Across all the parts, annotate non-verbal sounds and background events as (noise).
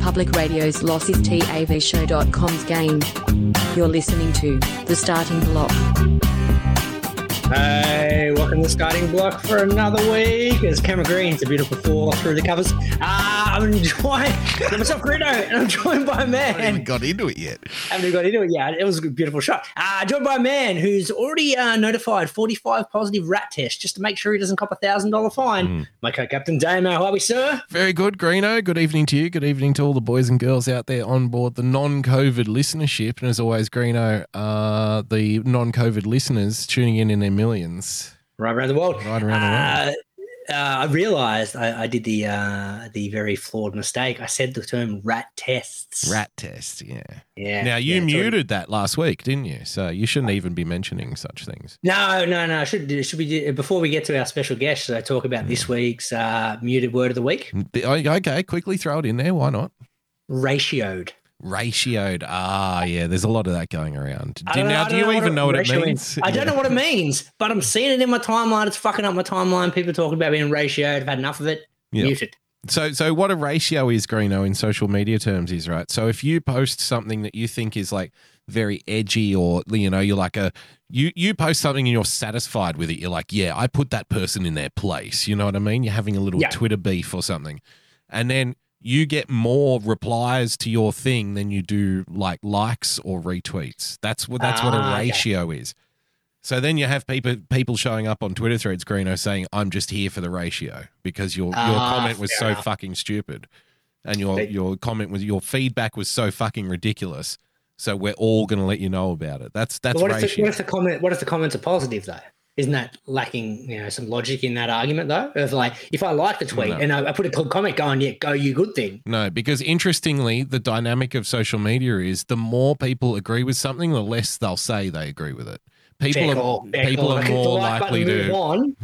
Public Radio's Losses TV show.com's game. You're listening to The Starting Block. Hey, welcome to Starting Block for another week. It's Cameron Green. It's a beautiful fall through the covers. Uh, I'm joined by myself, Reno, and I'm joined by a I haven't even man. got into it yet. Haven't even got into it yet. It was a beautiful shot. Uh, joined by a man who's already uh, notified 45 positive rat tests just to make sure he doesn't cop a $1,000 fine. Hmm. My co-captain, Damo. How are we, sir? Very good, Greeno. Good evening to you. Good evening to all the boys and girls out there on board the non-COVID listenership. And as always, Greeno, uh, the non-COVID listeners tuning in in their millions. Right around the world. Right around the world. Uh, uh, I realized I, I did the uh, the very flawed mistake. I said the term rat tests. Rat test, yeah. Ah, Yeah. Now yeah, you it's already- muted that last week, didn't you? So you shouldn't even be mentioning such things. No, no, no. Should do- should we do, before we get to our special guest? Should I talk about Hmm. this week's uh, muted word of the week? The- o- Okay, quickly throw it in there. Why not? Ratioed. Ratioed. Ah, yeah. There's a lot of that going around. I Do- don't know- now, I do don't you even know what it ratio is. means? I don't know what it means, but I'm seeing it in my timeline. It's fucking up my timeline. People talking about being ratioed. I've had enough of it. Yeah. Muted. So, so what a ratio is, Greeno, in social media terms, is right. So, if you post something that you think is like very edgy, or you know, you're like a you you post something and you're satisfied with it. You're like, yeah, I put that person in their place. You know what I mean? You're having a little Yeah. Twitter beef or something, and then you get more replies to your thing than you do like likes or retweets. That's what that's what Ah, a okay. ratio is. So then you have people people showing up on Twitter threads, Greeno, saying, "I'm just here for the ratio because your your Ah, comment was fair so enough. fucking stupid, and your They- your comment was your feedback was so fucking ridiculous. So we're all gonna let you know about it. That's that's But what, if the, ratio. what if the comment? What if the comments are positive though? Isn't that lacking, you know, some logic in that argument though? If like, if I like the tweet No. and I, I put a co- comment going, yeah, go you good thing. no, because interestingly, the dynamic of social media is the more people agree with something, the less they'll say they agree with it. People Fair are call, fair people call. I are click the like button, more likely move to on.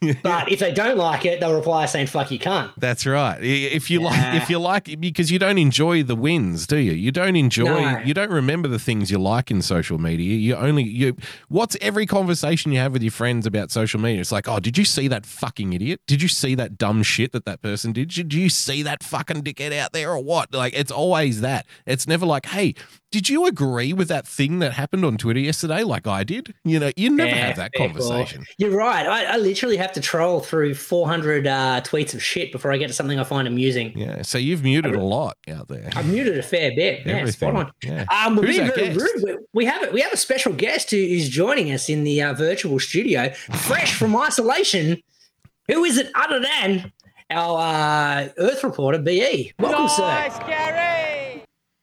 (laughs) right. But if they don't like it, they'll reply saying "fuck you can't." That's right. I- If you Yeah. like, if you like, because you don't enjoy the wins, do you? You don't enjoy. No. You don't remember the things you like in social media. You only you. What's every conversation you have with your friends about social media? It's like, oh, did you see that fucking idiot? Did you see that dumb shit that that person did? Did you see that fucking dickhead out there or what? Like, it's always that. It's never like, hey, did you agree with that thing that happened on Twitter yesterday? Like I did. You know, you never Yeah, have that fair call. conversation. You're right. I, I literally have to troll through 400 uh, tweets of shit before I get to something I find amusing. Yeah. So you've muted a lot out there. I've muted a fair bit. Yeah, spot Everything. on. Yeah. Um, we're Who's being our very guest? rude. We, we have it. We have a special guest who is joining us in the uh, virtual studio, fresh from isolation. Who is it other than our uh, Earth reporter, BE? Welcome, sir.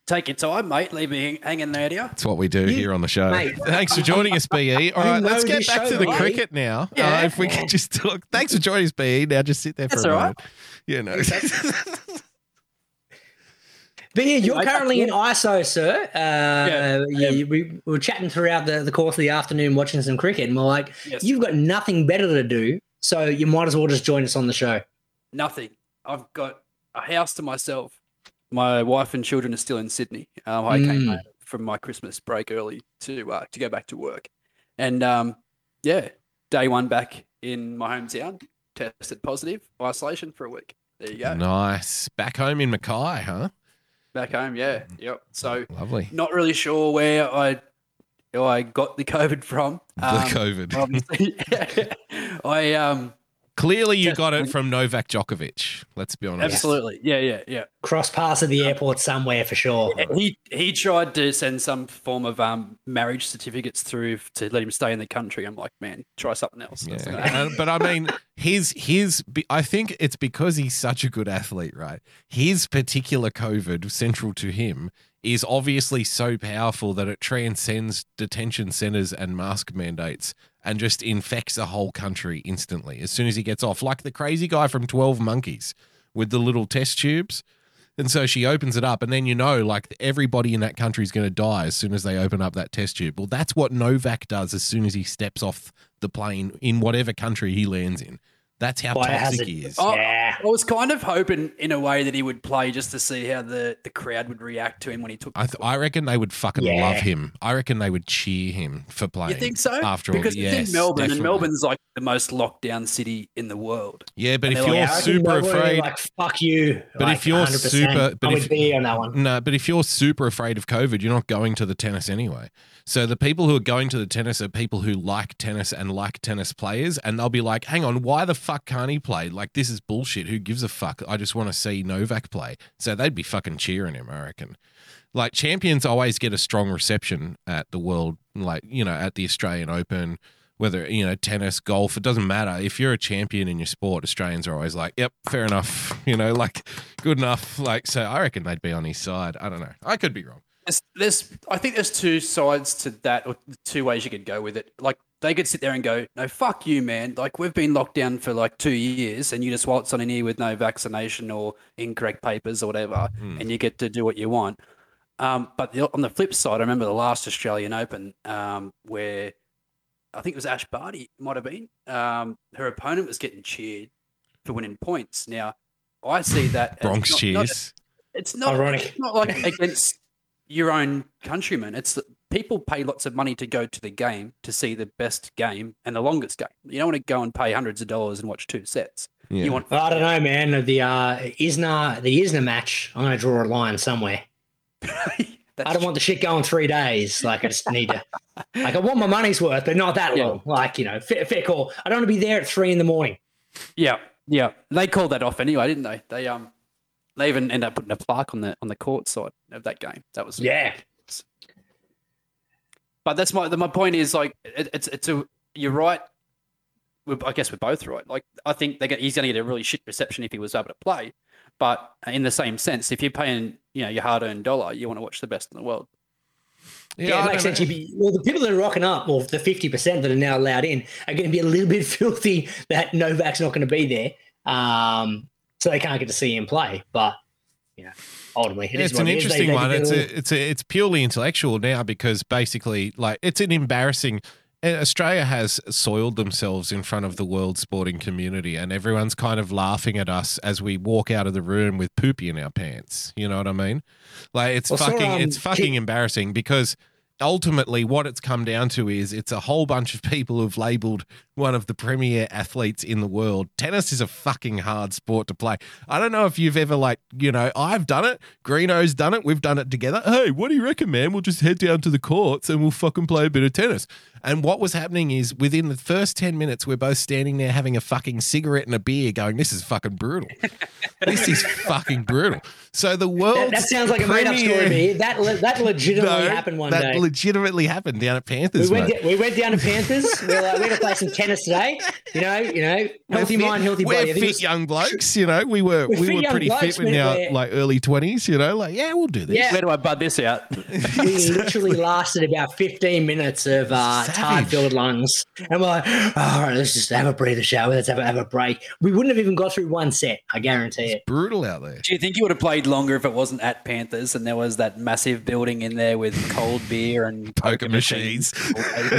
Take your time, mate. Leave me hang- hanging there, do you? It's what we do here on the show. mate. Thanks for joining us, BE. All right, know let's get this back show, to the right? cricket now. Yeah. Uh, if we could just talk. Thanks for joining us, BE. Now just sit there for That's a all moment. You know. BE, E, you're Anyway, currently in ISO, sir. Uh, Yeah, you- we, we were chatting throughout the, the course of the afternoon watching some cricket, and we're like, Yes. You've got nothing better to do, so you might as well just join us on the show. Nothing. I've got a house to myself. My wife and children are still in Sydney. Um, I came Mm. home from my Christmas break early to uh, to go back to work, and um, yeah, day one back in my hometown. Tested positive, isolation for a week. There you go. (laughs) Hmm. nice. Back home in Mackay, huh? Back home. Yeah. Yep. So Lovely. not really sure where I where I got the (laughs) COVID from. Um, the COVID. obviously, (laughs) I um Clearly, you got it definitely. from Novak Djokovic. Let's be honest. absolutely yeah yeah yeah Cross paths at the airport somewhere for sure. he he tried to send some form of um marriage certificates through f- to let him stay in the country. I'm like, man, try something else. That's not Yeah. happening. Uh, but I mean, his his. be- I think it's because he's such a good athlete, right? His particular COVID central to him is obviously so powerful that it transcends detention centers and mask mandates and just infects a whole country instantly as soon as he gets off, like the crazy guy from Twelve Monkeys with the little test tubes. And so she opens it up, and then you know, like everybody in that country is going to die as soon as they open up that test tube. Well, that's what Novak does as soon as he steps off the plane in whatever country he lands in. That's how toxic Biohazard. he is. Oh, yeah. Yeah. I was kind of hoping in a way that he would play just to see how the, the crowd would react to him when he took. I, th- I reckon they would fucking Yeah. love him. I reckon they would cheer him for playing. you think so? After all, because yes, it's in Melbourne, definitely. and Melbourne's like the most locked down city in the world. Yeah, but and if they're you're like, I reckon super they're really afraid, like fuck you. But like, if you're 100%, super- but I if- would be on that one. No, but if you're super afraid of COVID, you're not going to the tennis anyway. So the people who are going to the tennis are people who like tennis and like tennis players, and they'll be like, "Hang on, why the fuck can't he play? Like this is bullshit. Who gives a fuck? I just want to see Novak play." So they'd be fucking cheering him, I reckon. Like champions always get a strong reception at the world, like you know, at the Australian Open. Whether you know tennis, golf, it doesn't matter. If you're a champion in your sport, Australians are always like, "Yep, fair enough." (laughs) You know, like good enough. Like, so I reckon they'd be on his side. I don't know. I could be wrong. There's, there's, I think there's two sides to that, or two ways you could go with it. Like they could sit there and go, "No, fuck you, man! Like we've been locked down for like two years, and you just waltz on in here with no vaccination or incorrect papers or whatever, Mm. and you get to do what you want." Um, but the, on the flip side, I remember the last Australian Open um, where I think it was Ash Barty, might have been. Um, her opponent was getting cheered for winning points. Now, I see that as Bronx not- not a- cheers. it's not Ironic. It's not like (laughs) against your own countrymen. It's that people pay lots of money to go to the game to see the best game and the longest game. You don't want to go and pay hundreds of dollars and watch two sets. Yeah. You want I don't know, man. The uh, Isner, the Isner match. I'm going to draw a line somewhere. (laughs) That's I don't want the shit going three days. Like I just (laughs) need to. Like I want my money's worth, but not that Yeah. long. Like you know, fair, fair call. I don't want to be there at three in the morning. Yeah, yeah. They called that off anyway, didn't they? They um, they even end up putting a plaque on the on the court side of that game. That was Yeah, But that's my my point is like it, it's it's a you're right. We're, I guess we're both right. Like I think they get, he's going to get a really shit reception if he was able to play. But in the same sense, if you're paying you know your hard earned dollar, you want to watch the best in the world. yeah. I it makes don't sense. know. You'd be, well, the people that are rocking up, or the fifty percent that are now allowed in, are going to be a little bit (laughs) filthy that Novak's not going to be there. Um, so they can't get to see him play. But you know, ultimately, it is it's what an it is. They- interesting they one. did It's all- a, it's a, it's purely intellectual now because basically, like, it's an embarrassing. uh, Australia has soiled themselves in front of the world sporting community, and everyone's kind of laughing at us as we walk out of the room with poopy in our pants. You know what I mean? Like, it's Well, so, fucking, um, it's fucking embarrassing because ultimately, what it's come down to is it's a whole bunch of people who've labelled one of the premier athletes in the world. Tennis is a fucking hard sport to play. I don't know if you've ever like, you know, I've done it, Greeno's done it, we've done it together. Hey, what do you reckon, man? We'll just head down to the courts and we'll fucking play a bit of tennis. And what was happening is within the first 10 minutes, we're both standing there having a fucking cigarette and a beer going, this is fucking brutal. (laughs) this is fucking brutal. So the world That, that sounds like a made up story to me. That le- that legitimately happened one that day. legitimately happened down at we Panthers. went, mate. down, we went down to Panthers. we are like, we're gonna play some tennis today. You know, you know, healthy We're mind, healthy we're body. I fit think it was- young blokes, you know. We We're were we fit were young pretty blokes, fit in man, our we're- like early twenties, you know. Like, yeah, we'll do this. Yeah. Where (laughs) do I bud this out? we literally lasted about 15 minutes of uh, Savage. tired-filled lungs, and we're like, oh, "All right, let's just have a breather shower. Let's have a, have a break." We wouldn't have even got through one set. I guarantee it. Brutal out there. Do you think you would have played longer if it wasn't at Panthers and there was that massive building in there with cold beer and (laughs) Poker machines.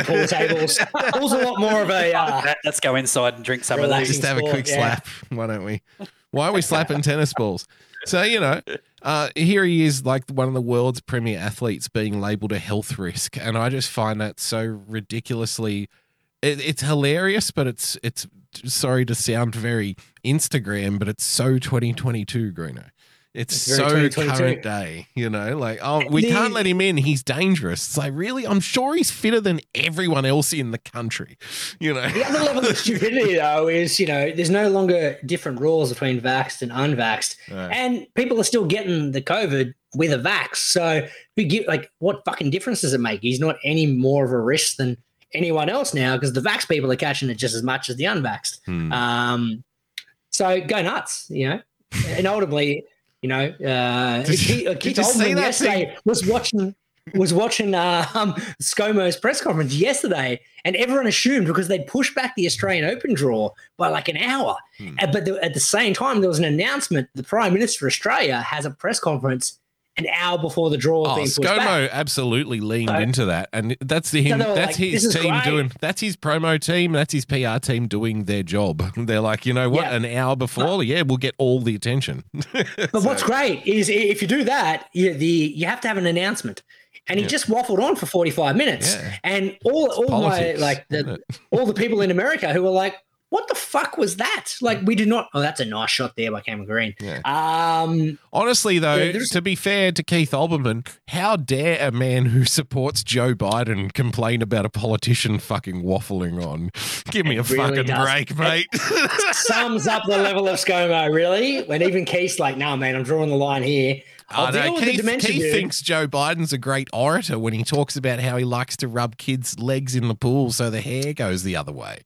Pool tables. Pool's a lot more of a. Uh, That- Let's go inside and drink some of Relax. these. Just have a Sport, quick yeah. slap. (laughs) Why (laughs) don't we? Why are we slapping tennis balls? So, you know, uh, here he is, like one of the world's premier athletes being labeled a health risk. And I just find that so ridiculously. It, it's hilarious, but it's, it's sorry to sound very Instagram, but it's so 2022, Greeno. It's, It's very so 2022. current day, you know, like, oh, we The- can't let him in. He's dangerous. It's like, really? I'm sure he's fitter than everyone else in the country, (laughs) you know? the other level of stupidity, though, is you know, there's no longer different rules between vaxxed and unvaxxed. (laughs) Uh, and people are still getting the COVID with a vax. So who give like what fucking difference does it make? He's not any more of a risk than anyone else now because the vax people are catching it just as much as the unvaxxed. hmm. Um, so go nuts, you know. and ultimately, you know, uh, Did Keith, you- uh, Keith did you see Oldman that yesterday was watching was watching uh, um, ScoMo's press conference yesterday, and everyone assumed because they'd pushed back the Australian Open draw by like an hour. Hmm. Uh, But the, at the same time, there was an announcement: the Prime Minister of Australia has a press conference an hour before the draw. Oh, being pushed back. ScoMo absolutely leaned So- into that, and that's the him. So they were that's like, his "This is team great." doing. That's his promo team. That's his PR team doing their job. (laughs) They're like, you know what? Yeah. An hour before, yeah, we'll get all the attention. But what's great is i- if you do that, you, the you have to have an announcement. And he Yeah. just waffled on for 45 minutes. Yeah. And all, all my politics, like isn't the, it? (laughs) all the people in America who were like, what the fuck was that? Like we did not oh that's a nice shot there by Cameron Green. Yeah. Um Honestly, though, Yeah, there's- to be fair to Keith Olbermann, how dare a man who supports Joe Biden complain about a politician fucking waffling on? (laughs) Give me a really fucking does. break, mate. (laughs) sums up the level of ScoMo, really. When even Keith's like, no, man, I'm drawing the line here. I'll I deal know. with the Ah, Uh, Keith, dementia. Keith dude. thinks Joe Biden's a great orator when he talks about how he likes to rub kids' legs in the pool so the hair goes the other way.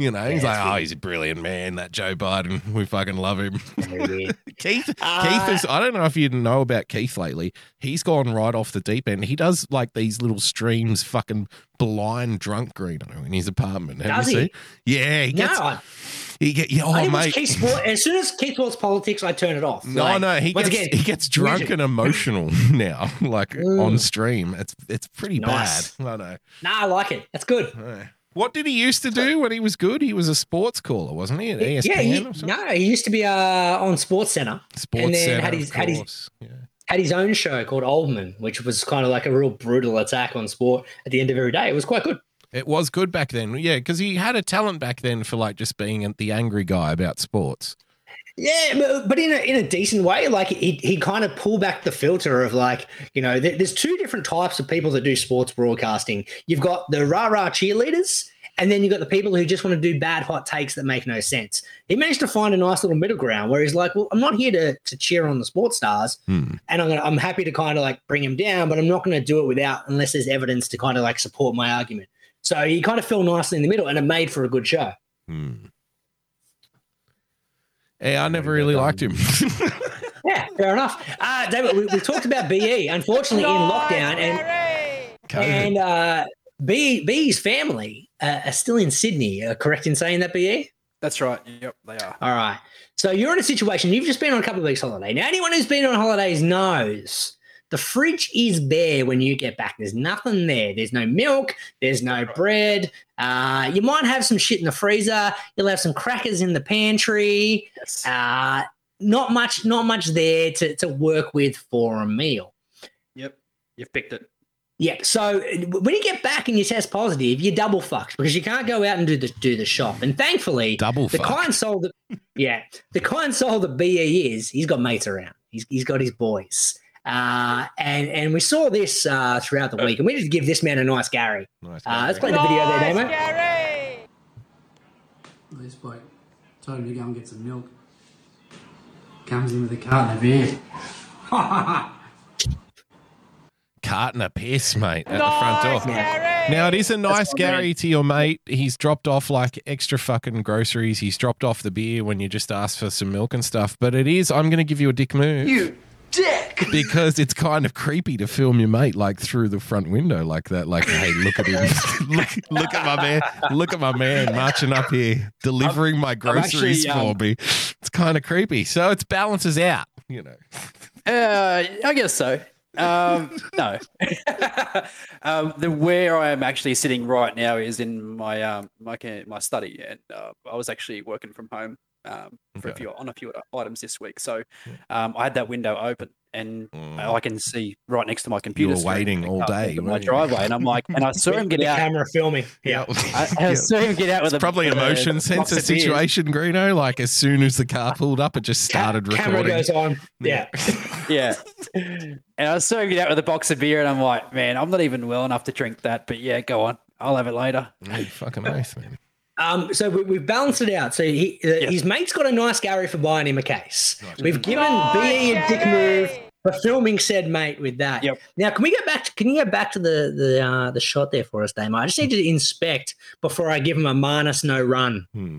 You know, he's Yeah, like, it's oh, he's a brilliant man, that Joe Biden. We fucking love him. (laughs) Very weird. Keith, Uh, Keith is. I don't know if you know about Keith lately. He's gone right off the deep end. He does like these little streams, fucking blind drunk Greeno in his apartment. Have Does you he? seen? Yeah, he no, gets. I, He get. Yeah, I oh, didn't watch mate. Keith Sport. As soon as Keith Sports politics, I turn it off. No, Like, no, he once gets again, he gets drunk music. and emotional (laughs) now, like Mm. on stream. It's it's pretty Nice. bad. I know. nah, I like it. That's good. Yeah. What did he used to do when he was good? He was a sports caller, wasn't he? At E ESPN yeah, he, or something? no, he used to be uh, on Sports Center. Sports and then Center, had his- of had his- course. Yeah. Had his own show called Oldman, which was kind of like a real brutal attack on sport. At the end of every day, it was quite good. It was good back then. Yeah, because he had a talent back then for like just being the angry guy about sports. Yeah, but, but in a, in a decent way. Like he he kind of pulled back the filter of like you know there, there's two different types of people that do sports broadcasting. You've got the rah rah cheerleaders. And then you've got the people who just want to do bad hot takes that make no sense. He managed to find a nice little middle ground where he's like, well, I'm not here to, to cheer on the sports stars. Hmm. and I'm, gonna, I'm happy to kind of like bring him down, but I'm not going to do it without unless there's evidence to kind of like support my argument. So he kind of fell nicely in the middle, and it made for a good show. Hmm. Yeah, I never really liked him. (laughs) Yeah, fair enough. Uh, David, we, we talked about BE, unfortunately in lockdown, and COVID. and uh, BE, BE's family uh, are still in Sydney. Uh, correct in saying that, E? BE? That's right. Yep, they are. All right. So you're in a situation, you've just been on a couple of weeks' holiday. Now, anyone who's been on holidays knows the fridge is bare when you get back. There's nothing there. There's no milk, there's no bread. Uh, you might have some shit in the freezer, you'll have some crackers in the pantry. Yes. Uh, not much, not much there to, to work with for a meal. Yep. You've picked it. Yeah. So uh, when you get back and you test positive, you're double fucked because you can't go out and do the do the shop. And thankfully, Double the fuck. kind soul that yeah, the (laughs) kind soul that BE is, he's got mates around. He's he's got his boys. Uh, and and we saw this uh, throughout the week, and we need to give this man a nice Gary. Nice Uh, let's guy. play the video there, Damo. This bloke told him to go and get some milk. Comes in with a carton of beer. carton of piss, mate, at the front door. Now it is a nice Gary to your mate. He's dropped off like extra fucking groceries. He's dropped off the beer when you just ask for some milk and stuff. But it is, I'm going to give you a dick move. You dick! Because it's kind of creepy to film your mate like through the front window like that. Like, hey, look at him. (laughs) look, look at my man. Look at my man marching up here, delivering my groceries actually, um, for me. It's kind of creepy. So it balances out, you know. (laughs) Uh, I guess so. Um, no. (laughs) um, the where I am actually sitting right now is in my um, my ca- my study, and uh, I was actually working from home um, for a Okay. few on a few items this week. So um, I had that window open, and I I can see right next to my computer. Mm. were screen waiting coming all up day, into My weren't you? driveway, and I'm like, and I (laughs) saw him get The out. camera filming. Yeah. I, I saw him get out with It's (laughs) a, probably an with a emotion box sensor of beers. situation, Greeno. Like as soon as the car pulled up, it just Ca- started camera recording. goes on. Yeah. (laughs) yeah. And I was so get out with a box of beer, and I'm like, man, I'm not even well enough to drink that. But yeah, go on. I'll have it later. Hey, Mm, fucking oath, man. Um, so we, we've balanced it out. So he, uh, his mate's got a nice Gary for buying him a case. We've given BE a dick move for filming said mate with that. Yep. Now, can we go back? To, can you go back to the the uh, the shot there for us, Damo? I just need to inspect before I give him a minus no run. Hmm.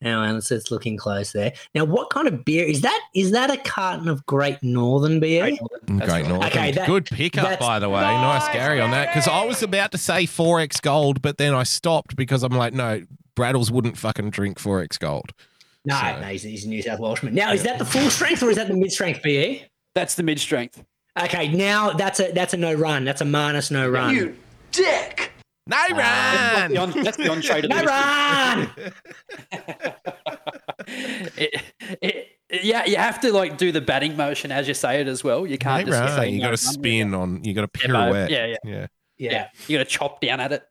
Now, and let's, let's look in close there. Now, what kind of beer is that? Is that a carton of Great Northern beer? Great Northern, that's Great right. Northern. Okay, that- Good pickup, that's- by the way. Nice Gary on that. Because I was about to say 4X Gold, but then I stopped because I'm like, no, Brattles wouldn't fucking drink 4X Gold. no, so- no, he's, he's a New South Welshman. Now, is that the full strength or is that the mid strength beer? That's the mid strength. Okay, now that's a that's a no run. That's a minus no run. That's Nairan! the, on, that's the entree to the no run. it, it, yeah, you have to like do the batting motion as you say it as well. You can't just say You no got to run. spin on. You got to Yeah, but- pirouette. yeah, yeah. Yeah, you got to chop down at it.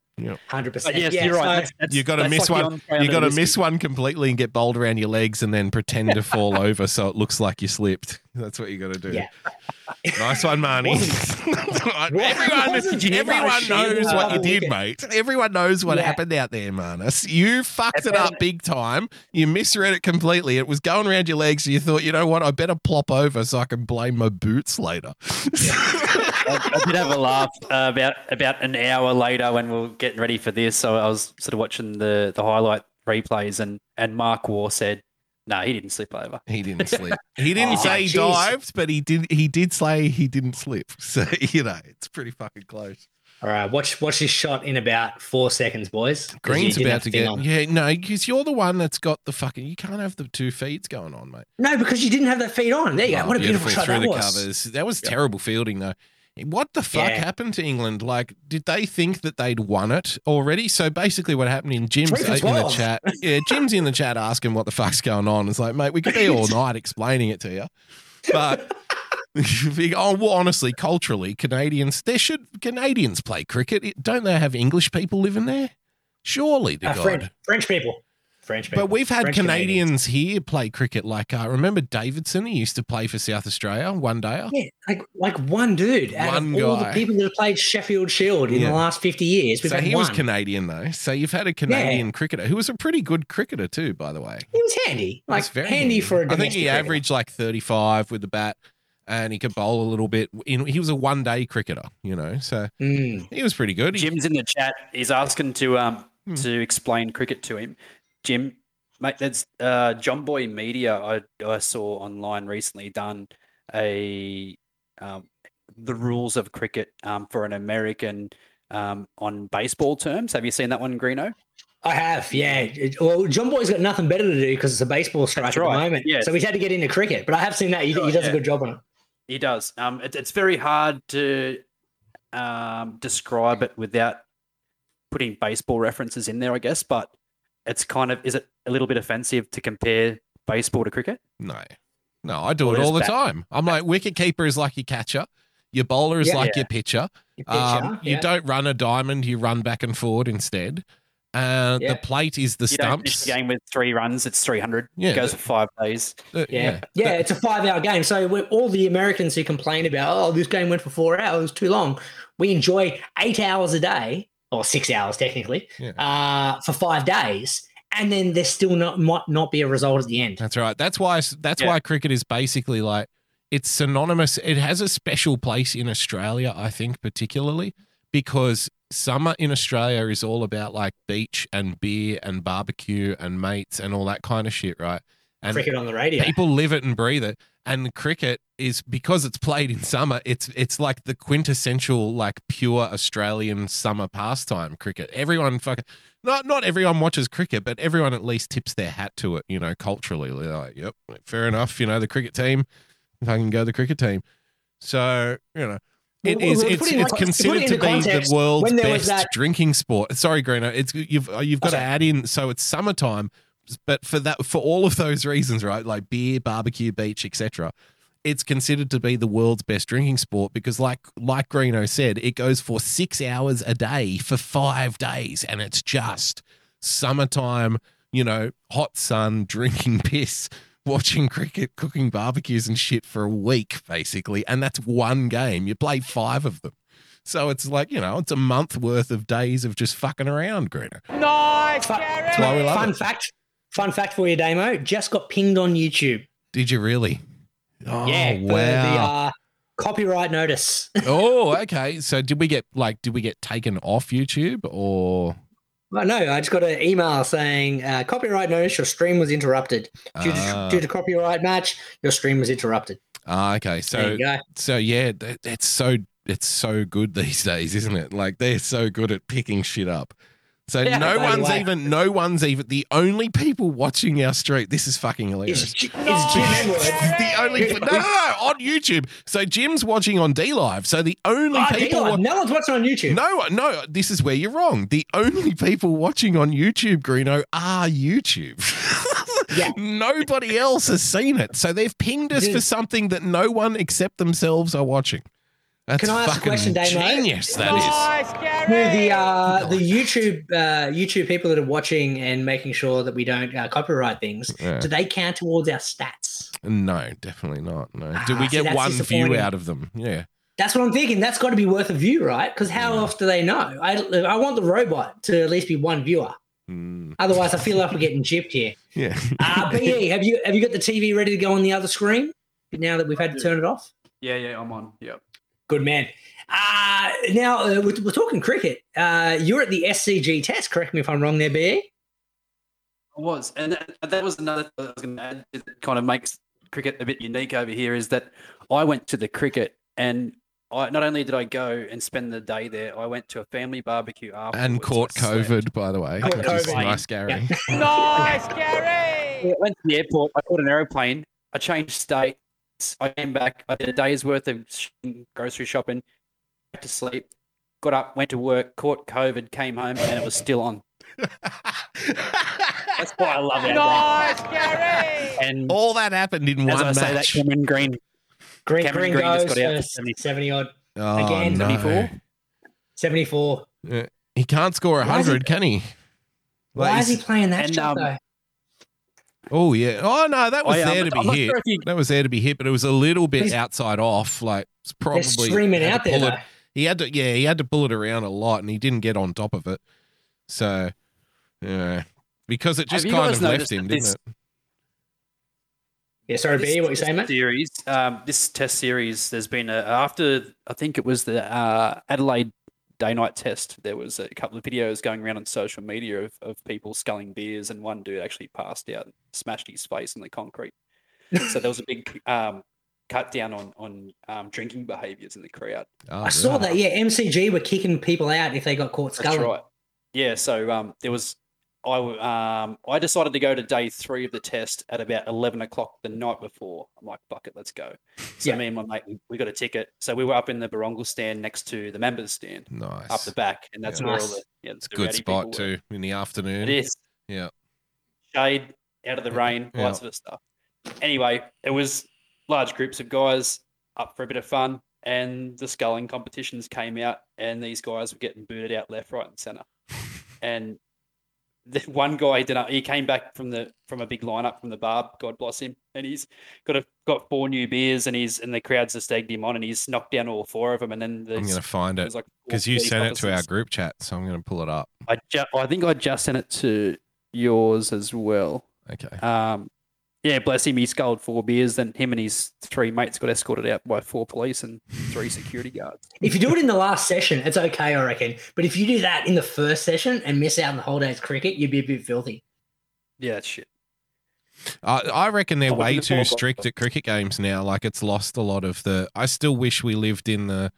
Hundred But percent. yes, you're right. that's- that's- You got to that's miss like the one. entree under You the got to whiskey. miss one completely and get bowled around your legs and then pretend to fall (laughs) over so it looks like you slipped. That's what you got to do. Yeah. Nice one, Marnie. (laughs) wasn't everyone, you everyone rushing knows the what you double did, wicket? mate. Everyone knows what Yeah. happened out there, Marnus. You fucked it up big time. You misread it completely. It was going around your legs. And you thought, you know what? I better plop over so I can blame my boots later. I, I did have a laugh uh, about about an hour later when we were getting ready for this. So I was sort of watching the the highlight replays, and and Mark War said, "No, he didn't slip over." He didn't slip. (laughs) He didn't Oh, say he jeez. dived, but he did. He did say he didn't slip. (laughs) So you know, it's pretty fucking close. All right, watch watch this shot in about four seconds, boys. 'cause you Green's didn't about have to the thing get. on. Yeah, no, because you're the one that's got the fucking. You can't have the two feeds going on, mate. No, because you didn't have that feet on. There you Oh, go. What a beautiful, shot through that the was. covers. That was terrible fielding though. What the fuck Yeah. happened to England? Like, did they think that they'd won it already? So basically, what happened in Jim's Three for uh, in the 12. chat? Yeah, Jim's in the chat asking what the fuck's going on. It's like, mate, we could (laughs) be all night explaining it to you, but. (laughs) oh, well, honestly, culturally, Canadians there should Canadians play cricket. It- Don't they have English people living there? Surely, to Uh, God. French, French people. French people. But we've had French Canadians, here play cricket. Like, uh, remember Davidson? He used to play for South Australia, one day. Yeah, like like one dude out One of all guy. the people that have played Sheffield Shield in Yeah. the last fifty years. We've So had he one. was Canadian, though. So you've had a Canadian cricketer who was a pretty good cricketer, too, by the way. he was handy, like That's very handy, for a I think domestic he cricketer. averaged like 35 with the bat and he could bowl a little bit. You know, He was a one day cricketer, you know, so Mm. he was pretty good. He- Jim's in the chat. He's asking to um Hmm. to explain cricket to him. Jim, mate, that's uh, John Boy Media. I I saw online recently done a um, the rules of cricket um, for an American um, on baseball terms. Have you seen that one, Greeno? I have, yeah. It- Well, John Boy's got nothing better to do because it's a baseball strike at right, the moment. yeah. So he's had to get into cricket. But I have seen that. He, he Right, does yeah. a good job on it. He does. Um, it, it's very hard to um, describe it without putting baseball references in there, I guess. But it's kind of is it a little bit offensive to compare baseball to cricket? no, no, I do Well, it all the there's time. I'm like, wicket keeper is like your catcher, your bowler is Yeah. like your pitcher. You pitch Um, out, you yeah. don't run a diamond, you run back and forward instead. Uh, Yeah. The plate is the you don't finish stumps. the game with three runs. It's three hundred. Yeah, it goes for five days. Uh, Yeah. Yeah, it's a five hour game. So we're, all the Americans who complain about, oh, this game went for four hours, too long. We enjoy eight hours a day, or six hours technically, Yeah. uh, for five days. And then there's still not might not be a result at the end. That's right. That's why. That's Yeah. why cricket is basically like it's synonymous. It has a special place in Australia, I think, particularly because summer in Australia is all about like beach and beer and barbecue and mates and all that kind of shit, right? And Cricket on the radio. people live it and breathe it. And cricket is because it's played in summer. It's it's like the quintessential like pure Australian summer pastime. Cricket. Everyone fucking not not everyone watches cricket, but everyone at least tips their hat to it. You know, culturally, they're like, yep, fair enough. You know, the cricket team. If I can go, the cricket team. So you know. It Well, is. well, It's, putting it's like- considered putting to be into context, the world's when there best was that- drinking sport. Sorry, Greeno. It's you've uh, you've got to Okay. add in. So it's summertime, but for that for all of those reasons, right? Like beer, barbecue, beach, etc. It's considered to be the world's best drinking sport because, like like Greeno said, it goes for six hours a day for five days, and it's just summertime. You know, hot sun, drinking (laughs) piss, watching cricket, cooking barbecues and shit for a week, basically. And that's one game. You play five of them. So it's like, you know, it's a month worth of days of just fucking around, Greta. Fun, That's why we love fun it. fact. Fun fact for you, Damo. Just got pinged on YouTube. Did you really? Oh, yeah. for The, wow. uh, copyright notice. (laughs) oh, okay. So did we get like, did we get taken off YouTube or? Well, no, I just got an email saying uh, copyright notice. Your stream was interrupted due to, Ah. due to copyright match. Your stream was interrupted. Ah, okay. So, there you go. so yeah, that, (laughs) that's so, it's so good these days, isn't it? Like they're so good at picking shit up. So Yeah, by no the one's way. even no one's even the only people watching our stream. This is fucking hilarious. It's, J- it's Jim Edwards. the only no, no, no, on YouTube. So Jim's watching on D Live. So the only Oh, people Elon, no one's watching on YouTube. no, no, this is where you're wrong. The only people watching on YouTube, Greeno, are YouTube. (laughs) Yeah. Nobody else has seen it. So they've pinged us for Dude. something that no one except themselves are watching. That's Can I ask a fucking question, Damo? Genius, that is. No, the uh, the YouTube uh, YouTube people that are watching and making sure that we don't uh, copyright things, Yeah. do they count towards our stats? No, definitely not. No. Do Ah, we see, get that's one view disappointing. out of them? Yeah. That's what I'm thinking. That's got to be worth a view, right? Because how else do they know? I I want the robot to at least be one viewer. Mm, Otherwise, I feel like we're getting gypped here. yeah. Uh, BE, have you have you got the TV ready to go on the other screen? Now that we've had to turn it off. Yeah, yeah, I'm on. Yep. Good man. Uh, now uh, we're, we're talking cricket. Uh, you're at the SCG test. Correct me if I'm wrong, there, E. BE. I was, and that, that was another thing I was going to add that kind of makes cricket a bit unique over here is that I went to the cricket, and I not only did I go and spend the day there, I went to a family barbecue after And caught COVID, by the way. Caught Which is COVID. nice, Gary. I went to the airport. I caught an aeroplane. I changed states. I came back. I did a day's worth of sh- grocery shopping. Back to sleep. Got up. Went to work. Caught COVID. Came home, and it was still on. That's why I love it. Nice, Gary. (laughs) And All that happened in as one I say that, match. Cameron Green. Green, Cameron Green, Green just goes got out for for 70. 70 odd, Oh, Again, no. 74. 74. Uh, He can't score Why is he- 100, can he? Why Like, is he playing that And, shot, um, though? Oh yeah. Oh no, that was I, um, there to be I'm not hit. sure if you- That was there to be hit, but it was a little bit He's- outside off. Like it's probably They're screaming had to out there, pull though. it- He had to, yeah, he had to pull it around a lot, and he didn't get on top of it. So, yeah, because it just you kind guys of left noticed him, that didn't this- it? Yeah, sorry, B, E, what you saying, mate? Series, um, this test series, there's been a after I think it was the uh, Adelaide day night test. There was a couple of videos going around on social media of, of people sculling beers, and one dude actually passed out, and smashed his face in the concrete. so there was a big um, cut down on on um, drinking behaviours in the crowd. Oh, I saw right. that. Yeah, MCG were kicking people out if they got caught sculling. That's right. Yeah. So um, there was I w- um, I decided to go to day three of the test at about eleven o'clock the night before. I'm like, fuck it, let's go. So Yeah. me and my mate, we- we got a ticket. So we were up in the Barongal stand next to the members stand Nice. up the back, and that's Yeah. where all Nice. the yeah, it's a the good rowdy people spot were. too in the afternoon. It is. Yeah. Shade out of the rain, all Yeah. that sort of stuff. Anyway, it was large groups of guys up for a bit of fun, and the sculling competitions came out, and these guys were getting booted out left, right, (laughs) and centre. And the one guy did. He came back from the from a big lineup from the bar. God bless him, and he's got a got four new beers, and he's and the crowds have stagged him on, and he's knocked down all four of them, and then I'm there's gonna find it there's like four because you police sent it to our officers. group chat, so I'm gonna pull it up. I ju- I think I just sent it to yours as well. Okay. Um, yeah, bless him. He sculled four beers. Then him and his three mates got escorted out by four police and three security guards. If you do it in the last session, it's okay, I reckon. But if you do that in the first session and miss out on the whole day's cricket, you'd be a bit filthy. Yeah, that's shit. I, I reckon they're Oh, way you too thought- strict at cricket games now. Like it's lost a lot of the. I still wish we lived in the,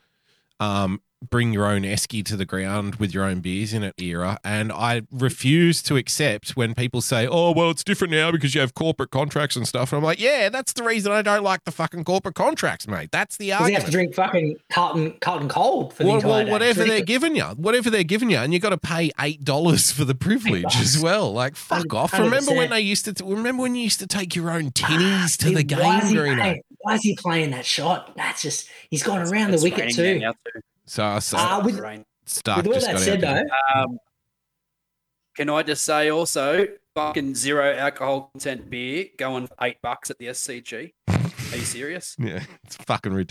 um, bring your own esky to the ground with your own beers in it era. And I refuse to accept when people say, "Oh, well, it's different now because you have corporate contracts and stuff." And I'm like, yeah, that's the reason I don't like the fucking corporate contracts, mate. That's the Because they have to drink argument. fucking Carlton, Carlton Cold for the Well, entire well, day. whatever It's they're ridiculous. giving you, whatever they're giving you, and you got to pay eight dollars for the privilege as well. Like fuck Hundred- off! Remember when 100%. they used to? Remember when you used to take your own Ah, tinnies to Dude, the why game, is, he Greeno? playing, why is he playing that shot? That's just, he's gone around the It's wicket raining too. down now, too. So I saw Ah, with- Rain. Stark With all just that got said, out. though, Um, can I just say also, fucking zero alcohol content beer going for eight bucks at the SCG? Are you serious? Yeah, (laughs) it's fucking Eight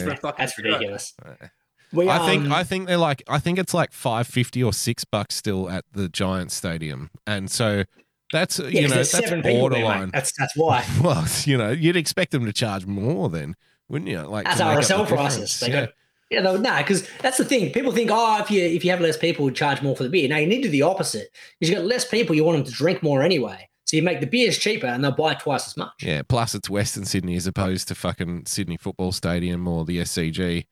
ridiculous. for a man. fucking that's zero. ridiculous. We, I think um, I think they're like I think it's like five fifty or six bucks still at the Giants Stadium, and so that's yeah, you 'cause know there's that's seven people there, mate. borderline. That's, that's why. (laughs) well, you know, you'd expect them to charge more then, wouldn't you? Like That's to make up the RSL difference. prices. They Yeah. got, yeah, no, nah, because that's the thing. People think, oh, if you if you have less people, you charge more for the beer. Now you need to do the opposite. Because you got less people, you want them to drink more anyway. So you make the beers cheaper, and they'll buy twice as much. Yeah, plus it's Western Sydney as opposed to fucking Sydney Football Stadium or the SCG.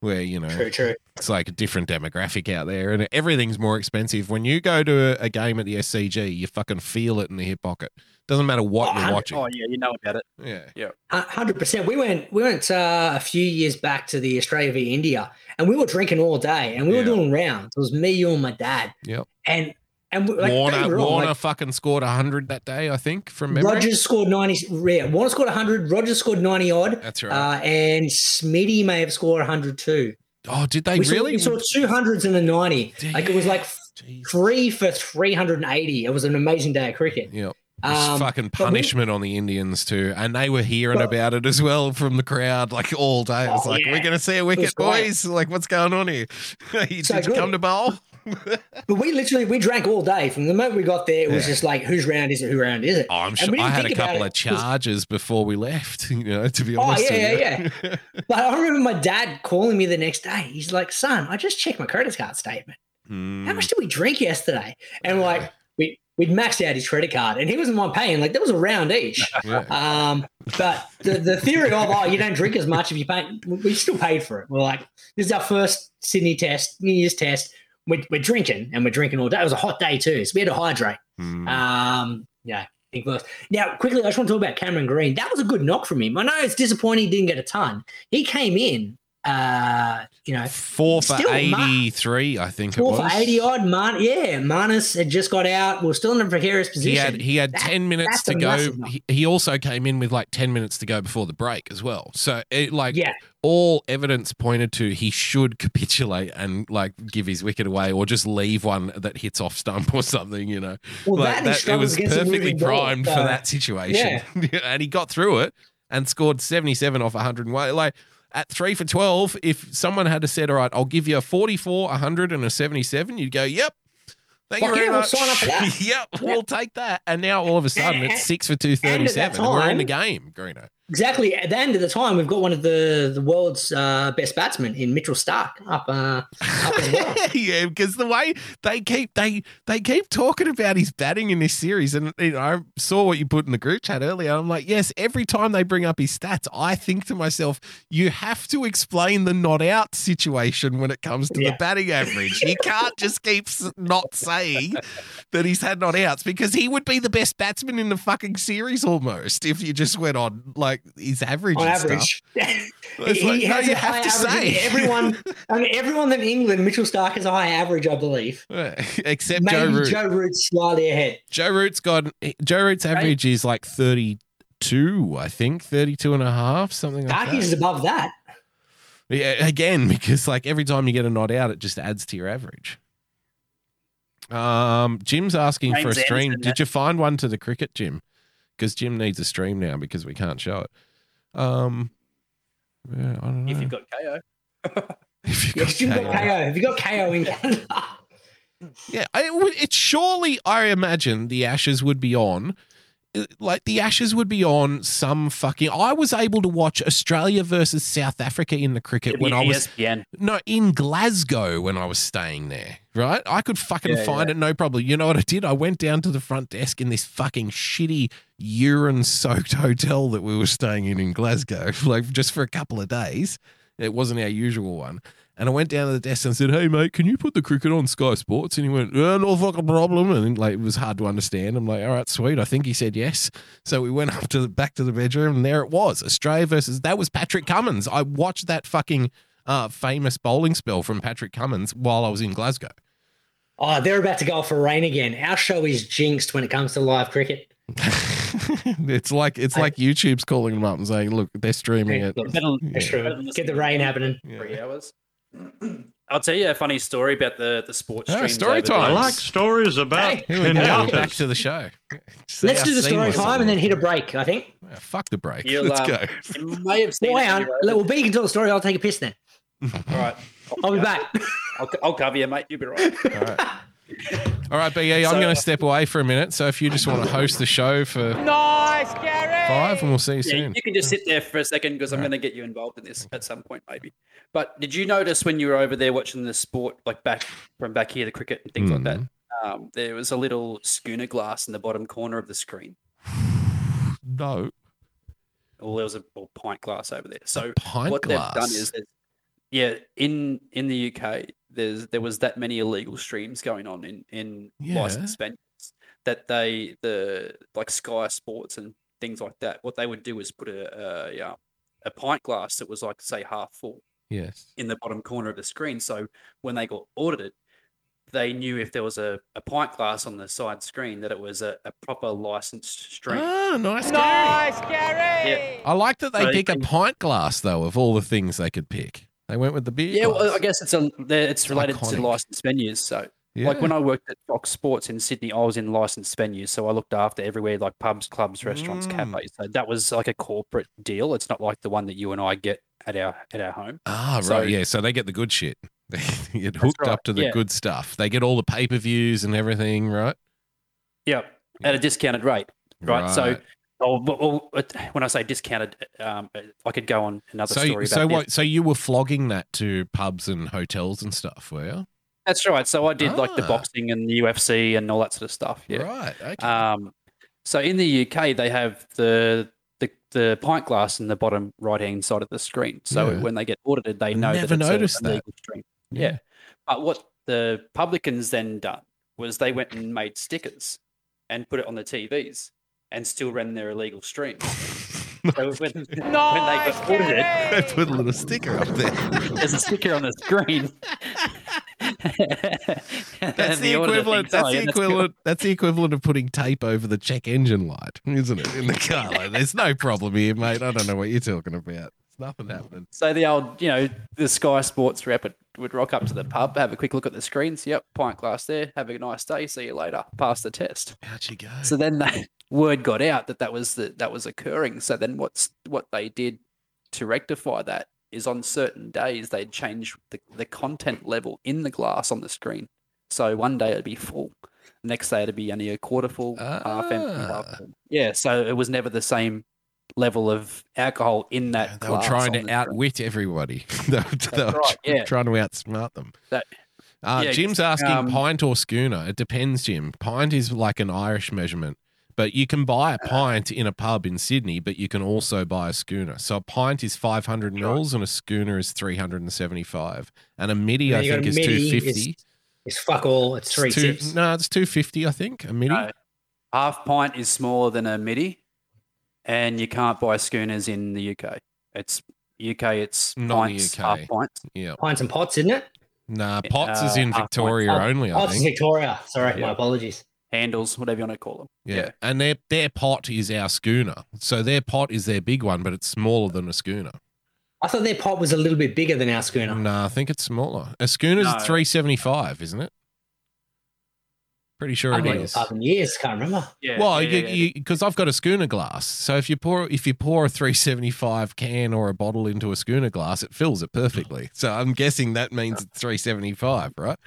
where you know True, true. it's like a different demographic out there and everything's more expensive. When you go to a, a game at the SCG, you fucking feel it in the hip pocket. Doesn't matter what Oh, you're I- watching. Oh yeah, you know about it. yeah. Hundred percent. We went we went uh, a few years back to the Australia v India, and we were drinking all day, and we Yeah. were doing rounds. It was me, you, and my dad. Yep. And and we- like, don't get me Warner wrong, Warner like, fucking scored 100 that day, I think, from memory. Rogers scored ninety. Yeah, Warner scored hundred. Rogers scored ninety odd, That's right. uh, and Smitty may have scored hundred too. oh, did they we saw, really? we saw two hundreds in the ninety. Like it was like Jeez. three for three hundred and eighty. It was an amazing day of cricket. Yep. It's Um, fucking we- punishment on the Indians too, and they were hearing But- about it as well from the crowd, like all day. It's Oh, like yeah. we're gonna see a wicket, great. boys. Like what's going on here? (laughs) you, So did you good. come to bowl? But we literally we drank all day. From the moment we got there, it was Yeah. just like whose round is it? Who round is it? Oh, I'm And sure we I didn't had a think about couple it, of 'cause- charges before we left. (laughs) You know, to be Oh, honest. yeah, with yeah, you. (laughs) But I remember my dad calling me the next day. He's like, son, I just checked my credit card statement. How Mm. much did we drink yesterday? And like, we, we'd maxed out his credit card and he wasn't one paying. Like, there was a round each. Yeah. Um, but the, the theory of, oh, you don't drink as much if you pay, we still paid for it. We're like, this is our first Sydney test, New Year's test. We're, we're drinking and we're drinking all day. It was a hot day too. So we had to hydrate. Mm. Um, yeah, big verse. Now, quickly, I just want to talk about Cameron Green. That was a good knock from him. I know it's disappointing he didn't get a ton. He came in, uh, you know, Four for still, Ma- eighty-three, I think it four was. for 80 odd. Man, yeah, Manus had just got out. We are still in a precarious He position. had he had That- ten that's minutes to a go. massive knock. He, he also came in with like ten minutes to go before the break as well. So it like yeah, all evidence pointed to he should capitulate and like give his wicket away or just leave one that hits off stump or something, you know. well, like that, that it was perfectly primed uh, for that situation. (laughs) and he got through it and scored 77 off 101. Like at 3 for 12, if someone had to said, "All right, I'll give you a 44, 100 and a 77," you'd go, "Yep." Thank you Fuck very yeah, we'll much. sign (laughs) up for that. yep, we'll take that. And now all of a sudden And- (laughs) it's 6 for 237 and, we're in the game, Greeno. Exactly. At the end of the time, we've got one of the, the world's uh, best batsmen in Mitchell Stark up, uh, up as well. (laughs) yeah, because the way they keep they they keep talking about his batting in this series, and you know, I saw what you put in the group chat earlier. I'm like, yes, every time they bring up his stats, I think to myself, you have to explain the not out situation when it comes to the Yeah. batting average. you can't just keep s- not saying that he's had not outs because he would be the best batsman in the fucking series almost if you just went on like his average. on and stuff. average. (laughs) It's He- like, he no, has you a have high to average. say. everyone. I mean, everyone in England, Mitchell Stark is a high average, I believe. (laughs) Except Joe Maybe Root. Joe Root's slightly ahead. Joe Root's got Joe Root's average is like 32, I think, 32 and a half, something like Darkies is that. above that. Yeah, again, (laughs) because like every time you get a not out, it just adds to your average. Um, Jim's asking for a James stream. Anderson, Did you find one to the cricket, Jim? Because Jim needs a stream now because we can't show it. Um, yeah, I don't know. If you've got KO, (laughs) If you've Yeah, got you've got KO. KO. Have you got KO in Canada? Yeah, I- it, would- it surely I imagine the ashes would be on. Uh, Like the ashes would be on some fucking. I was able to watch Australia versus South Africa in the cricket when I was ESPN. no in Glasgow when I was staying there. Right, I could fucking Yeah, find it no problem. You know what I did? I went down to the front desk in this fucking shitty urine-soaked (laughs) hotel that we were staying in in Glasgow, (laughs) like just for a couple of days. It wasn't our usual one. And I went down to the desk and said, "Hey mate, can you put the cricket on Sky Sports?" And he went, "Yeah, "No fucking problem." And like it was hard to understand. I'm like, "All right, sweet." I think he said yes. So we went (laughs) up to the back to the bedroom, and there it was: Australia versus that was Patrick Cummins. I watched that fucking uh, famous bowling spell from Patrick Cummins while I was in Glasgow. Oh, they're about to go off for rain again. Our show is jinxed when it comes to live cricket. it's like it's like YouTube's calling them up and saying, "Look, they're streaming it." Look, That'll- Yeah. that's true. Get the rain happening. three hours. (clears throat) I'll tell you a funny story about the the sports Ah, streams story over time. I there. like stories Ah, about Hey, Here we go. pinatas. Back to the show. Let's do the story time and then hit a break. I think. fuck the break. You'll, Let's um, go. You may have seen Well, it hang on. on your own. Well, B, you can tell the story. I'll take a piss then. All right. I'll be back. I'll, I'll cover you, mate. (laughs) You'll be right. All right. All right, BE, I'm So- going to step away for a minute. So if you just want to host the show for nice, Gary. five, and we'll see you Yeah, soon. you can just sit there for a second because I'm going to get you involved in this at some point, maybe. But did you notice when you were over there watching the sport, like back from back here, the cricket and things like that? Mm-hmm. Um, there was a little schooner glass in the bottom corner of the screen. No, Well, there was a or pint glass over there. So pint what they've glass. done is they've- yeah, in in the UK, there's there was that many illegal streams going on in in Yeah. licensed venues that they the like Sky Sports and things like that. What they would do is put a a, uh, a pint glass that was like say half full Yes. in the bottom corner of the screen. So when they got audited, they knew if there was a, a pint glass on the side screen that it was a, a proper licensed stream. Ah, nice. Gary. Nice, Gary. I like that they So- pick a pint glass though of all the things they could pick. They went with the beer. yeah, well, glass. I guess it's a they're- it's related to iconic. licensed venues. So Yeah. Like when I worked at Fox Sports in Sydney, I was in licensed venues, so I looked after everywhere like pubs, clubs, restaurants, Mm. cafes. So that was like a corporate deal. It's not like the one that you and I get at our at our home. Ah, right. So- yeah. So they get the good shit. (laughs) They get hooked right, up to the yeah. good stuff. They get all the pay per views and everything, right? Yeah, at a discounted rate, right? So, oh, but- well, it- when I say discounted, um, I could go on another so, story. About so this. what? So you were flogging that to pubs and hotels and stuff, were you? That's right. So I did like the Ah. boxing and the UFC and all that sort of stuff. Yeah. Right. Okay. Um, so in the UK, they have the the, the pint glass in the bottom right hand side of the screen. So Yeah. when they get audited, they I know never that it's a- noticed a, that. legal drink. yeah. But what the publicans then done was they went and made stickers and put it on the TVs and still ran their (laughs) illegal streams. so (laughs) when, when they Nice, got audited, Gary. They put a little sticker up there. there's a sticker on (laughs) the screen. (laughs) That's the, equivalent. "Oh, Oh, That's the equivalent. That's the equivalent of putting tape over the check engine light, isn't it? In the (laughs) car, like, there's no problem here, mate. I don't know what you're talking about. It's nothing happening. So the old, you know, the Sky Sports rep would, would rock up to the pub, have a quick look at the screens. Yep, pint glass there. Have a nice day. See you later. Pass the test. How'd you go? So then the (laughs) word got out that that was the, that was occurring. So then what's what they did to rectify that is on certain days they'd change the, the content level in the glass on the screen. So one day it'd be full, next day it'd be only a quarter full, half empty. Ah. Half full. Yeah, so it was never the same level of alcohol in that. they were glass trying on to the screen. outwit everybody. (laughs) they were, they were right, tr- yeah. trying to outsmart them. That- uh, yeah, Jim's asking um, pint or schooner. It depends, Jim. Pint is like an Irish measurement, but you can buy a Uh, pint in a pub in Sydney, but you can also buy a schooner. So a pint is 500 mils and a schooner is 375. And a midi, And I you got think, a is midi, 250. It's fuck all. It's three It's two- tips. No, it's 250, I think, a midi. No. half pint is smaller than a midi, and you can't buy schooners in the UK. It's UK. It's Not in the pints, UK. half pints. Yeah. Pints and pots, isn't it? Nah, Potts is Uh, in half pint. Victoria Oh, only, I Oh, it's think. Victoria. Sorry, my Yeah. apologies. handles, whatever you want to call them. Yeah. And their their pot is our schooner. So their pot is their big one, but it's smaller than a schooner. I thought their pot was a little bit bigger than our schooner. No, I think it's smaller. A schooner's No. 375, isn't it? Pretty sure I've it been in is. the pub in years. Can't remember. Yeah. well, yeah, yeah, you because I've got a schooner glass. So if you pour if you pour a 375 can or a bottle into a schooner glass, it fills it perfectly. So I'm guessing that means it's 375, right?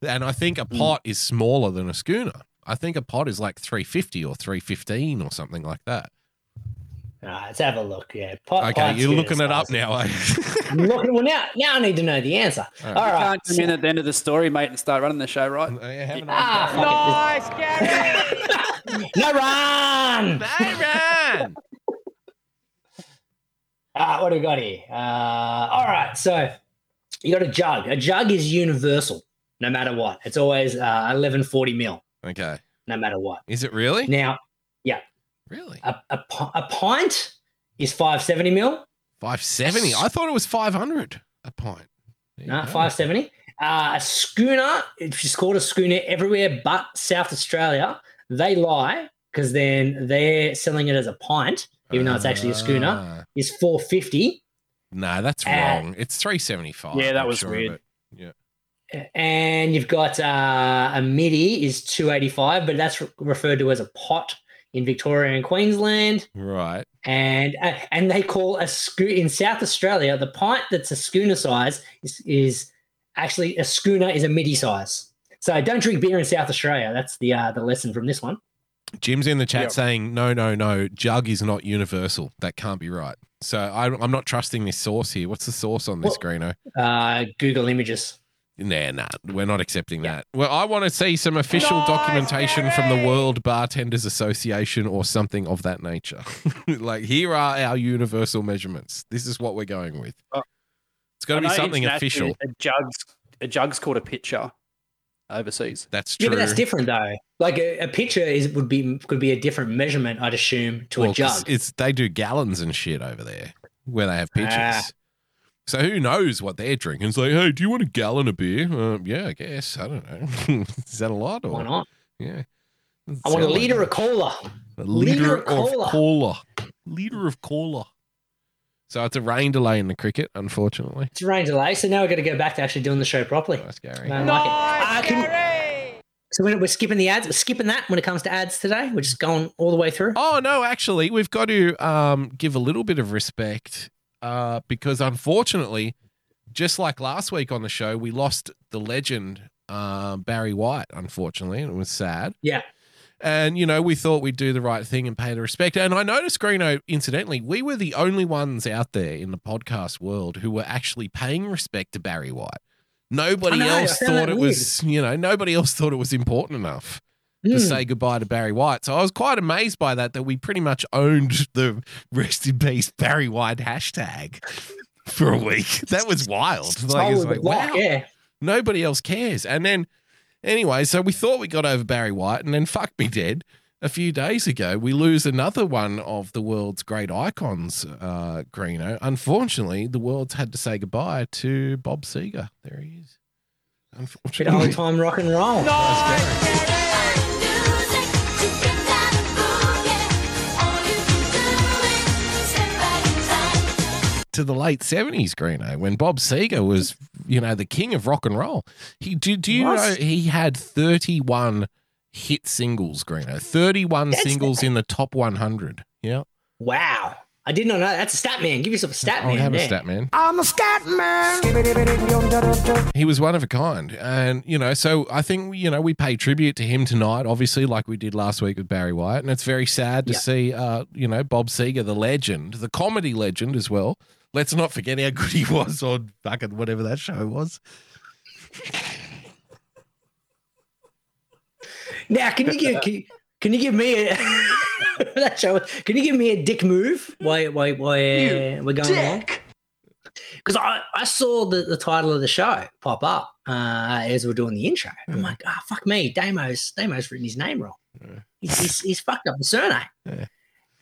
And I think Hmm. a pot is smaller than a schooner. I think a pot is like 350 or 315 or something like that. All right, let's have a look. Yeah. Pot, Okay, pints, you're schooner, looking it up stars. now. eh? (laughs) I'm looking. Well, now, now I need to know the answer. (laughs) All All right. right. You can't come in at the end of the story, mate, and start running the show, right? Yeah, haven't I? Ah, Nice, Gary. (laughs) fuck it. no run! (laughs) Uh, what do we got here? Uh, all right, so you got a jug. A jug is universal, no matter what. It's always uh, eleven forty mil, okay. no matter what. Is it really? Now, Really? a, a, pi- a pint is five seventy mil. 570. I thought it was 500 a pint. There you No, go. five seventy. Uh, a schooner. It's just called a schooner everywhere but South Australia. They lie because then they're selling it as a pint, even though it's actually a schooner. Ah. Is four fifty. No, that's Uh, wrong. It's 375. Yeah, that I'm was sure of weird. it. And you've got uh, a midi is 285, but that's re- referred to as a pot in Victoria and Queensland. Right. And uh, and they call a schooner in South Australia, the pint that's a schooner size is, is actually a schooner is a midi size. So don't drink beer in South Australia. That's the uh, the lesson from this one. Jim's in the chat Yep. saying, no, no, no, jug is not universal. That can't be right. So I, I'm not trusting this source here. What's the source on this, Greeno? Uh, Google Images. Nah, nah, we're not accepting that. Well, I want to see some official Nice, documentation from the Gary! World Bartenders Association or something of that (laughs) nature. like, here are our universal measurements. This is what we're going with. Uh, It's It's got to be I know something internationally official. A jug's a jug's called a pitcher overseas. That's true. Yeah, but that's different though. Like a, a pitcher is would be could be a different measurement, I'd assume, to a Well, 'cause jug. It's they do gallons and shit over there where they have pitchers. Ah. So who knows what they're drinking? It's like, hey, do you want a gallon of beer? Uh, yeah, I guess. I don't know. (laughs) Is that a lot? Or, Why not? Yeah. I want a Sound like liter it. of cola. A liter Liter of of cola. cola. Liter of cola. So it's a rain delay in the cricket, unfortunately. It's rain delay, so now we're going to go back to actually doing the show properly. Nice, Gary. No, I like it. I Nice, can- Gary. So we're, we're skipping the ads. We're skipping that when it comes to ads today. We're just going all the way through. Oh no, actually, we've got to um, give a little bit of respect uh, because unfortunately, just like last week on the show, we lost the legend uh, Barry White. Unfortunately, and it was sad. Yeah. And you know, we thought we'd do the right thing and pay the respect. And I noticed, Greeno, incidentally, we were the only ones out there in the podcast world who were actually paying respect to Barry White. Nobody I know, I else found thought that it was, you know, nobody else thought it was important enough to Mm. say goodbye to Barry White. So I was quite amazed by that, that we pretty much owned the rest in peace Barry White hashtag for a week. (laughs) That was wild. Like, it's Solid like, block, wow, Yeah. nobody else cares. And then, anyway, so we thought we got over Barry White, and then fuck me dead. A few days ago, we lose another one of the world's great icons, uh, Greeno. Unfortunately, the world's had to say goodbye to Bob Seger. There he is. Bit of Unfortunately. old time rock and roll. Nice, to the late seventies, Greeno, when Bob Seger was, you know, the king of rock and roll. He do, do you Was? know he had thirty one hit singles, Greeno. Thirty one That's- singles in the top one hundred. Yeah. Wow. I did not know. That's a stat man. Give yourself a stat I man. Oh, have there. a stat man. I'm a stat man. He was one of a kind. And, you know, so I think, you know, we pay tribute to him tonight, obviously, like we did last week with Barry White. And it's very sad to Yeah. see, uh, you know, Bob Seger, the legend, the comedy legend as well. Let's not forget how good he (laughs) was on fucking whatever that show was. Now, can you give can you, can you give me a (laughs) that show? Can you give me a dick move? Wait, wait, wait. uh, We're going along. Because I, I saw the, the title of the show pop up uh, as we're doing the intro. I'm like, ah, fuck me, Damo's Damo's written his name wrong. He's, he's, he's fucked up the surname. Yeah.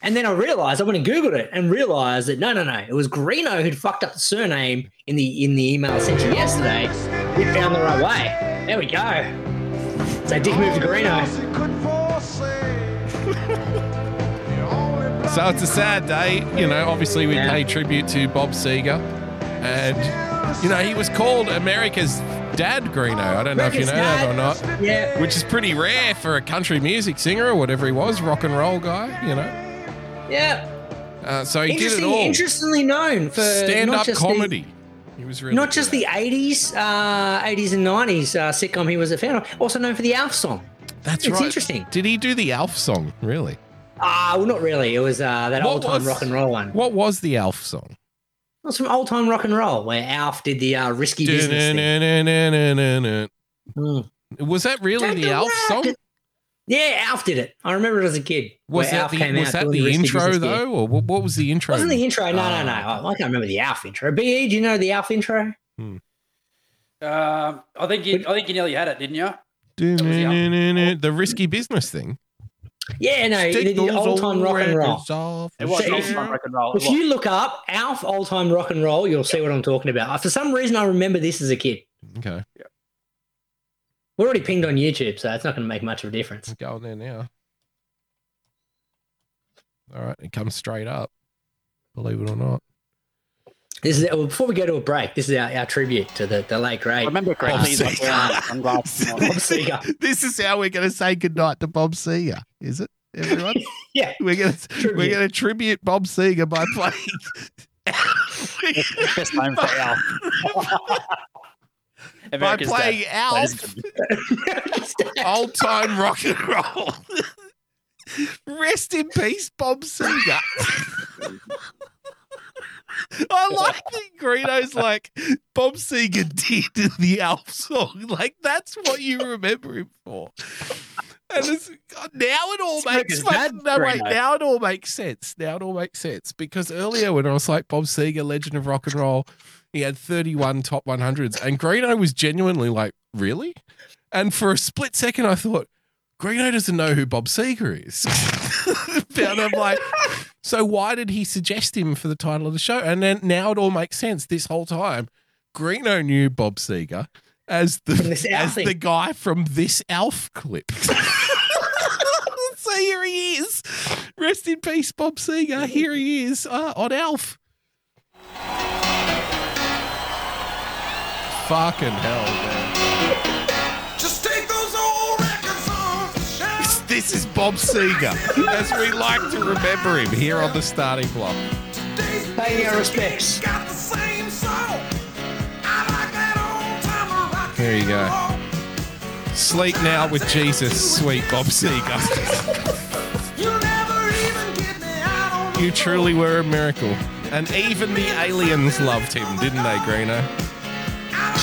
And then I realized I went and googled it and realized that no, no, no, it was Greeno who'd fucked up the surname in the in the email I sent you yesterday. We found the right way. There we go. So dick move to Greeno. So it's a sad day. You know, obviously, we Yeah. pay tribute to Bob Seger. And, you know, he was called America's dad, Greeno. I don't know if you know America's that or dad. not. Yeah. which is pretty rare for a country music singer or whatever he was, rock and roll guy, you know. Yeah. Uh, so he did it Interesting, all. interestingly known for Stand not up just the- comedy. he was really not just good the 80s, uh, 80s and 90s uh, sitcom he was a fan of, also known for the Alf song. at it. That's it's right. interesting. Did he do the Alf song? Really? Ah, well, not really. It was uh, that What old was- time rock and roll one. It What was the Alf song? was from old time rock and roll where Alf did the uh, risky business thing. Du-nu-nu-nu-nu-nu. Mm. Was that really Take the Alf rocket. song? Yeah, Alf did it. I remember it as a kid. Was where that Alf the, came was out that doing the risky intro business gig. though, or what, what was the intro? Wasn't the intro? No, no, no. Ah. I I can't remember the Alf intro. BE, do you know the Alf intro? Um, I think you, I think you nearly had it, didn't you? Du-nu-nu-nu-nu. The risky business thing. Yeah, no, he did the old time rock and roll. It was Sure. old time rock and roll. It If was. you look up Alf old time rock and roll, you'll see what I'm talking about. For some reason, I remember this as a kid. Okay, We're already pinged on YouTube, so it's not going to make much of a difference. go on there now. All right, it comes straight up. Believe it or not. This is well, before we go to a break. This is our, our tribute to the, the late I great Bob remember correctly. he's like, Obviously. "Well, I'm glad it's (laughs) not." (laughs) Seger. (laughs) This is how we're going to say goodnight to Bob Seger, is it, everyone? Yeah. We're going to we're Tribute. going to tribute Bob Seger by playing Best name for Alf. by (laughs) America's playing Dad. Alf, old (laughs) time rock and roll. Rest in peace, Bob Seger. I like that Greeno's like Bob Seger did the Alf song. Like that's what you remember him for. And it's, now it all Smoke makes is fucking- bad, no, wait, Reno. now it all makes sense. Now it all makes sense because earlier when I was like Bob Seger, Legend of Rock and Roll, he had 31 top 100s, and Greeno was genuinely like, really? And for a split second, I thought Greeno doesn't know who Bob Seger is. (laughs) and I'm like, so why did he suggest him for the title of the show? And then now it all makes sense. This whole time, Greeno knew Bob Seger as the From this as Alfie. the guy from this Alf clip. (laughs) so here he is. Rest in peace, Bob Seger. Here he is uh, on Alf. Fucking hell, man. Just take those old records off the shelf. This is Bob Seger, as we like to remember him here on the starting block. Today's Pay our music respects. ain't Got the same soul. I like that old timer rock There you and go. roll. Sleep now with Jesus, sweet Bob Seger. You'll never even get me out on the You truly were a miracle. And even the aliens loved him, didn't they, Greeno?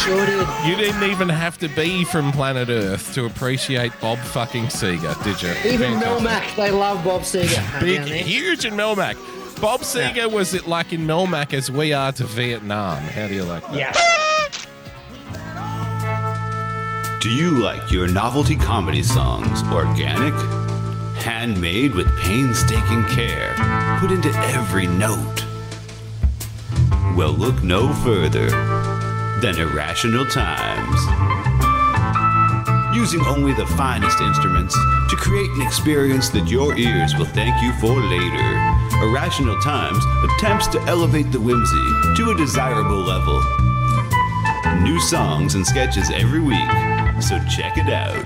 Sure did. You didn't even have to be from planet Earth to appreciate Bob fucking Seger, did you? Even Fantastic. Mel Mac, they love Bob Seger. Big, down there. huge in Melmac. Bob Seger was it like in Melmac as we are to Vietnam. How do you like that? Yeah. Do you like your novelty comedy songs organic? Handmade with painstaking care, put into every note. Well, look no further than Irrational Times. Using only the finest instruments to create an experience that your ears will thank you for later, Irrational Times attempts to elevate the whimsy to a desirable level. New songs and sketches every week, so check it out.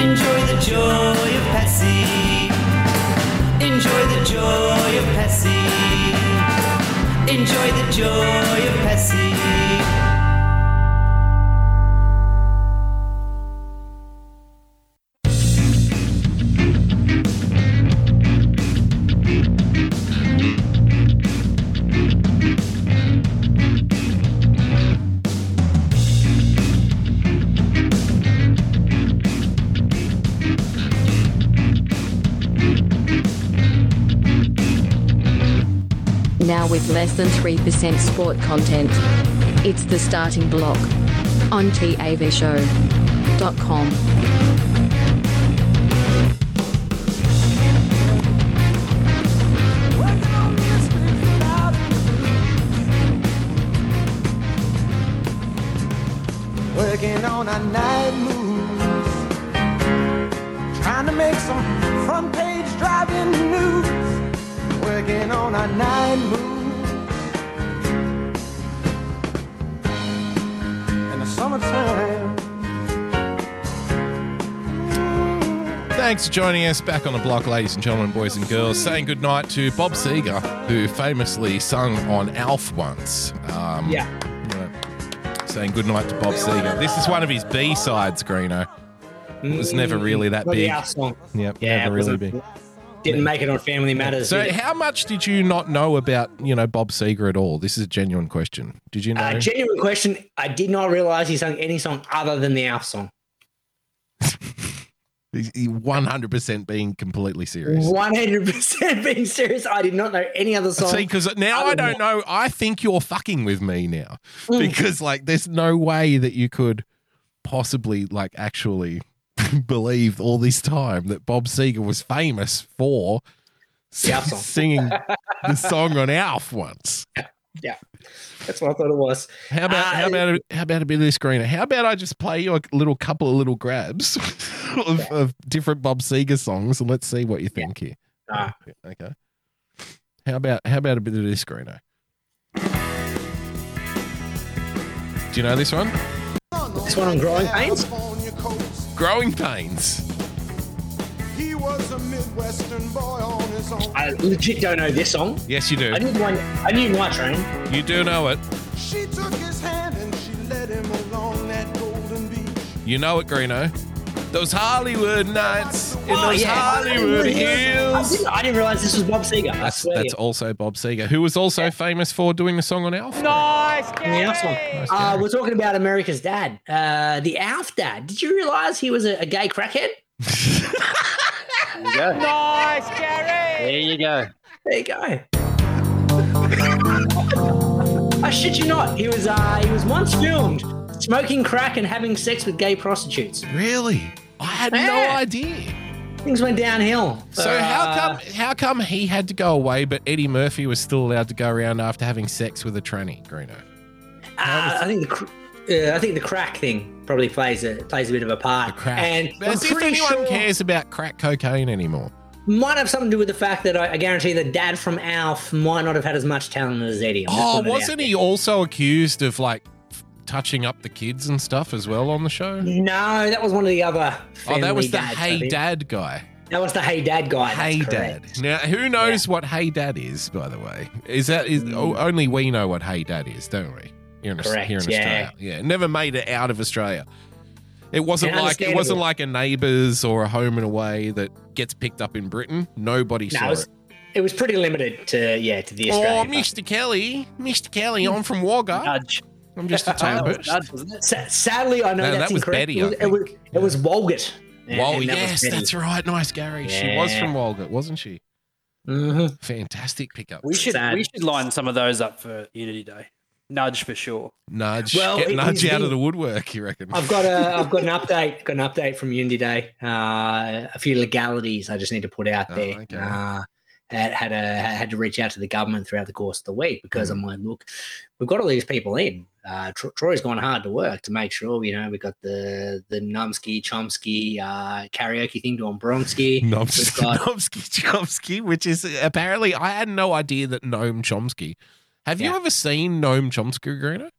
Enjoy the joy of Pepsi. Enjoy the joy of Pepsi. Enjoy the joy of Pepsi. Now with less than 3% sport content. It's the starting block on TAVShow.com. Working on our night moves. Trying to make some front page driving news. Working on our night moves. In the summertime. Thanks for joining us back on the block, ladies and gentlemen, boys and girls. Saying goodnight to Bob Seger, who famously sung on Alf once. Um, Yeah. Saying goodnight to Bob Seger. This is one of his B sides, Greeno. It was never really that Not the big. Alf song. Yep, Yeah, it never really wasn't- big. Didn't make it on Family Matters. So, did it? how much did you not know about, you know, Bob Seger at all? This is a genuine question. Did you know? uh, genuine question. I did not realize he sung any song other than the Alf song. He's- he 100% being completely serious. One hundred percent being serious. I did not know any other song. See, because now I don't Mm. know. I think you're fucking with me now because, like, there's no way that you could possibly, like, actually (laughs) believe all this time that Bob Seger was famous for The Alf song. (laughs) singing the song on Alf once. yeah, that's what I thought it was. How about how Uh, about a, how about a bit of this greener? How about I just play you a little couple of little grabs (laughs) of, of different Bob Seger songs and let's see what you think here. Ah. Yeah, Okay. How about how about a bit of this greener? Do you know this one? This one on Growing Pains. Growing Pains. He was a Midwestern boy on his own. I legit don't know this song. Yes, you do. I knew one. I knew my train. You do know it. She took his hand and she led him along that golden beach. You know it, Greeno. Those Hollywood nights in Oh, those yeah. Hollywood I hills. didn't, I didn't realize this was Bob Seger. I That's, swear. that's to also Bob Seger, who was also famous for doing the song on Alf. Nice, you. The Alf song. Gary. Uh, we're talking about America's dad, uh, the Alf dad. Did you realize he was a, a gay (laughs) crackhead? There you go. Nice, Gary. There you go. There you go. I shit you not. He was uh, he was once filmed smoking crack and having sex with gay prostitutes. Really? I had Yeah. no idea. Things went downhill. So Uh, how come how come he had to go away, but Eddie Murphy was still allowed to go around after having sex with a tranny, Greeno? Ah. Uh, I think the cr- uh, I think the crack thing probably plays a plays a bit of a part. The crack. And I'm As if pretty anyone sure cares about crack cocaine anymore. might have something to do with the fact that I, I guarantee that Dad from Alf might not have had as much talent as Eddie. I'm just Oh, putting it out wasn't he also accused of like f- touching up the kids and stuff as well on the show? there. No, that was one of the other. Oh, that family was the dads, I Hey think. Dad guy. That was the Hey Dad guy. that's hey correct. Dad. Now, who knows what Hey Dad is? By the way, is that is oh, only we know what Hey Dad is, don't we? Here in, Aus- Mm. Correct, Here in yeah. Australia, yeah. Never made it out of Australia. It wasn't And like it wasn't understandable. like a Neighbours or a Home and Away that gets picked up in Britain. Nobody No, saw it was, it. it was pretty limited to yeah to the Oh, Australian. Mr. Kelly, Mr. Kelly, I'm from Wagga. Nudge. I'm just a That was tourist. nudge, wasn't it? Sa- sadly, I know No, that's that was incorrect. Betty, It was, I it was, it was Walgett. Well, yes, that's right. Nice, Gary. She was Yeah. from Walgett, wasn't she? hmm Fantastic pickup. We should Sad. we should line some of those up for Unity Day. Nudge for sure. Nudge. Well, Get it- nudge he's out of been- the woodwork, you reckon? I've (laughs) got a I've got an update. Got an update from Unity Day. Uh, a few legalities I just need to put out Oh, there. okay. Uh, had had, a, had to reach out to the government throughout the course of the week because Mm. I'm like, look, we've got all these people in. Uh, Tro- Troy's gone hard to work to make sure you know we got the the Numsky Chomsky uh, karaoke thing to Bronsky. Noms- We've got- Nomsky Chomsky, which is apparently I had no idea that Noam Chomsky. Have you Yeah. ever seen Noam Chomsky, Greener?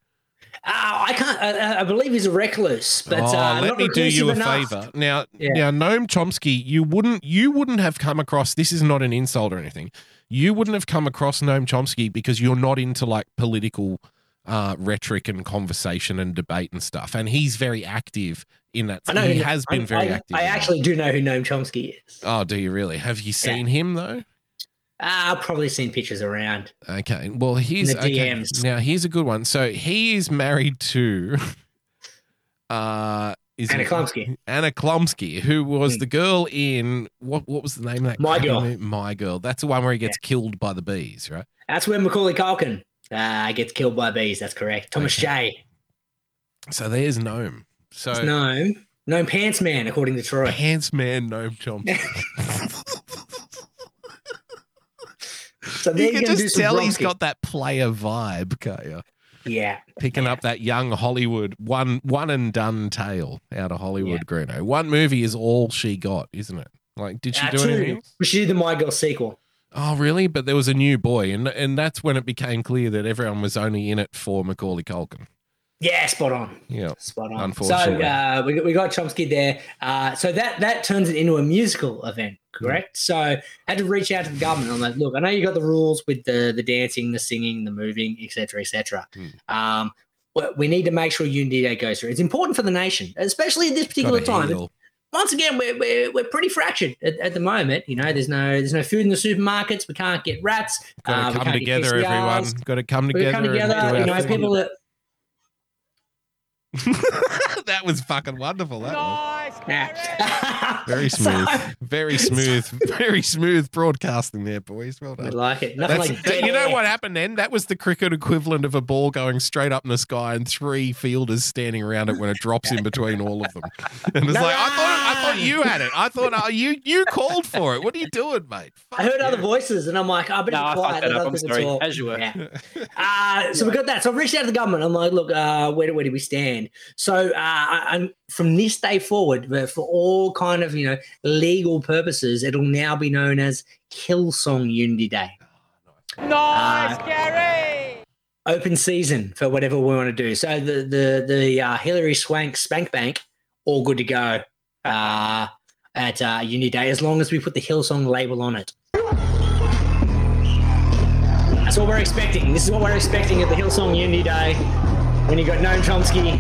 Uh, I can't. I, I- I believe he's a recluse, but oh, uh, let not me do you a reclusive enough. favor now. Yeah. Now, Noam Chomsky, you wouldn't you wouldn't have come across. This is not an insult or anything. You wouldn't have come across Noam Chomsky because you're not into like political uh, rhetoric and conversation and debate and stuff. And he's very active in that. I know he who- has been I- very I, active. I in that. actually do know who Noam Chomsky is. Oh, do you really? Have you seen him though? Ah, I've probably seen pictures around. Okay. Well, here's the okay. DMs. Now here's a good one. So he is married to (laughs) uh is Anna it- Klumsky. Anna Klumsky, who was Mm. the girl in what what was the name of that My crappy Girl. movie? My girl. That's the one where he gets killed by the bees, right? That's where Macaulay Culkin uh, gets killed by bees. That's correct. Thomas J. So there's Gnome. So It's Noam. Noam Pants Man, according to Troy. Pants Man (laughs) Gnome Chomsky. So you they're can going to do just some tell he's Bronsky. got that player vibe, can't you? Yeah. picking up that young Hollywood one one and done tale out of Hollywood, Greeno. One movie is all she got, isn't it? Like, did she Uh, do two. anything? else? She did the My Girl sequel. Oh, really? But there was a new boy, and and that's when it became clear that everyone was only in it for Macaulay Culkin. Yeah, spot on. Yeah, Spot on. Unfortunately. So uh, we, we got Chomsky there. Uh, so that that turns it into a musical event, correct? So had to reach out to the government. I'm like, look, I know you got the rules with the the dancing, the singing, the moving, etc., etc. Hmm. Um, we- we need to make sure Unity Day goes through. It's important for the nation, especially at this particular Gotta time. heal. Once again, we're, we're, we're pretty fractured at, at the moment. You know, there's no there's no food in the supermarkets. We can't get rats. Gotta Uh, we come can't get together, PCRs. everyone. Gotta come We together. come and together. You do know, our people that (laughs) thing. that was fucking wonderful. That was. Nice, Nice, Nah. Gary. (laughs) Very smooth. Very smooth. Very smooth broadcasting there, boys. Well I done. like it. Nothing That's- like that- dead you know air. what happened then? That was the cricket equivalent of a ball going straight up in the sky and three fielders standing around it when it drops in between all of them. (laughs) And it's like I thought, I thought you had it. I thought oh, you you called for it. What are you doing, mate? I heard other voices and I'm like, I better No, I be quiet. fucked that let up. other I'm people sorry. talk. As you (laughs) were. Yeah. Uh, so we got that. So I've reached out to the government. I'm like, look, uh, where, do- where do we stand? So uh, I, I'm, from this day forward, but for all kind of, you know, legal purposes, it'll now be known as Hillsong Unity Day. Ah, Uh, Nice, Gary. Open season for whatever we want to do. So the the the uh, Hillary Swank Spank Bank, all good to go uh, at uh, Unity Day, as long as we put the Hillsong label on it. That's what we're expecting. This is what we're expecting at the Hillsong Unity Day. When you got Noam Chomsky,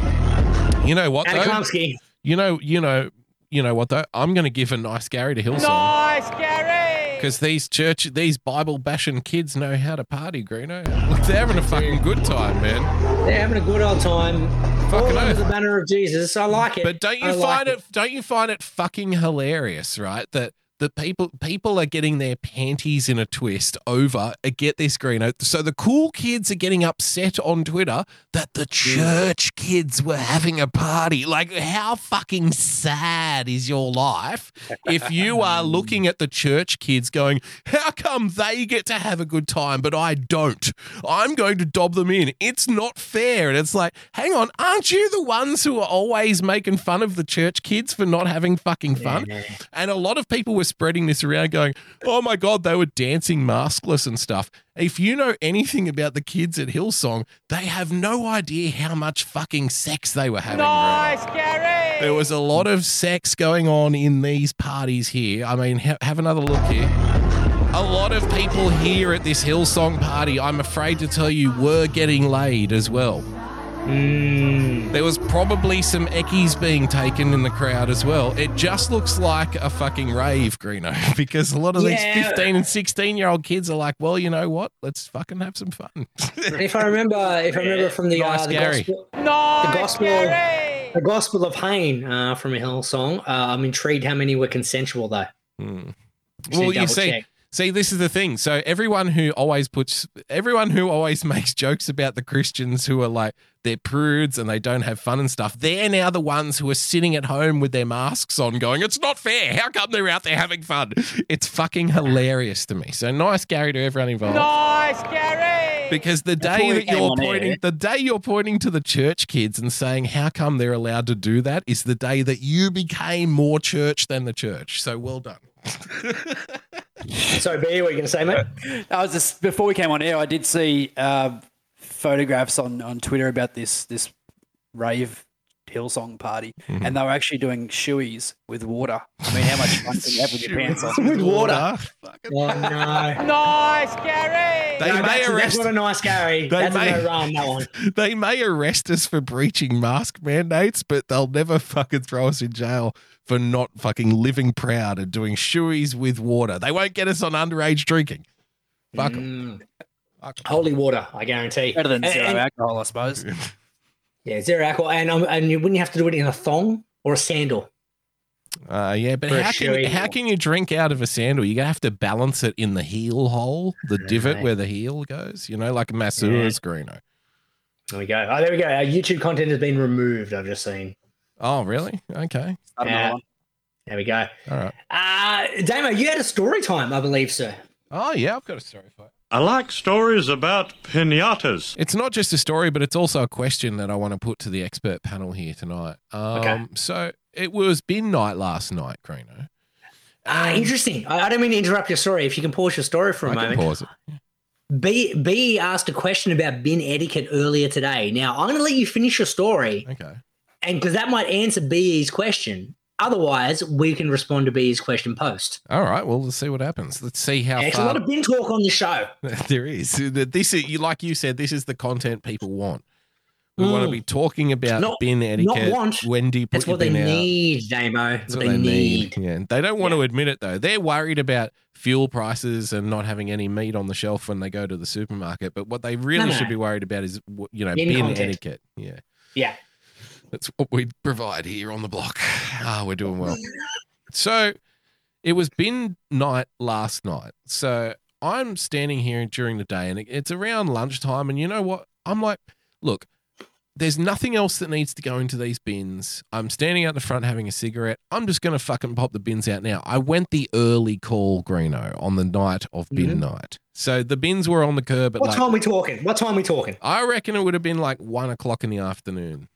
You know what Anna though? Chomsky, You know, you know, you know what though? I'm going to give a nice Gary to Hillsong Nice, Gary. because these church, these Bible bashing kids know how to party, Greeno. They're having a fucking good time, man. they're having a good old time. Fucking all under oath. the banner of Jesus. I like it. But don't you I like find it, don't you find it fucking hilarious, right? That that people people are getting their panties in a twist over uh, get this green oath. So the cool kids are getting upset on Twitter that the church kids were having a party. Like how fucking sad is your life if you are looking at the church kids going, how come they get to have a good time but I don't? I'm going to dob them in. It's not fair. And it's like, hang on, aren't you the ones who are always making fun of the church kids for not having fucking fun? And a lot of people were spreading this around going, oh my God, they were dancing maskless and stuff. If you know anything about the kids at Hillsong, they have no idea how much fucking sex they were having. right? Nice, Gary. There was a lot of sex going on in these parties here. I mean, ha- have another look here. A lot of people here at this Hillsong party, I'm afraid to tell you, were getting laid as well. Mm. There was probably some eckies being taken in the crowd as well. It just looks like a fucking rave, Greeno, (laughs) because a lot of these Yeah. 15 and 16 year old kids are like, well, you know what? Let's fucking have some fun. And if I remember, if I remember from the, Nice, uh, the Gary. gospel, Nice, the gospel- Gary. The Gospel of Pain uh, from a Hill song. Uh, I'm intrigued how many were consensual though. Hmm. Just need Well, to you double see, check. see, this is the thing. So everyone who always puts, everyone who always (laughs) makes jokes about the Christians who are like they're prudes and they don't have fun and stuff, they're now the ones who are sitting at home with their masks on, going, "It's not fair. How come they're out there having fun?" It's fucking hilarious to me. So nice, Gary, to everyone involved. Nice, Gary. Because the day Before we that came you're on air- pointing, the day you're pointing to the church kids and saying how come they're allowed to do that is the day that you became more church than the church. So well done. Sorry, B, what are you gonna say, (laughs) mate? I was just before we came on air. I did see uh, photographs on, on Twitter about this this rave Hillsong party, and they were actually doing shoeys with water. I mean, how much fun can you have with (laughs) your pants on? with water. Oh no. Nice, Gary. They No, may that's, that's arrest. not a nice Gary. They That's may- a no run, that one. They may arrest us for breaching mask mandates, but they'll never fucking throw us in jail for not fucking living proud and doing shoeys with water. They won't get us on underage drinking. Fuck 'em. Mm. Holy water, I guarantee. Better than And- zero and- alcohol, I suppose. yeah, zero alcohol. And um, and you wouldn't have to do it in a thong or a sandal. Uh, yeah, but For a how can shoey. how can you drink out of a sandal? You're gonna have to balance it in the heel hole, the divot Right. where the heel goes. You know, like a masseur's greeno. There we go. Oh, there we go. Our YouTube content has been removed, I've just seen. Oh, really? Okay, I don't Yeah. know. There we go. all right. Uh Damo, you had a story time, I believe, sir. Oh yeah, I've got a story for you. I like stories about pinatas. It's not just a story, but it's also a question that I want to put to the expert panel here tonight. Um, Okay. So it was bin night last night, Greeno. Ah, interesting. I, I don't mean to interrupt your story. If you can pause your story for a I moment. can pause it. B B asked a question about bin etiquette earlier today. Now I'm going to let you finish your story, Okay. and because that might answer B's question. Otherwise, we can respond to B's question post. All right. Well, let's see what happens. Let's see how There's a far lot of bin talk on the show. (laughs) there is. This is you like you said. This is the content people want. We want to Mm. be talking about Not- bin etiquette. want. When do you put That's your what they bin out? need, Damo. That's That's what they need. Yeah, and they don't want to admit it though. They're worried about fuel prices and not having any meat on the shelf when they go to the supermarket. But what they really no. should be worried about is w- you know Bin bin content. etiquette. Yeah. Yeah. That's what we provide here on the block. Ah, we're (laughs) doing well. So it was bin night last night. So I'm standing here during the day and it- it's around lunchtime. And you know what? I'm like, look, there's nothing else that needs to go into these bins. I'm standing out the front having a cigarette. I'm just going to fucking pop the bins out now. I went the early call, Greeno, on the night of bin Mhm. night. So the bins were on the curb at What like, time we talking? What time we talking? I reckon it would have been like one o'clock in the afternoon.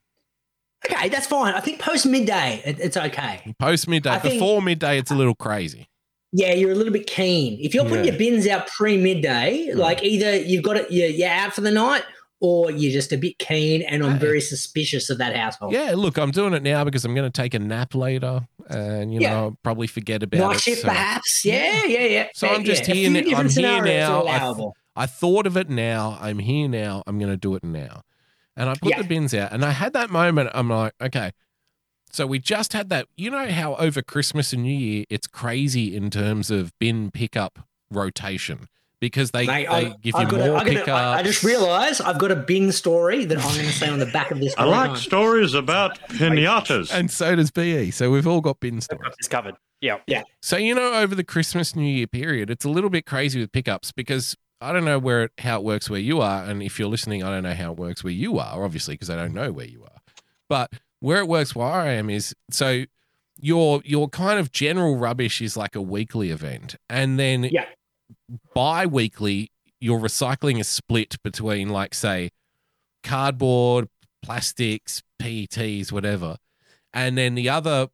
Okay, that's fine. I think post midday, it, it's okay. Post midday, I think- before midday, it's a little crazy. Yeah, you're a little bit keen. If you're putting Yeah. Hmm. your bins out pre midday, like either you've got it, you're, you're out for the night, or you're just a bit keen, and I'm very suspicious of that household. Yeah, look, I'm doing it now because I'm going to take a nap later, and you Yeah. know, I'll probably forget about Night it. shift, so- perhaps. Yeah, yeah, yeah. So Yeah, I'm just yeah. A here. few now- different I'm here scenarios are now. I, th- allowable. I thought of it now. I'm here now. I'm going to do it now. And I put Yeah. the bins out, and I had that moment. I'm like, okay. So we just had that. You know how over Christmas and New Year, it's crazy in terms of bin pickup rotation because they, Mate, they I'm- give I've you got a- more I got pickups. a- I- I just realised I've got a bin story that I'm going to say on the back of this. I like right now. stories about pinatas. and so does BE. So we've all got bin stories. It's covered. Yeah. Yeah. So you know, over the Christmas New Year period, it's a little bit crazy with pickups because I don't know where it, how it works where you are, and if you're listening, I don't know how it works where you are, obviously, because I don't know where you are. But where it works where I am is so your your kind of general rubbish is like a weekly event, and then Yeah. bi-weekly your recycling is split between like say cardboard, plastics, PETs, whatever. And then the other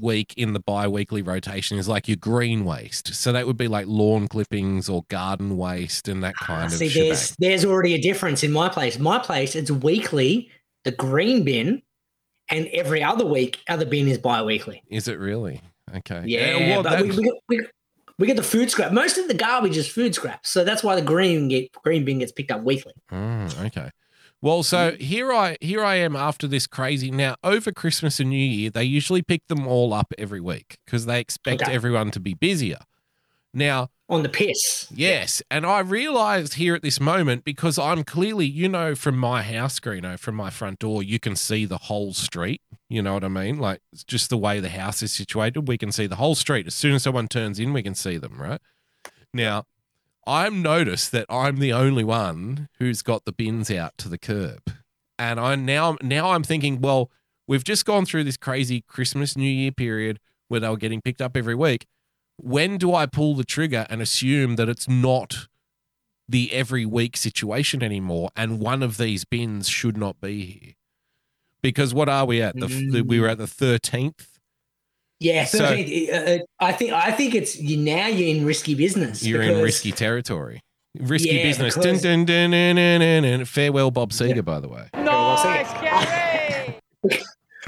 week in the bi-weekly rotation is like your green waste. So that would be like lawn clippings or garden waste and that kind of Ah, See, shebang. there's there's already a difference in my place. My place, it's weekly, the green bin, and every other week, other bin is bi-weekly. Is it really? Okay. Yeah, well, but that- we, we, get- we, we get the food scrap. Most of the garbage is food scrap, so that's why the green get, green bin gets picked up weekly. Mm, okay. Well, so here I here I am after this crazy. Now over Christmas and New Year, they usually pick them all up every week because they expect Okay. everyone to be busier. Now, On the piss, Yes. And I realized here at this moment because I'm clearly, you know, from my house, Greeno, from my front door, you can see the whole street. You know what I mean? Like it's just the way the house is situated, we can see the whole street. As soon as someone turns in, we can see them, right? Now, I'm noticed that I'm the only one who's got the bins out to the curb. And I now now I'm thinking, well, we've just gone through this crazy Christmas New Year period where they were getting picked up every week when do I pull the trigger and assume that it's not the every week situation anymore and one of these bins should not be here? Because what are we at? The, the- we were at the 13th. yeah. So- 13th, uh, uh, I think I think it's you now. You're in risky business. You're in because- risky territory. Risky Yeah, business. Dun, because- dun, dun, dun, dun, dun, dun. Farewell, Bob Seger, by the way. Nice carry.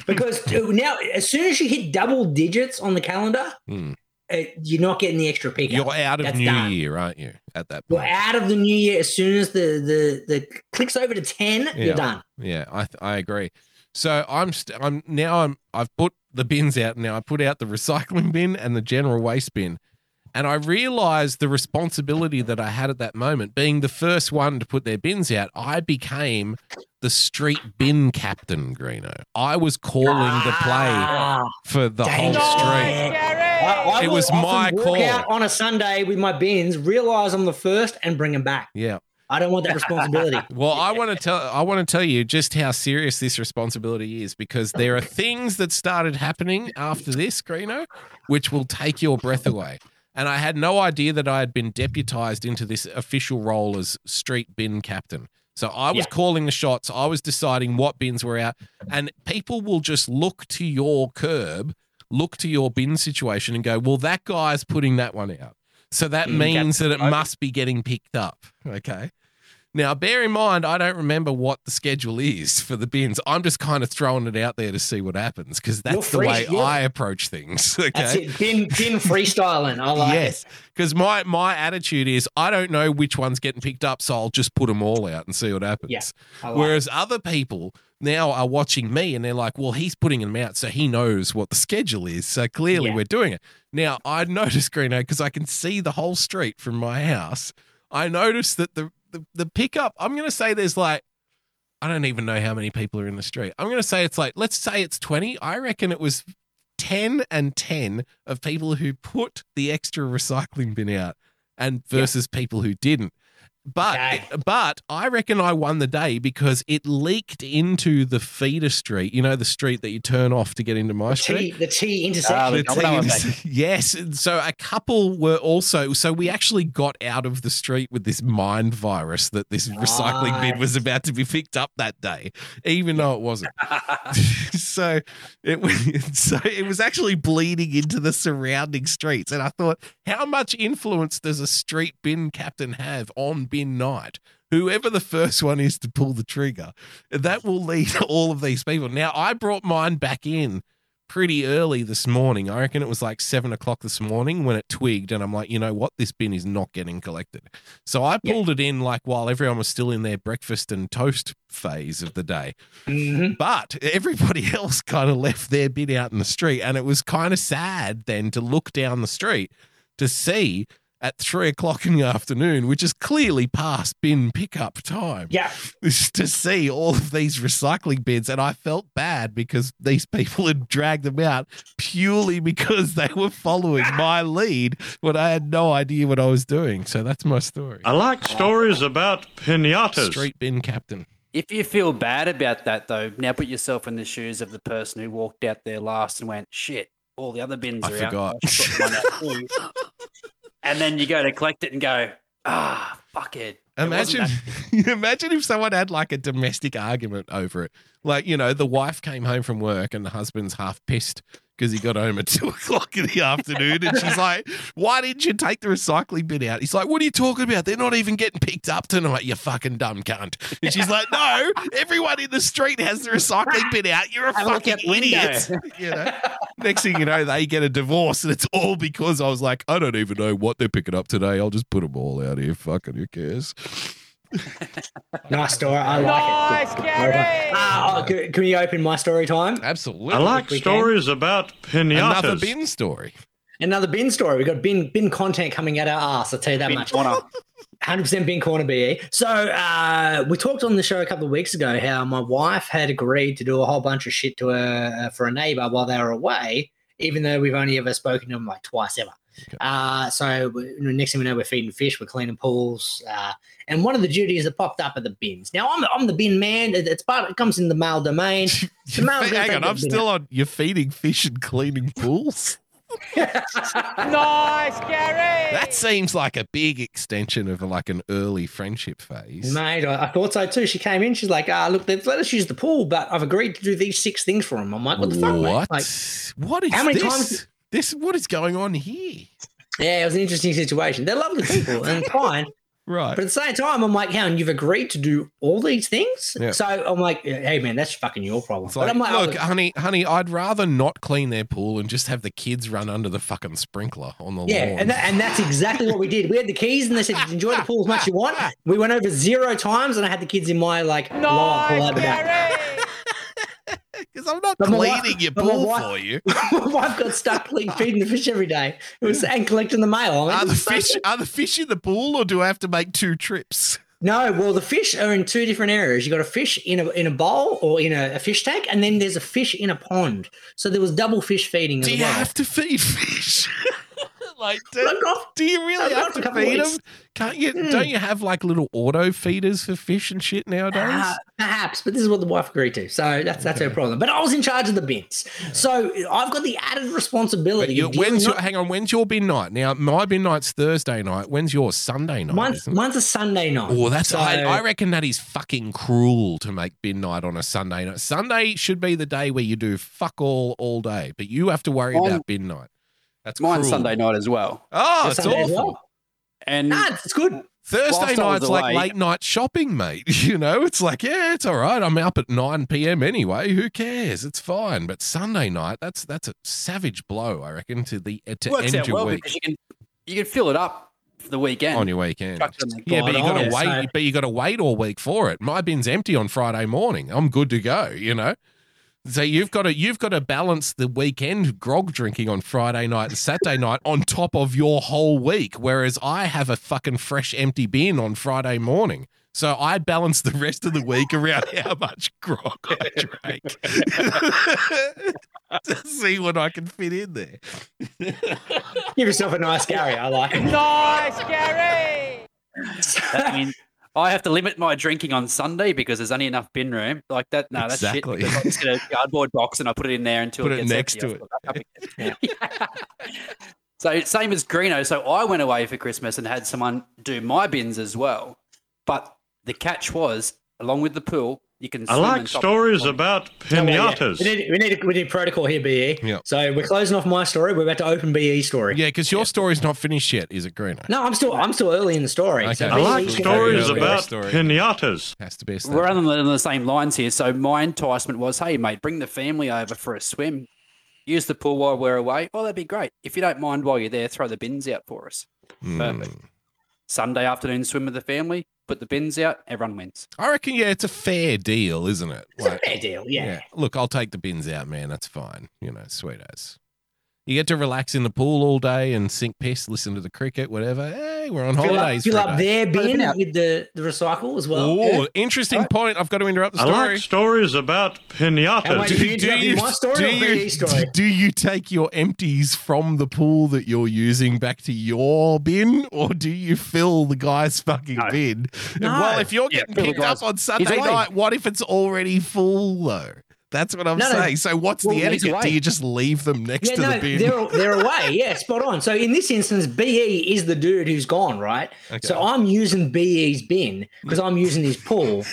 because uh, now as soon as you hit double digits on the calendar, Hmm. uh, you're not getting the extra pickup. You're out of That's New done. Year, aren't you, at that You're point? out of the new year as soon as the the the clicks over to ten. Yeah. You're done. Yeah, I th- I agree. So I'm st- I'm now I'm I've put the bins out now. I put out the recycling bin and the general waste bin. And I realized the responsibility that I had at that moment, being the first one to put their bins out, I became the street bin captain, Greeno. I was calling Ah, the play for the whole dang it. street. Nice I, carry. I It will was often my work call. out on a Sunday with my bins, realize I'm the first, and bring them back. Yeah. I don't want that (laughs) responsibility. Well, I want to tell I want to tell you just how serious this responsibility is because there are things that started happening after this, Greeno, which will take your breath away. And I had no idea that I had been deputized into this official role as street bin captain. So I was calling the shots, I was deciding what bins were out, and people will just look to your curb, look to your bin situation and go, "Well, that guy's putting that one out." So that Mm, means that it must be getting picked up, okay? Now, bear in mind, I don't remember what the schedule is for the bins. I'm just kind of throwing it out there to see what happens because that's the free, way yeah. I approach things. (laughs) Okay. That's it. Bin bin freestyling. I like it. Yes, because my my attitude is I don't know which one's getting picked up, so I'll just put them all out and see what happens. Yeah, I like Whereas other people now are watching me and they're like, "Well, he's putting them out, so he knows what the schedule is. So clearly, Yeah. we're doing it." Now I (laughs) noticed Greeno because I can see the whole street from my house. I noticed that the the, the pickup. I'm going to say there's like I don't even know how many people are in the street. I'm going to say it's like, let's say it's 20. I reckon it was 10 and 10 of people who put the extra recycling bin out and versus people who didn't. But Okay. but I reckon I won the day because it leaked into the feeder street, you know, the street that you turn off to get into my T, street. the T Ah, intersection. the The Domino team- effect. yes. and So a couple were also. So we actually got out of the street with this mind virus that this recycling bin was about to be picked up that day, even though it wasn't. (laughs) so it was- (laughs) so it was actually bleeding into the surrounding streets, and I thought, how much influence does a street bin captain have on bin night? Whoever the first one is to pull the trigger, that will lead (laughs) all of these people. Now, I brought mine back in pretty early this morning. I reckon it was like seven o'clock this morning when it twigged, and I'm like, you know what, this bin is not getting collected. So I Yeah. pulled it in like while everyone was still in their breakfast and toast phase of the day. Mhm. But everybody (laughs) else kind of left their bin out in the street, and it was kind of sad then to look down the street to see at three o'clock in the afternoon, which is clearly past bin pickup time Yeah. (laughs) is to see all of these recycling bins, and I felt bad because these people had dragged them out purely because they were (laughs) following my lead when I had no idea what I was doing. So that's my story. I like stories about pinatas. Street bin captain. If you feel bad about that, though, now put yourself in the shoes of the person who walked out there last and went, "Shit, all the other bins I are forgot." out." I should put mine out too." (laughs) and then you go to collect it and go, "Ah, fuck it." It wasn't Imagine, (laughs) imagine if someone had like a domestic argument over it. Like, you know, the wife came home from work and the husband's half pissed because he got home at (laughs) two o'clock in the afternoon. And she's like, Why didn't you take the recycling bin out? He's like, What are you talking about? They're not even getting picked up tonight, you fucking dumb cunt. And she's like, No, everyone in the street has the recycling bin out. You're a Have a look fucking out the window." idiot. (laughs) You know? Next thing you know, they get a divorce, and it's all because I was like, I don't even know what they're picking up today. I'll just put them all out here. Fucking who cares? Nice story. I Nice, like it. Gary. Ah, oh, can, can we open my story time? Absolutely. I like we can. stories about another pinatas. bin story. Another bin story. We've got bin bin content coming out our ass. I'll tell you that Bin much. (laughs) corner. 100% bin corner BE. So uh, we talked on the show a couple of weeks ago how my wife had agreed to do a whole bunch of shit to her uh, for a neighbor while they were away, even though we've only ever spoken to them like twice ever. Uh, so we- next thing we know, we're feeding fish, we're cleaning pools, uh, and one of the duties that popped up are the bins. Now I'm I'm the bin man. It- It's part it comes in the mail domain. The mail's gonna (laughs) Hang take on, the I'm bin still on. You're feeding fish and cleaning (laughs) pools. Nice, Gary. That seems like a big extension of like an early friendship phase. Mate, I, I thought so too. She came in, she's like, ah, look, they've let us use the pool, but I've agreed to do these six things for them. I'm like, what the fuck, mate? what? Like, what is How many this? times- This what is going on here? yeah, it was an interesting situation. They're lovely people (laughs) and fine. Right. But at the same time, I'm like, Helen, you've agreed to do all these things? Yeah. So I'm like, hey, man, that's fucking your problem. It's but like, I'm like, oh, look, honey, honey, I'd rather not clean their pool and just have the kids run under the fucking sprinkler on the yeah, lawn. and, that, and that's exactly what we did. We had the keys, and they said, enjoy the pool as much as you (laughs) want. We went over zero times, and I had the kids in my, like, lower pool Nice, over there. Gary. Because I'm not But my wife- cleaning your but my pool wife- (laughs) for you. (laughs) my wife got stuck clean, feeding the fish every day. It was and collecting the mail. I'm like, Are Ah, the "This is so fish are the fish in the pool or do I have to make two trips? No, well, the fish are in two different areas. You got a fish in a in a bowl or in a, a fish tank, and then there's a fish in a pond. So there was double fish feeding as Do you well. have to feed fish? (laughs) like, do, Look off. do you really I've have got a to couple feed weeks. Hmm. them? Can't you? Don't you have like little auto feeders for fish and shit nowadays? Uh, perhaps, but this is what the wife agreed to. So that's that's (laughs) her problem. But I was in charge of the bins, so I've got the added But responsibility. you, of dealing when's your, not- hang on? When's your bin night? Now my bin night's Thursday night. When's yours? Sunday night? mine's, isn't it? mine's a Sunday night. Oh, that's so, I, I reckon that is fucking cruel to make bin night on a Sunday night. Sunday should be the day where you do fuck all all day, but you have to worry Mine- about bin night. That's It's mine cruel. Sunday night as well. Oh, Your it's Sunday as awful. well? (laughs) And Nah, it's good. Thursday Whilst I was night's like away- late night shopping, mate. (laughs) You know, it's like, yeah, it's all right. I'm up at 9 p.m. anyway. Who cares? It's fine. But Sunday night, that's that's a savage blow, I reckon, to the uh, to works end out your well week because you can you can fill it up for the weekend. on your weekend. Chuck it in the Yeah, but you garden. got to Yeah, wait. so- But you got to wait all week for it. My bin's empty on Friday morning. I'm good to go. You know. So you've got to you've got to balance the weekend grog drinking on Friday night and Saturday night on top of your whole week. Whereas I have a fucking fresh empty bin on Friday morning. So I balance the rest of the week around how much grog I drank (laughs) to see what I can fit in there. Give yourself a nice Gary. I like it. Nice, Gary. That means I have to limit my drinking on Sunday because there's only enough bin room. Like that, no, that's Exactly. shit. because I just get a cardboard box and I put it in there until Put it it gets next empty. to I put it back up again. Yeah. (laughs) so same as Greeno. So I went away for Christmas and had someone do my bins as well. But the catch was, along with the pool, you can. I swim like and top- stories about Oh, yeah. pinatas. We need, we need we need protocol here, BE. Yeah. So we're closing off my story. We're about to open BE story. Yeah, because your story's not finished yet, is it, Greeno? No, I'm still I'm still early in the story. Okay. So I Really like BE good stories story. about Story. pinatas. Has to be a statement. We're on the, on the same lines here. So my enticement was, hey mate, bring the family over for a swim. Use the pool while we're away. Oh, that'd be great. If you don't mind while you're there, throw the bins out for us. Hmm. Perfect. Sunday afternoon swim with the family, put the bins out, everyone wins. I reckon, yeah, it's a fair deal, isn't it? It's a Like- fair deal. Yeah. Look, I'll take the bins out, man. That's fine. You know, sweet as. You get to relax in the pool all day and sink piss, listen to the cricket, whatever. Hey, we're on Fill up, holidays. fill for a up day. their bin out. with the, the recycle as well. oh, Yeah. interesting point. I've got to interrupt the I story. like stories about How much pinatas. do you interrupt my story do or you- BE story? do you take your empties from the pool that you're using back to your bin, or do you fill the guy's fucking bin? Well, if you're getting fill the picked up guy's- on Sunday away. night, what if it's already full though? That's what I'm No, no. saying. So what's Well, the he's etiquette? Do away. you just leave them next Yeah, to no, the bin? they're (laughs) they're away. Yeah, spot on. So in this instance, BE is the dude who's gone, right? Okay. So I'm using BE's bin because I'm using his (laughs) pool.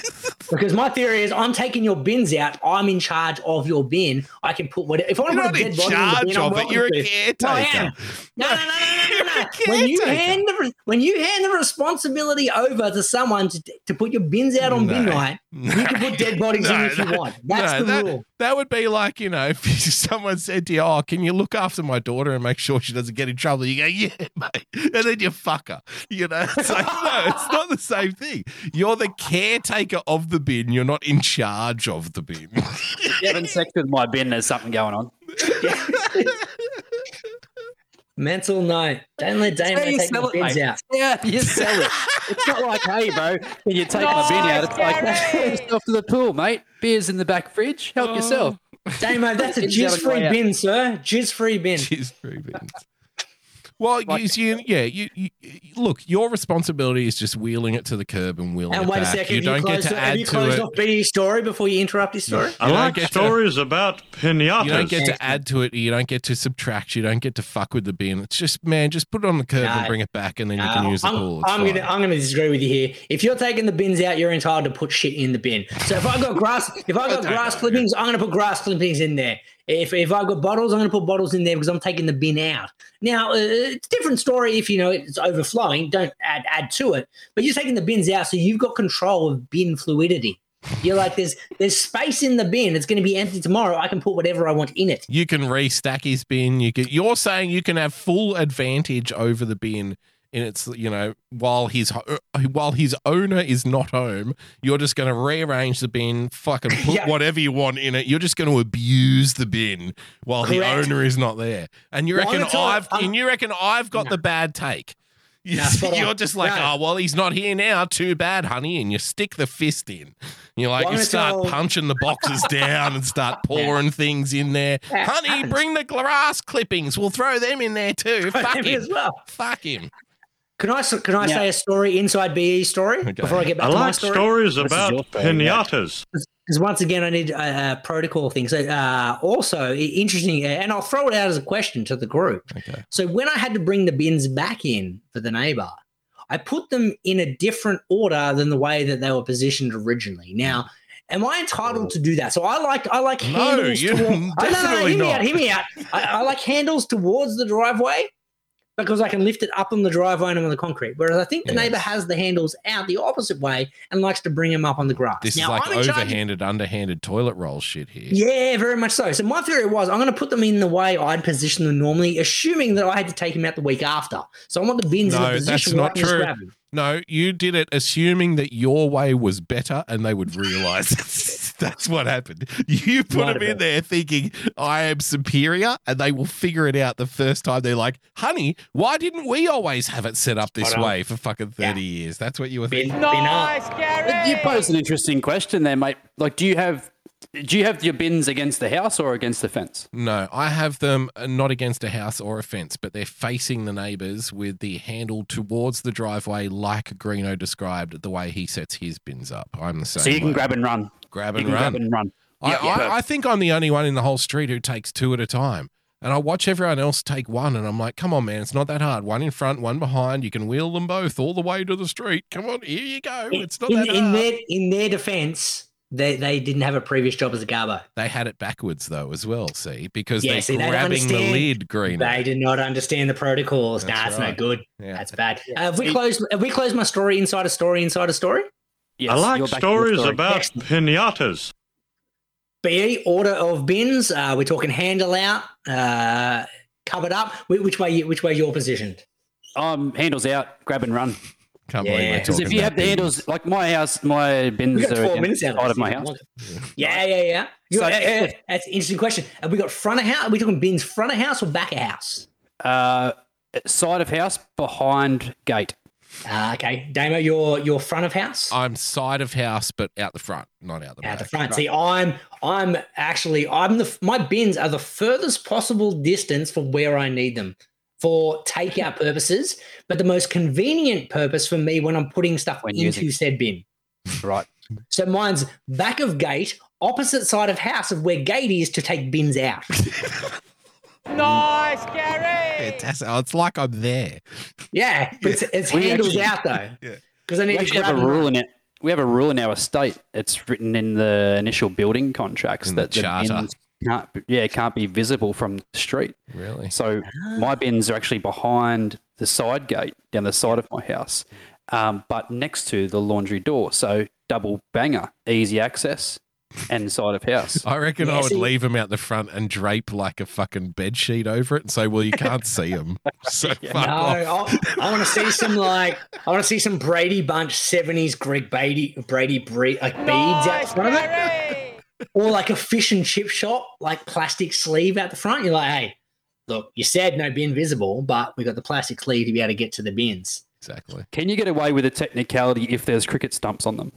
because my theory is I'm taking your bins out. I'm in charge of your bin. I can put whatever. If I want You're to not put a in dead body in the charge bin, I'm of it. welcome You're a to. No, I am. caretaker. No, no, no, no, no, no, (laughs) You're no. a When you caretaker. hand the re- when you hand the responsibility over to someone to, to put your bins out on bin No. night, No. you can put dead bodies in (laughs) No, if you no, want. That's no, the that, rule. That would be like, you know, (laughs) if someone said to you, Oh, can you look after my daughter and make sure she doesn't get in trouble? You go, Yeah, mate. And then you fuck her. You know, (laughs) it's like, no, (laughs) it's not the same thing. You're the caretaker of the bin. You're not in charge of the bin. (laughs) Having sex with my bin, there's something going on. Mental no. Don't let Dana you take sell the it, bins mate. out. Yeah, you sell it. It's not like, hey, bro, can you take my bin out? (laughs) It's like, Nice, take yourself to the pool, mate. Beer's in the back fridge. Help yourself. (laughs) Damo, that's a Bins out jizz free and go out. bin, sir. Jizz free bin. Cheers, three bins. Well, you, you, yeah, you, you, you- look, your responsibility is just wheeling it to the curb and wheeling And it wait a back. second, you you don't get closed, to have add you to closed it. off BE's story before you interrupt his story? I You don't like get to- stories about pinatas. You don't Yes. get to add to it. You don't get to subtract. You don't get to fuck with the bin. It's just man, just put it on the curb and No. bring it back, and then you can Uh, use the I'm, pool. It's I'm gonna fine. I'm gonna disagree with you here. If you're taking the bins out, you're entitled to put shit in the bin. So if I got grass, if I got don't grass know. clippings, I'm gonna put grass clippings in there. If if I got bottles, I'm gonna put bottles in there because I'm taking the bin out. Now uh, it's a different story if you know it's overflowing. Don't add add to it. But you're taking the bins out, so you've got control of bin fluidity. You're like there's there's space in the bin. It's gonna be empty tomorrow. I can put whatever I want in it. (laughs) You can restack his bin. You can. You're saying you can have full advantage over the bin, and it's you know while his ho- uh, while his owner is not home, you're just going to rearrange the bin, fucking (laughs) put Yeah. whatever you want in it. You're just going to abuse the bin while Correct. the owner is not there. And you Well, I'm reckon gonna tell- I've I'm- and you reckon I've got the bad take. You (laughs) Nah, spot on. you're just like, No. oh well, he's not here now. Too bad, honey. And you stick the fist in. You're like, Well, I'm you gonna start tell- punching the (laughs) boxes down and start pouring things in there. That (laughs) honey, happens. bring the grass clippings. We'll throw them in there too. Fuck him. as well. Fuck him. Can I s- can I Yeah. say a story inside BE story Okay. before I get back I to my like story? stories is your about story, mate. pinatas. because once again, I need a, a protocol thing. So, uh, also i- interesting, uh, and I'll throw it out as a question to the group. Okay. So, when I had to bring the bins back in for the neighbor, I put them in a different order than the way that they were positioned originally. Now, am I entitled to do that? So, I like I like Oh. No, handles. you- (laughs) toward- Oh, no, no, no, definitely hear me not. out. Hear me out. I, I like handles towards the driveway. Because I can lift it up on the driveway and on the concrete, whereas I think the Yes. neighbor has the handles out the opposite way and likes to bring them up on the grass. This Now, is like I'm in charge of- overhanded, underhanded toilet roll shit here. yeah, very much so. So my theory was I'm going to put them in the way I'd position them normally, assuming that I had to take them out the week after. So I want the bins in No, a position that's where I not can just true. grab them. No, you did it (laughs) assuming that your way was better and they would realize. That's what happened. You put Might them have in there thinking I am superior, and they will figure it out the first time. They're like, "Honey, why didn't we always have it set up this Spot on. way for fucking thirty years?" That's what you were Been, thinking. been up. Nice, Gary. You posed an interesting question there, mate. Like, do you have do you have your bins against the house or against the fence? No, I have them uh, not against a house or a fence, but they're facing the neighbors with the handle towards the driveway, like Greeno described the way he sets his bins up. I'm the same. So you can way. grab and run. grab You and can run. grab and run. I, Yeah, yeah. I, I think I'm the only one in the whole street who takes two at a time. And I watch everyone else take one, and I'm like, come on, man, it's not that hard. One in front, one behind. You can wheel them both all the way to the street. Come on, here you go. It's not in, that in hard. their in their defense, they, they didn't have a previous job as a garber. they had it backwards, though, as well, see, because Yeah, they're see, they don't grabbing the understand. lid, Green. They did not understand the protocols. That's nah, it's right. no good. Yeah. That's bad. Uh, have we See- closed? Have we closed my story inside a story inside a story? I Yes, like you're back to your stories story. about Excellent. pinatas. Be order of bins. Uh, we're talking handle out, uh, covered up. Wh- Which way? you- Which way you're positioned? um handles out, grab and run. Can't Yeah. believe we're Because talking if you have about the bins. handles, like my house, my We bins got are four against minutes the out of, side this, of my if you house. want. Yeah, yeah, yeah. So- You- uh, uh, that's an interesting question. Have we got front of house? Are we talking bins front of house or back of house? Uh, side of house, behind gate. Uh, okay, Damo, you're you're front of house. I'm side of house, but out the front, not out the out back. the front. See, I'm I'm actually I'm the my bins are the furthest possible distance from where I need them for takeout purposes, but the most convenient purpose for me when I'm putting stuff When into using. said bin. (laughs) Right. So mine's back of gate, opposite side of house of where gate is to take bins out. Nice, Gary. Fantastic. Oh, it's like I'm there. yeah, but it's, it's We handles actually- out though. Because I We need to actually grab have a them. rule in it. We have a rule in our estate. It's written in the initial building contracts In the that the charter. bins can't, be- yeah, can't be visible from the street. Really? So Ah. my bins are actually behind the side gate down the side of my house, um, but next to the laundry door. So double banger, easy access, and side of house. I reckon Yeah, I would see- leave them out the front and drape like a fucking bed sheet over it and say, "Well, you can't see them." So fuck No, off. I, I want to see some like I want to see some Brady Bunch '70s Greg Brady Brady bre- like beads out Nice, the front of it, Gary. or like a fish and chip shop, like plastic sleeve out the front. You're like, hey, look, you said no bin visible, but we got the plastic sleeve to be able to get to the bins. Exactly. Can you get away with a technicality if there's cricket stumps on them?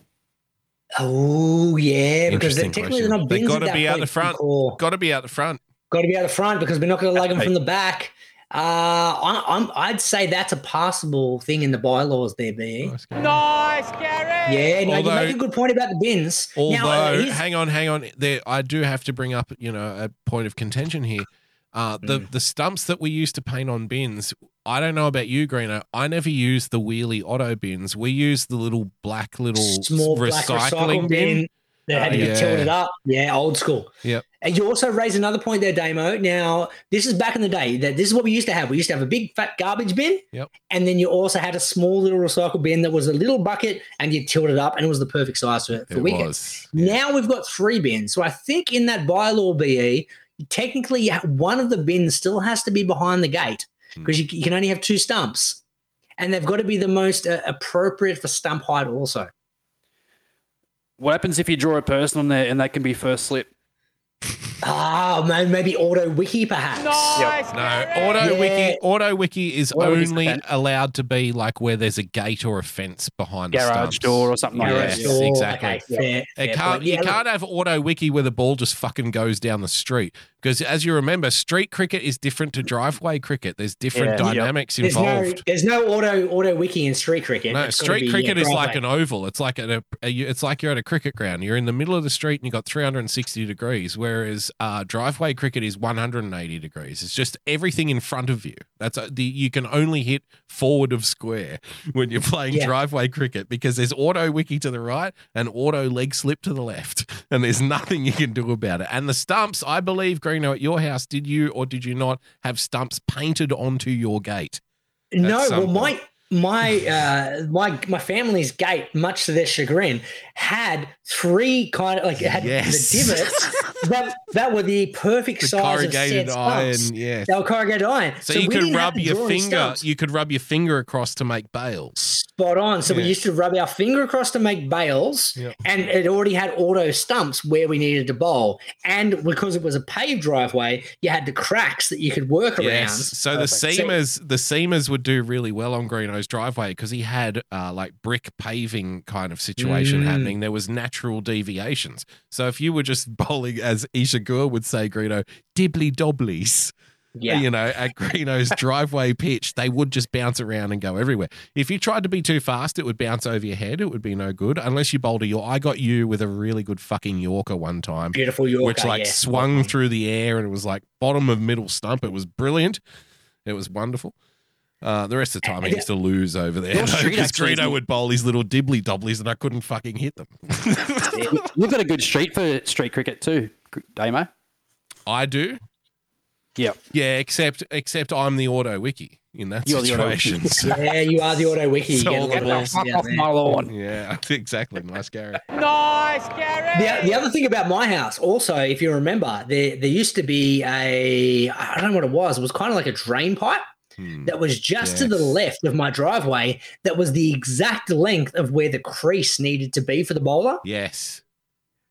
Oh yeah, because they're Interesting technically question. they're not They bins. at gotta that be out point, the front. Or Got to be out the front. got to be out the front because we're not going to lug them Hey. from the back. Uh, I, I'm, I'd say that's a passable thing in the bylaws there, be. Nice guy. Nice, Gary. Yeah, no, Although- you make a good point about the bins. Although, now, uh, here's- hang on, hang on. There, I do have to bring up, you know, a point of contention here. Uh, the the stumps that we used to paint on bins. I don't know about you, Greener. I never used the wheelie auto bins. We used the little black little small recycling, black recycling bin. Oh, bin, that had to be Yeah. tilted up. Yeah, old school. Yep. And you also raised another point there, Damo. Now, this is back in the day. That this is what we used to have. We used to have a big fat garbage bin. Yep. And then you also had a small little recycle bin that was a little bucket and you tilt it up and it was the perfect size for, for It wickets. was. Now we've got three bins. So I think in that bylaw BE, technically you ha- one of the bins still has to be behind the gate Hmm. because you, you can only have two stumps. And they've got to be the most uh, appropriate for stump height also. What happens if you draw a person on there and they can be first slip? Ah, man, maybe auto wiki perhaps. Nice, No, Gary. auto Yeah. wiki. Auto wiki is Auto wiki's only the fence. allowed to be like where there's a gate or a fence behind the Garage stumps. door or something like Garage that. Yes, door. exactly. Okay, fair, It fair can't, point. you Yeah, look, can't have auto wiki where the ball just fucking goes down the street because, as you remember, street cricket is different to driveway cricket. There's different Yeah. Yep. dynamics there's no, involved. there's no auto auto wiki in street cricket. No, It's gotta street be, cricket yeah, is like an driveway. oval. It's like at a, a you- it's like you're at a cricket ground. You're in the middle of the street and you got 360 degrees, whereas uh, driveway cricket is 180 degrees. It's just everything in front of you. That's uh the you can only hit forward of square (laughs) when you're playing Yeah. driveway cricket because there's auto wiki to the right and auto leg slip to the left, (laughs) and there's nothing you can do about it. And the stumps, I believe, Greeno, at your house, did you or did you not have stumps painted onto your gate? no. some Well, my point. my uh, my my family's gate, much to their chagrin, had three kind of like it had Yes. the (laughs) divots that that were the perfect The size corrugated of said iron, stumps. yes. They were corrugated iron. So, you we could didn't have rub to your draw any finger. stumps. You could rub your finger across to make bales. spot on. So we Yeah. used to rub our finger across to make bales, Yep. and it already had auto stumps where we needed to bowl. And because it was a paved driveway, you had the cracks that you could work around. So the seamers, the seamers would do really well on Greeno's driveway because he had uh, like brick paving kind of situation Mm. happening. There was natural deviations. So if you were just (laughs) bowling, as Isha Gur would say, Greeno dibbly dobblies. Yeah. You know, at (laughs) Greeno's driveway pitch, they would just bounce around and go everywhere. If you tried to be too fast, it would bounce over your head. It would be no good unless you bowled a York. I got you with a really good fucking Yorker one time Beautiful Yorker, which like yeah. swung through the air and it was like bottom of middle stump. It was brilliant. It was wonderful. Uh, the rest of the time, I used to lose over there Your (laughs) because street actually Greedo isn't- would bowl these little dibbly dobblies and I couldn't fucking hit (laughs) them. (laughs) You've got a good street for street cricket too, Damo. I do. Yep. Yeah, except except I'm the auto wiki in that You're the auto situation. wiki. (laughs) so- yeah, you are the auto wiki. You so get a all lot the of balls- down there. (laughs) Yeah, exactly. Nice, Gary. Nice, Gary. The, the other thing about my house, also, if you remember, there there used to be a I don't know what it was. It was kind of like a drain pipe Hmm. that was just to the left of my driveway. That was the exact length of where the crease needed to be for the bowler. Yes.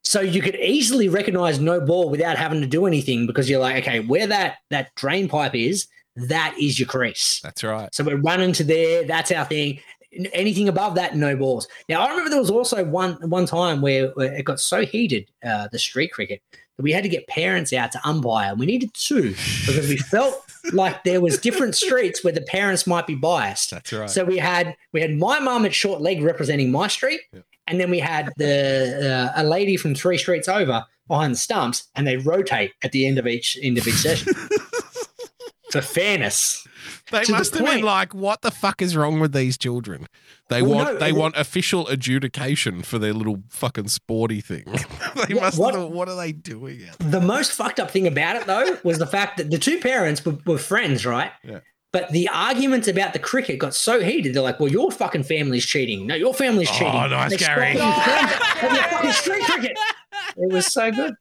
So you could easily recognize no ball without having to do anything because you're like, okay, where that that drain pipe is, that is your crease. That's right. So we're running to there. That's our thing. N- Anything above that, no balls. Now I remember there was also one one time where, where it got so heated, uh, the street cricket, that we had to get parents out to umpire. We needed two because we felt like there was different streets where the parents might be biased. That's right. So we had we had my mum at short leg representing my street, and then we had the uh, a lady from three streets over behind the stumps, and they rotate at the end of each end of each session for fairness. They to the must have been point- like, "What the fuck is wrong with these children? They Well, want no, they and- want official adjudication for their little fucking sporty thing. (laughs) they Yeah, must. what- Have, what are they doing? Out The most fucked up thing about it though was the fact that the two parents were, were friends, right? there? But the arguments about the cricket got so heated. They're like, "Well, your fucking family's cheating. No, your family's Oh, cheating." nice, They stopped (laughs) Gary. being friends over the fucking street cricket. It was so good.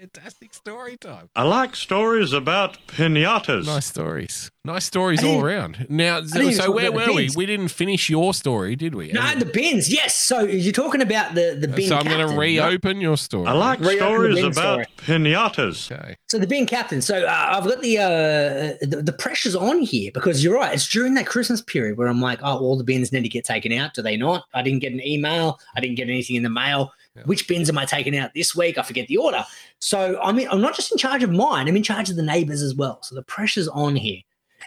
Fantastic story time. I like stories about pinatas. Nice stories. Nice stories I all didn't- around. Now, didn't so, even so talk where about were the we? bins. We didn't finish your story, did we? No, And- the bins. Yes. So you're talking about the the bin. so I'm going captain, to right? reopen your story. I like Reopen the stories wind about pinatas. Okay. So the being captain. So uh, I've got the, uh, the the pressure's on here because you're right. It's during that Christmas period where I'm like, oh, all the bins need to get taken out. Do they not? I didn't get an email. I didn't get anything in the mail. Which bins am I taking out this week? I forget the order. So I mean, I'm not just in charge of mine. I'm in charge of the neighbors as well. So the pressure's on here.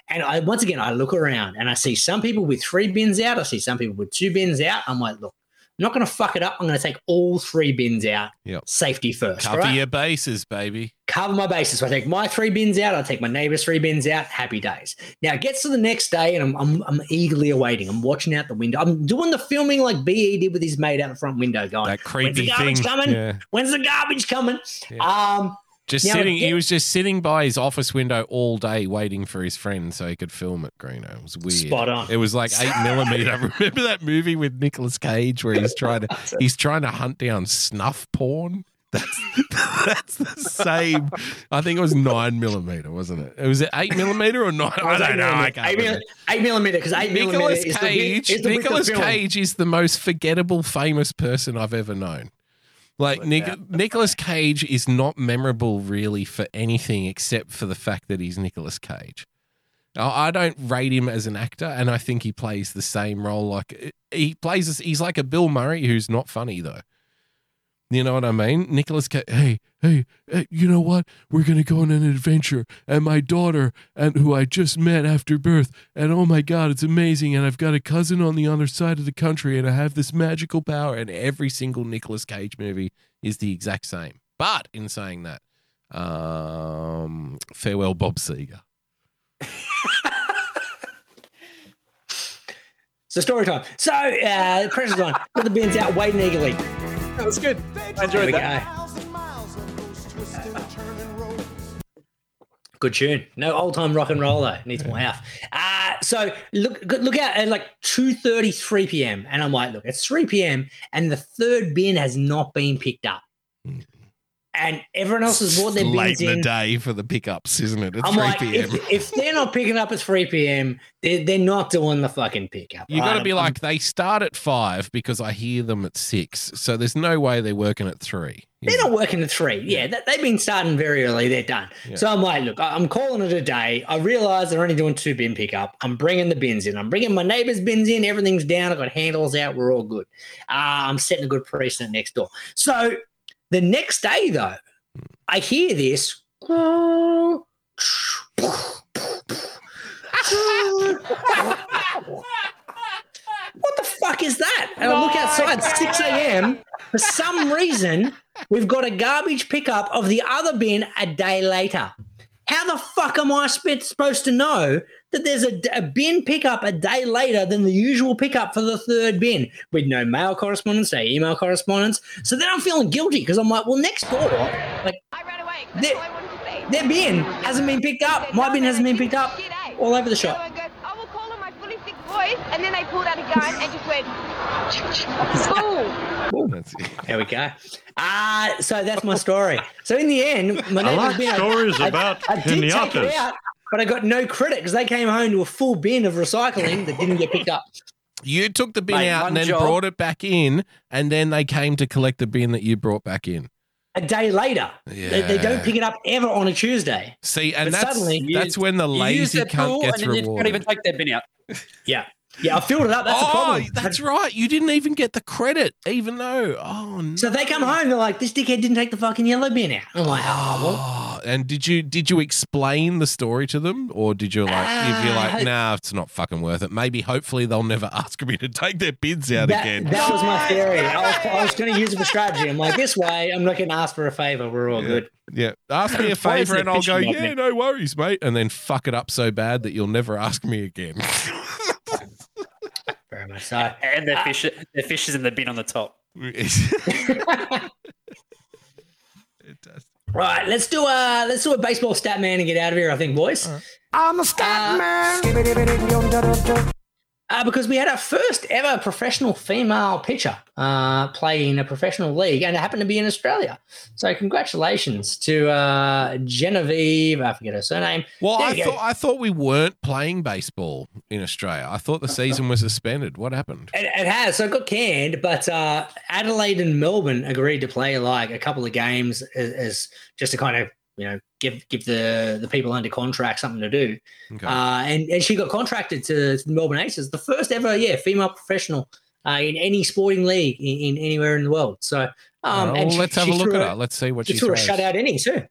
And I once again, I look around and I see some people with three bins out. I see some people with two bins out. I'm like, look, I'm not going to fuck it up. I'm going to take all three bins out. Yep. Safety first. Cover right? your bases, baby. cover my bases. So I take my three bins out, I take my neighbor's three bins out, happy days. Now it gets to the next day and I'm, I'm, I'm eagerly awaiting. I'm watching out the window. I'm doing the filming like BE did with his mate out the front window going, That when's the creepy garbage thing. coming? Yeah. When's the garbage coming? Um, Just Now, sitting. yeah. He was just sitting by his office window all day, waiting for his friend so he could film it. Greeno it was weird. Spot on. It was like eight millimeter. (laughs) Remember that movie with Nicolas Cage where (laughs) he's trying to he's trying to hunt down snuff porn. (laughs) That's that's the same. I think it was nine millimeter, wasn't it? It was it eight millimeter or nine? I don't know. I can't. Eight, remember. mil- eight millimeter because eight Nicolas millimeter is the, Cage. is the width of Nicolas film. Cage is the most forgettable famous person I've ever known. Like Nic- Nicolas Cage is not memorable really for anything except for the fact that he's Nicolas Cage. I I don't rate him as an actor, and I think he plays the same role. Like he plays, this, he's like a Bill Murray who's not funny though. You know what I mean? Nicholas Cage. Hey, hey, hey, you know what? We're gonna go on an adventure, and my daughter, and who I just met after birth, and oh my god, it's amazing. And I've got a cousin on the other side of the country, and I have this magical power. And every single Nicolas Cage movie is the exact same. But in saying that, um, farewell, Bob Seger. So story time. So uh, the pressure's on. Put the bins out, waiting eagerly. That was good. I There enjoyed we that. go. Miles and miles of those twisted and turning roads. Good tune. No old time rock and roll though. Needs more half. Uh, So look go- look out at like 2:33 p.m. and I'm like, look, it's 3 p.m. and the third bin has not been picked up. And everyone else has brought their bins It's Hmm. late in the in. day for the pickups, isn't it? It's I'm 3 like, p.m. if, if they're not picking up at 3 p.m., they're, they're not doing the fucking pickup. you got to I- be like, they start at five because I hear them at six. So there's no way they're working at three. They're not working at three. Yeah, that, they've been starting very early. They're done. Yeah. So I'm like, look, I- I'm calling it a day. I realize they're only doing two bin pickup. I'm bringing the bins in. I'm bringing my neighbor's bins in. Everything's down. I've got handles out. We're all good. Uh, I'm setting a good precedent next door. So the next day, though, I hear this. (laughs) what the fuck is that? And I look outside, 6 a.m. For some reason, we've got a garbage pickup of the other bin a day later. How the fuck am I sp- supposed to know that there's a, d- a bin pickup a day later than the usual pickup for the third bin with no mail correspondence, no email correspondence? So then I'm feeling guilty because I'm like, well, next door, like, I ran away. That's their, all I wanted to say. Their bin hasn't been picked up. My bin hasn't been picked up. All over the shop. voice, and then they pulled out a gun and just went, That's it. There we go. Ah, so that's my story. So in the end, my I neighbor's like bin, stories about I, I did take it pinatas. out, but I got no credit because they came home to a full bin of recycling that didn't get picked up. You took the bin Mate, out one and then job- brought it back in, and then they came to collect the bin that you brought back in. A day later, they, they Yeah. don't pick it up ever on a Tuesday. See, and But that's suddenly- that's when the You use lazy their cunt pool gets and then you can't even rewarded. take their bin out. Yeah, yeah, I filled it up. That's the oh, problem. that's right. You didn't even get the credit, even though. Oh no. So they come home, they're like, "This dickhead didn't take the fucking yellow bin out." I'm like, "Oh, well, Oh, and did you did you explain the story to them, or did you like if you're Ah, like, I- nah, it's not fucking worth it. Maybe hopefully they'll never (laughs) ask me to take their bids out that, again. that was my theory. I was, I was going to use it for strategy. I'm like, this way, I'm not going to ask for a favor. We're all good." yeah, ask (laughs) me a Why is favor it and I'll go. fishing Yeah, magnet? no worries, mate. And then fuck it up so bad that you'll never ask me again. (laughs) Very much so. And their fish, their fish is in the bin on the top. Right, let's do a let's do a baseball stat man and get out of here. I think, boys. I'm a stat man. Uh, because we had our first ever professional female pitcher uh, play in a professional league, and it happened to be in Australia. So congratulations to uh, Genevieve. I forget her surname. Well, There I you go. thought I thought we weren't playing baseball in Australia. I thought the season was suspended. What happened? It, it has. So it got canned, but uh, Adelaide and Melbourne agreed to play like a couple of games as, as just to kind of you know give give the the people under contract something to do. Okay. Uh, and and she got contracted to Melbourne Aces, the first ever yeah female professional uh, in any sporting league in, in anywhere in the world. So um, Uh, Well, and she- let's have a she look threw at a- her. Let's see what she she threw a throws. shutout innings too.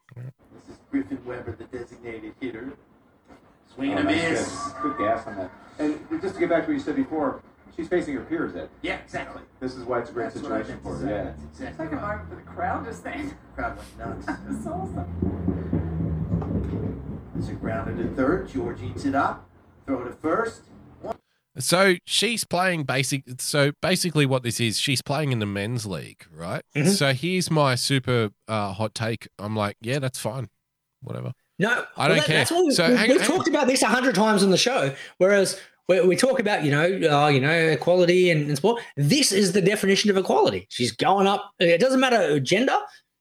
Griffin Weber, the designated hitter. Swing and a miss. Good gas on that. And just to get back to what you said before, she's facing her peers. Ed. Yeah, exactly. This is why it's a great That's what I situation meant to for her. say. Yeah. That's It's like a market for the crowd just then. Crowd (laughs) went nuts. It's awesome. Is it grounded at third? George eats it up. Throw to first. So she's playing basic. So basically, what this is, she's playing in the men's league, right? Mhm. So here's my super uh, hot take. I'm like, yeah, that's fine, whatever. No, I don't care. That's what we, So we, hang- we've hang- talked about this a hundred times on the show. Whereas we, we talk about you know uh, you know equality and, and sport. This is the definition of equality. She's going up. It doesn't matter her gender.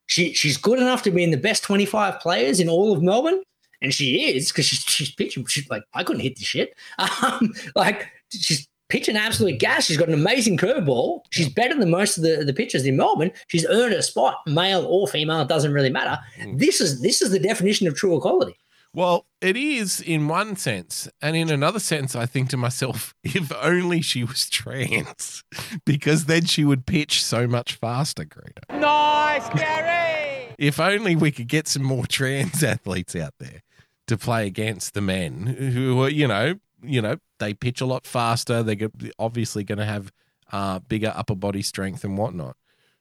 She she's good enough to be in the best twenty five players in all of Melbourne, and she is because she's she's pitching. She's like I couldn't hit this shit. (laughs) Um, like she's. Pitching absolute gas. She's got an amazing curveball. She's better than most of the, the pitchers in Melbourne. She's earned a spot, male or female, it doesn't really matter. This is this is the definition of true equality. Well, it is in one sense, and in another sense, I think to myself, (laughs) if only she was trans, (laughs) because then she would pitch so much faster, Greta. Nice, Gary. If only we could get some more (laughs) trans athletes out there to play against the men who are, you know, you know, they pitch a lot faster. They're go- obviously going to have uh, bigger upper body strength and whatnot.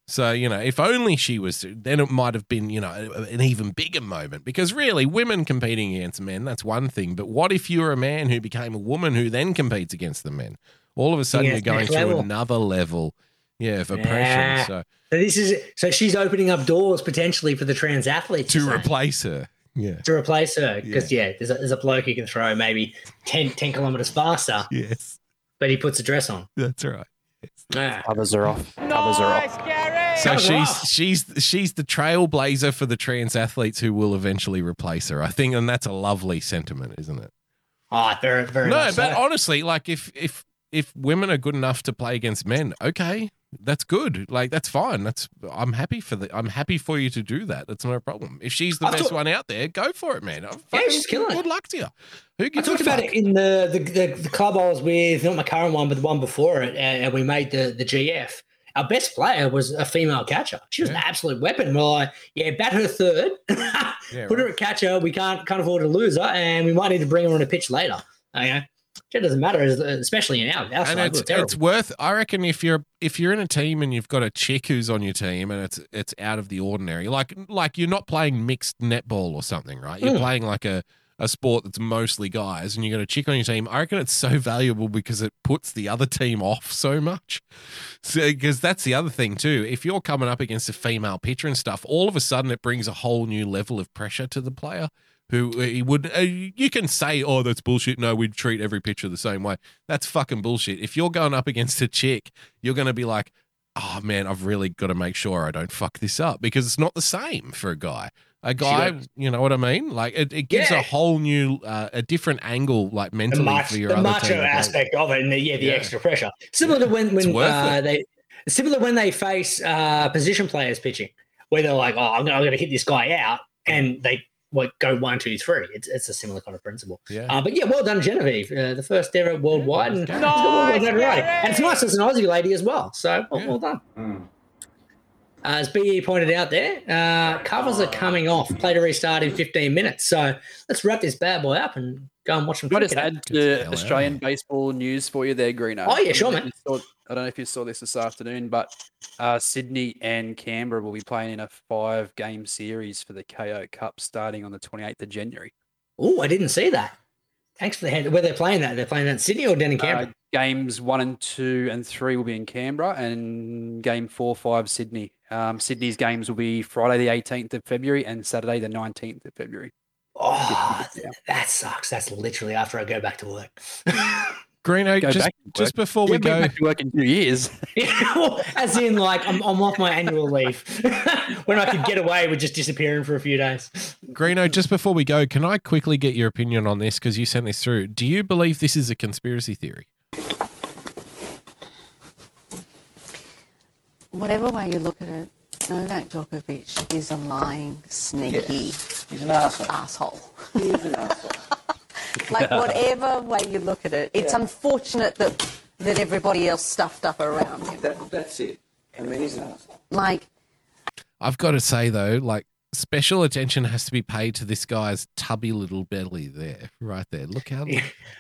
So, you know, if only she was, then it might have been, you know, an even bigger moment because really women competing against men, that's one thing. But what if you're a man who became a woman who then competes against the men? All of a sudden Yeah, you're it's going next through level. another level, yeah, of oppression. Yeah. So So this is so she's opening up doors potentially for the trans athletes to replace her. Yeah. to replace her because yeah, there's, a, there's a bloke who can throw maybe 10, 10 kilometers faster. Yes, but he puts a dress on. That's right. Ah. Others are off. Others are off. So Sounds she's rough. she's she's the trailblazer for the trans athletes who will eventually replace her. I think, and that's a lovely sentiment, isn't it? Ah, very very. no, much but so. honestly, like if if if women are good enough to play against men, okay, that's good. Like that's fine. That's I'm happy for the I'm happy for you to do that. That's not a problem. If she's the I best thought- one out there, go for it, man. I'm Yeah, fucking- she's killing it. Good luck to you. Who I gives talked a about it fuck? in the the, the the club I was with, not my current one, but the one before it, and, and we made the the GF. Our best player was a female catcher. She was an absolute weapon. We're like, yeah, bat her third, (laughs) Yeah, put her at catcher. We can't can't afford to lose her, and we might need to bring her on a pitch later. Okay, it doesn't matter, as- especially in our our and side. it's, we're terrible. it's worth i reckon if you're if you're in a team and you've got a chick who's on your team and it's it's out of the ordinary like like you're not playing mixed netball or something right you're Mm. playing like a a sport that's mostly guys and you got a chick on your team i reckon it's so valuable because it puts the other team off so much so because that's the other thing too if you're coming up against a female pitcher and stuff all of a sudden it brings a whole new level of pressure to the player who uh, he would uh, you can say oh that's bullshit no we'd treat every pitcher the same way that's fucking bullshit if you're going up against a chick you're going to be like oh man i've really got to make sure i don't fuck this up because it's not the same for a guy a guy don't- you know what i mean like it, it gives Yeah. a whole new uh, a different angle like the, mentally mach- for your the other macho team. aspect of it, and the, yeah, the Yeah. extra pressure. Similar to when when worth uh, it. they similar when they face uh, position players pitching, where they're like, "Oh, I'm gonna, I'm gonna hit this guy out," and they like go one, two, three. It's it's a similar kind of principle. Yeah. Uh, but yeah, well done, Genevieve, uh, the first ever worldwide, and, Nice, it's got well done, Gary. right. and it's nice as an Aussie lady as well. So well, well done. Hmm. Uh, As BE pointed out there, uh, covers are coming off. Play to restart in 15 minutes. So let's wrap this bad boy up and go and watch some Can I just cricket. add to eh? Australian baseball news for you there, Greeno? Oh, yeah, sure, man. I don't know if you saw- I don't know if you saw this this afternoon, but uh, Sydney and Canberra will be playing in a five-game series for the KO Cup starting on the 28th of January. Oh, I didn't see that. Thanks for the head. Where they're playing that? They're playing that in Sydney or down in Canberra? Uh, games one and two and three will be in Canberra, and game four, five Sydney. Um, Sydney's games will be Friday the 18th of February and Saturday the 19th of February. oh, Ah, that sucks. That's literally after I go back to work. (laughs) Greeno, Go just, back to just work. before we You haven't been go, back to work in two years. As in, like, I'm, I'm off my annual leave (laughs) when I could get away with just disappearing for a few days. Greeno, just before we go, can I quickly get your opinion on this? Because you sent this through. Do you believe this is a conspiracy theory? Whatever way you look at it, Novak Djokovic is a lying, sneaky He's an asshole. asshole. He (laughs) is an asshole. Like whatever way you look at it, it's Yeah. unfortunate that that everybody else stuffed up around him. That, that's it. I mean, he's an asshole. Like I've got to say though, like special attention has to be paid to this guy's tubby little belly there, right there. Look how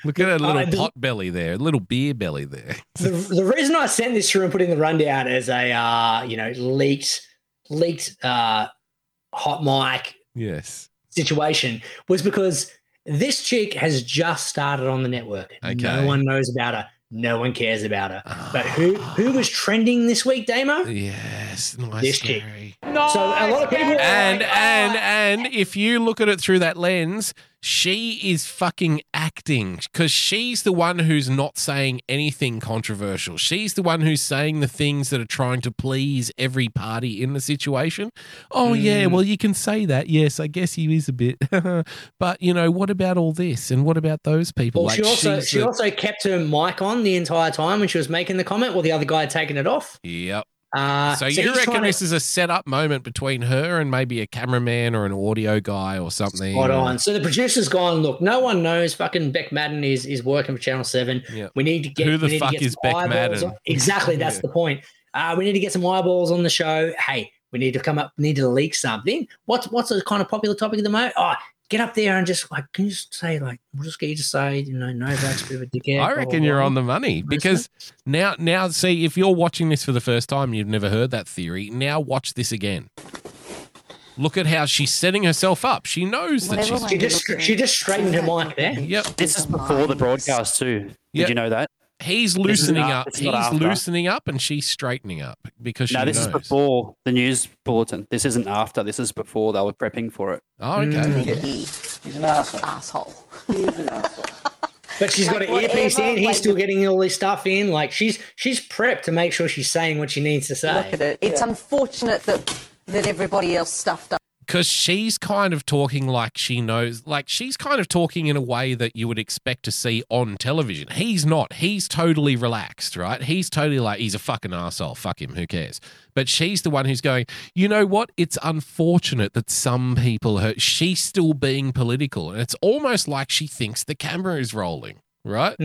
look at her little I do- pot belly there, little beer belly there. (laughs) The, the reason I sent this through and put in the rundown as a, uh, you know, leaked, leaked uh, hot mic Yes. situation was because this chick has just started on the network. Okay. Ah. No one knows about her. No one cares about her. But who who was trending this week, Damo? Yes. Nice. This chick. Gary. so a lot of people (laughs) And and and if you look at it through that lens, she is fucking acting because she's the one who's not saying anything controversial. She's the one who's saying the things that are trying to please every party in the situation. Oh yeah, Mm. well you can say that. Yes, I guess he is a bit. (laughs) but you know, what about all this and what about those people? Well, she also she's she the- also kept her mic on the entire time when she was making the comment, while the other guy had taken it off. Yep. Uh, so, he's you reckon trying to- this is a setup moment between her and maybe a cameraman or an audio guy or something? Spot or- on. So the producer's gone. Look, no one knows. Fucking Beck Madden is is working for Channel Seven. Yeah. We need to get Who the we need to fuck get is some Beck eyeballs Madden? on- Exactly, that's Yeah. the point. Uh, we need to get some eyeballs on the show. Hey, we need to come up. Need to leak something. What's what's the kind of popular topic at the moment? Oh, get up there and just like can you just say like we'll just get you to say you know Novak's a bit of a dickhead. I blah, reckon blah, you're blah. on the money because now, now, see, if you're watching this for the first time, you've never heard that theory. Now, watch this again. Look at how she's setting herself up. She knows that she's. she just she just straightened her mic there. Yep. This is before the broadcast too. Did Yep. you know that? He's This is loosening not- up. it's He's not after. loosening up, and she's straightening up because she No, this is knows. before the news bulletin. This isn't after. This is before they were prepping for it. Oh, okay. Mm. He's an asshole. Asshole. But she's got an Like, earpiece whatever, in. He's like- still getting all this stuff in. Like she's she's prepped to make sure she's saying what she needs to say. Look at it. It's unfortunate that that everybody else stuffed up. because she's kind of talking like she knows, like she's kind of talking in a way that you would expect to see on television. He's not. He's totally relaxed, right? He's totally like, he's a fucking asshole. Fuck him. Who cares? But she's the one who's going, you know what? It's unfortunate that some people hurt. She's still being political. And it's almost like she thinks the camera is rolling. Right?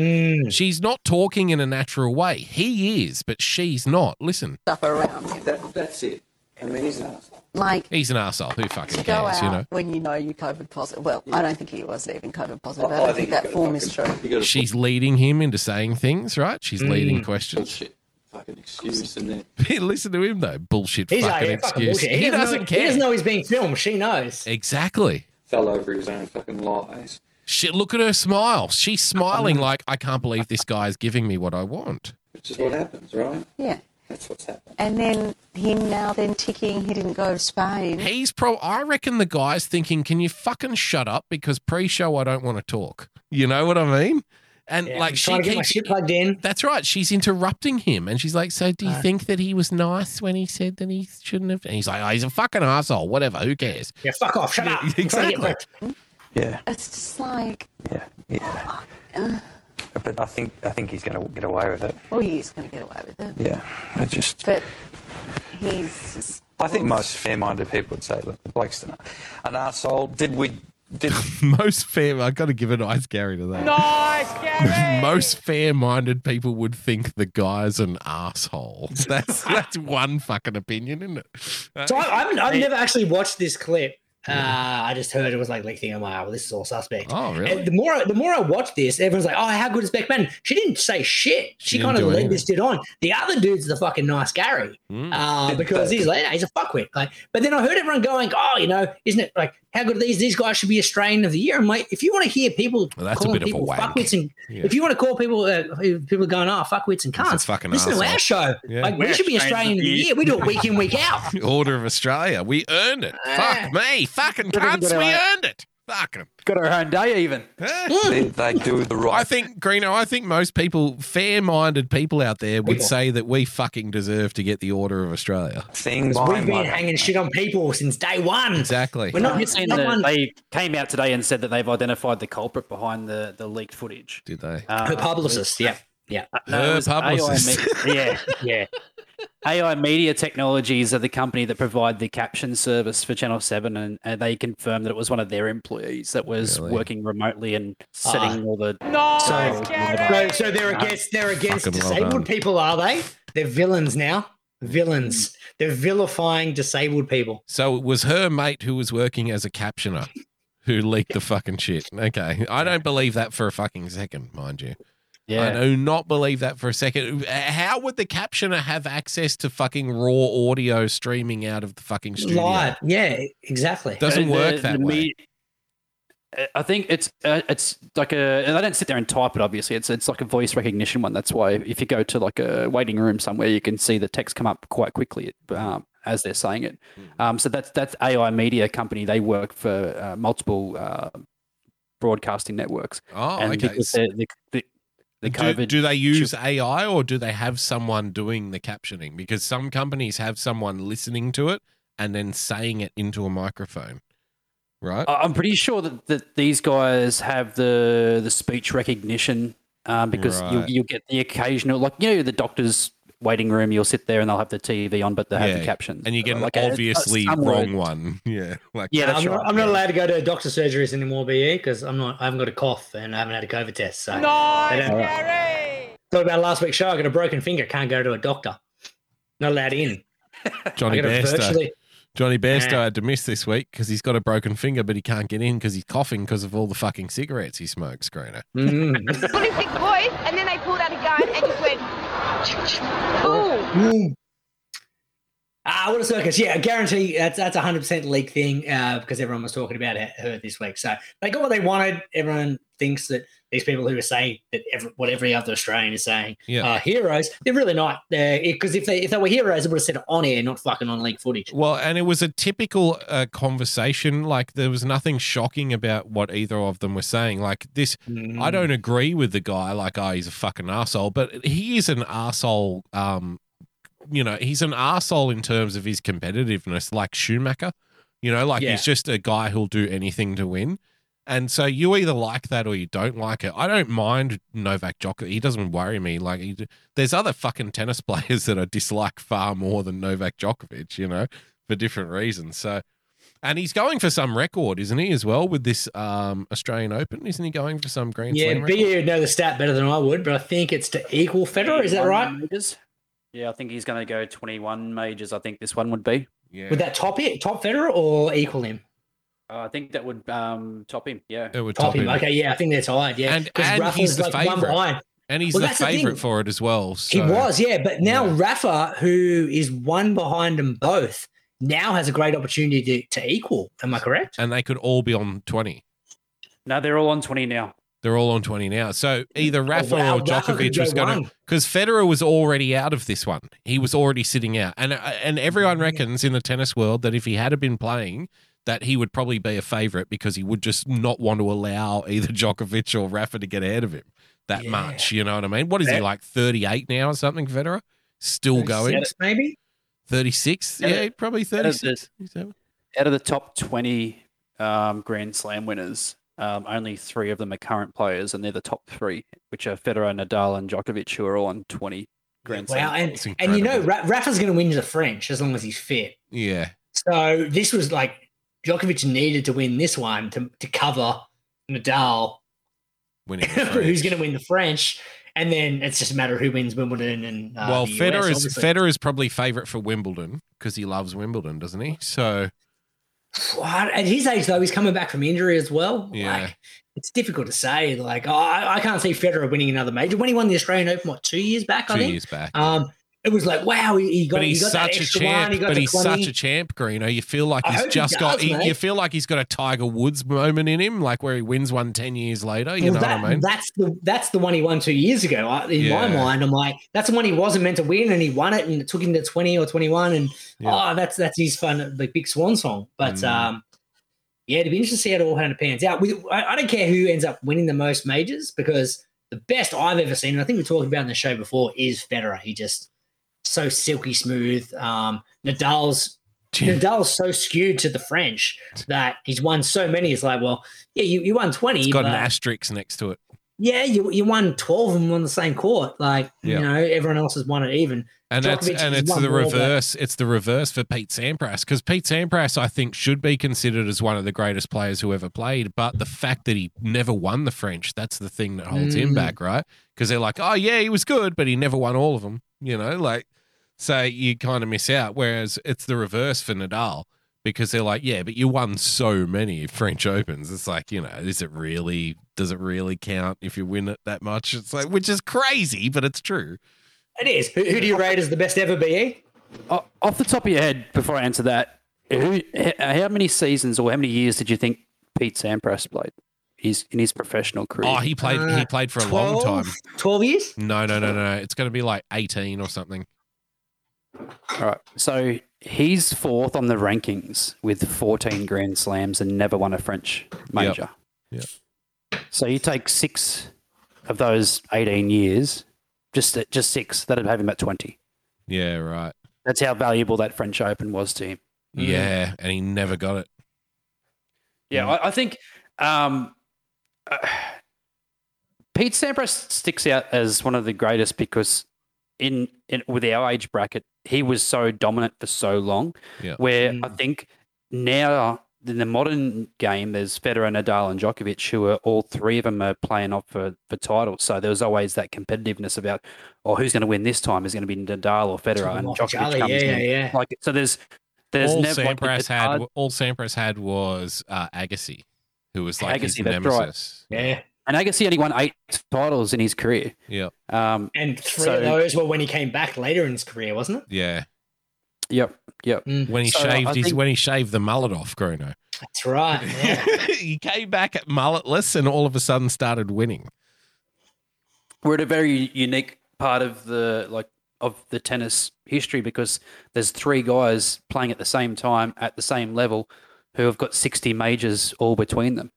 She's not talking in a natural way. He is, but she's not. Listen. Stuff around. That, that's it. I mean, he's not. Like He's an asshole. Who fucking to go cares, out you know? when you know you COVID positive. Well, I don't think he was even COVID positive. I Oh, I don't think think he's that form is true. She's leading him into saying things, right? She's leading Mm. questions. (laughs) Fucking excuse and then. Listen to him though. Bullshit He's like, fucking "Yeah, fucking excuse. bullshit." he, doesn't, know, care. He doesn't know he's being filmed. She knows. Exactly. Fell over his own fucking lies. Shit, look at her smile. (laughs) She's smiling like I can't believe this guy's giving me what I want. Which is what happens, right? Yeah. That's what's happened. And then him now then ticking he didn't go to Spain. He's pro I reckon the guy's thinking, Can you fucking shut up? Because pre show I don't want to talk. You know what I mean? And like I'm she trying to get my keeps shit plugged in. That's right. She's interrupting him and she's like, So do you Uh. think that he was nice when he said that he shouldn't have and he's like, Oh, he's a fucking asshole, whatever, who cares? Yeah, fuck off. Shut up. I'm trying to get Exactly. prepped. Yeah, It's just like yeah. But I think I think he's going to get away with it. well he's gonna get away with it. Yeah, I just. But he's just I think most fair-minded people would say, "Look, the bloke's an, an asshole." Did we? Did (laughs) Most fair I've got to give a nice Gary to that. Nice, Gary. (laughs) Most fair-minded people would think the guy's an asshole. (laughs) That's that's one fucking opinion, isn't it? So I, I've, I've never actually watched this clip. Uh, I just heard it was like leaked thing. I'm like, oh, well, this is all suspect. Hmm. Oh, really? And the more I- the more I watch this, everyone's like, oh, how good is Beck Madden? She didn't say shit. She, didn't kind of do led anything. Hmm. this dude on. The other dude's the fucking nice Gary uh, because he's like, "Yeah, he's a fuckwit. Like, but then I heard everyone going, oh, you know, isn't it like how good are these these guys should be Australian of the year? And like, if you want to hear people Well, that's a calling bit of a people wank. fuckwits and Yeah. if you want to call people uh, people going, oh, fuckwits and That's a cunts, fucking listen to our asshole. show. Yeah. Like, We're we should be Australian of the year. We do it week in week out. Order of Australia. We earned it. Fuck me. Fucking Good cunts. idea. We earned it. Fuck 'em. (laughs) Got her own day even. they, they do the right? I think Greeno. I think most people, fair-minded people out there, would People. say that we fucking deserve to get the Order of Australia. thing. Because by we've been mother. hanging shit on people since day one. Exactly. We're not And missing the- that one. they came out today and said that they've identified the culprit behind the, the leaked footage. Did they? Uh, Her publicist, yeah. Yeah. Uh, no, it Her was AI publicist. Me- yeah, (laughs) yeah. AI Media Technologies are the company that provide the caption service for Channel 7, and, and they confirmed that it was one of their employees that was Really? Ah. working remotely and setting all the. Nice, So- So, Gary. so they're against they're against Fucking well disabled done. people, are they? They're villains now. Hmm. Villains. They're vilifying disabled people. So it was her mate who was working as a captioner who leaked the fucking shit. Okay. I don't believe that for a fucking second, mind you. I Yeah. do not believe that for a second. How would the captioner have access to fucking raw audio streaming out of the fucking studio? Live. Yeah, exactly. Doesn't The- work the- that the way. me- I- I think it's uh, it's like a. and They don't sit there and type it. Obviously, it's it's like a voice recognition one. That's why if you go to like a waiting room somewhere, you can see the text come up quite quickly um, as they're saying it. Hmm. Um, so that's that's AI Media Company. They work for uh, multiple uh, broadcasting networks. Oh, and okay. because they're- the, the, the Do- COVID do, they use AI or do they have someone doing the captioning? Because some companies have someone listening to it and then saying it into a microphone, right? I- I'm pretty sure that, that these guys have the the speech recognition um, because you Right. you get the occasional like you know the doctor's waiting room. You'll sit there and they'll have the TV on, but they will have Yeah, the captions. and you get an Like, uh, obviously some wrong words. one. (laughs) Yeah. Like, Yeah, that's I'm, right. not, I'm not allowed to go to doctor surgeries anymore, BE, because I'm not I haven't got a cough and I haven't had a COVID test. So I Nice, don't- Gary. thought about last week's show, I got a broken finger, can't go to a doctor. Not allowed in. Johnny I got a Bairstow. virtually Johnny Bairstow Nah. had to miss this week because he's got a broken finger, but he can't get in because he's coughing because of all the fucking cigarettes he smokes, Greener. Mm. Bully sick voice, and then I pulled out a gun and just went, ooh. Ah, what a circus! Yeah, I guarantee that's that's a hundred percent leak thing uh, because everyone was talking about her- her this week. So they got what they wanted. Everyone thinks that these people who are saying that every, what every other Australian is saying Yeah. are heroes, they're really not. Because if they if they were heroes, they would have said it on air, not fucking on leak footage. Well, and it was a typical uh, conversation. Like there was nothing shocking about what either of them were saying. Like this, I don't agree with the guy. Like, oh, he's a fucking asshole, but he is an asshole. Um, you know, he's an asshole in terms of his competitiveness, like Schumacher. You know, like Yeah. he's just a guy who'll do anything to win. And so you either like that or you don't like it. I don't mind Novak Djokovic. He doesn't worry me. Like he, there's other fucking tennis (laughs) players that I dislike far more than Novak Djokovic. You know, for different reasons. So, and he's going for some record, isn't he? As well with this um, Australian Open, isn't he going for some Grand yeah, Slam? B, record? you would know the stat better than I would, but I think it's to equal Federer. Is that 21 right? Majors. Yeah, I think he's going to go 21 majors. I think this one would be. Yeah. Would that top it, top Federer, or equal him? Uh, I think that would um, top him. Yeah. It would Top him. Okay, yeah, I think they're tied. Yeah, and, 'Cause and Rafa's he's the one favorite. behind. And he's Well, the that's the thing. favorite for it as well. So. He was, yeah. But now Rafa, who is one behind them both, now has a great opportunity to, to equal. Am I correct? and they could all be on twenty. No, they're all on 20 now. They're all on 20 now. So either Rafa Oh, wow, or Rafa could Djokovic go was going one. to. Because Federer was already out of this one. He was already sitting out. And, uh, and Mm-hmm. everyone reckons in the tennis world that if he had been playing, that he would probably be a favourite because he would just not want to allow (laughs) either Djokovic or Rafa to get ahead of him that much. You know what I mean? What is he, That- like 38 now or something, Federer? Still going. Six, maybe. 36? Yeah, probably Out of the- 36. Out of the top 20 um, Grand Slam winners, um, only three of them are current players, and they're the top three, which are Federer, Nadal, and Djokovic, who are all on 20 Grand Slam. Wow, and and you know Ra- Rafa's going to win the French as long as he's fit. Yeah. So this was like Djokovic needed to win this one to to cover Nadal, (laughs) Winning (laughs) the who's French. going to win the French, and then it's just a matter of who wins Wimbledon and uh, well, the US, Federer is obviously. Federer is probably favourite for Wimbledon because he loves Wimbledon, doesn't he? So Well, at his age though, he's coming back from injury as well. yeah, It's difficult to say. Like, oh, I, I can't see Federer winning another major. When he won the Australian Open, what two years back? I two think. years back. Um, it was like, wow, he, he got, but he's he got such that a extra champ. one. He got but to he's 20. such a champ, Greeno. You feel like I he's hope he just does, got. He, mate. you feel like he's got a Tiger Woods moment in him, like where he wins one 10 years later. You Well, know that- what I mean? That's the that's the one he won two years ago. I- In Yeah. my mind, I'm like, that's the one he wasn't meant to win, and he won it, and it took him to 20 or 21, and Yeah. oh, that's that's his fun, the big swan song. But Mm. um, yeah, it'd be interesting to see how it all kind of pans out. We, I, I don't care who ends up winning the most majors because the best I've ever seen, and I think we talked about in the show before, is Federer. He just so silky smooth. Um, Nadal's Nadal's so skewed to the French that he's won so many. It's like, well, yeah, you, you won 20. It's got an but- asterisk next to it. yeah, you, you won 12 of them on the same court. Like, Yeah. you know, everyone else has won it even. And that's Djokovic and has it's won the more, but- reverse. It's the reverse for Pete Sampras because Pete Sampras, I think, should be considered as one of the greatest players who ever played. But the fact that he never won the French, that's the thing that holds him Mm. back, right? Because they're like, oh yeah, he was good, but he never won all of them. You know, like so you kind of miss out. Whereas it's the reverse for Nadal because they're like, yeah, but you won so many French Opens. It's like, you know, is it really? Does it really count if you win it that much? It's like, which is crazy, but it's true. It is. Who, who do you rate as the best ever, E? BE? O- Off the top of your head, before I answer that, who, h- how many seasons or how many years did you think Pete Sampras played his, in his professional career? Oh, he played. Uh, he played for a long time. 12 years? No, no, no, no, no. It's going to be like eighteen or something. All right. So he's fourth on the rankings with 14 Grand Slams and never won a French major. Yep. So you take six of those 18 years, just just six, that'd have him at 20. Yeah, right. That's how valuable that French Open was to him. Mm. Yeah, and he never got it. Yeah, I, I think um, uh, Pete Sampras sticks out as one of the greatest because in, in with our age bracket, he was so dominant for so long. Yeah. Where Mm. I think now in the modern game, there's Federer, Nadal, and Djokovic, who are all three of them are playing off for, for titles. So there was always that competitiveness about, oh, who's going to win this time? Is it going to be Nadal or Federer? And Oh, Djokovic golly, comes yeah, in. yeah, yeah. Like so, there's there's all never like, Sampras the had. hard- All Sampras had was uh, Agassi, who was like his Agassi, that's right. nemesis. Yeah. And Agassi only won eight titles in his career. Yeah, Um, And three So- of those were when he came back later in his career, wasn't it? yeah. Yep. Yep. When he So, I shaved his think- when he shaved the mullet off, Grono. That's (laughs) right. he came back at mulletless and all of a sudden started winning. we're at a very unique part of the like of the tennis history because there's three guys playing at the same time at the same level who have got 60 majors all between them.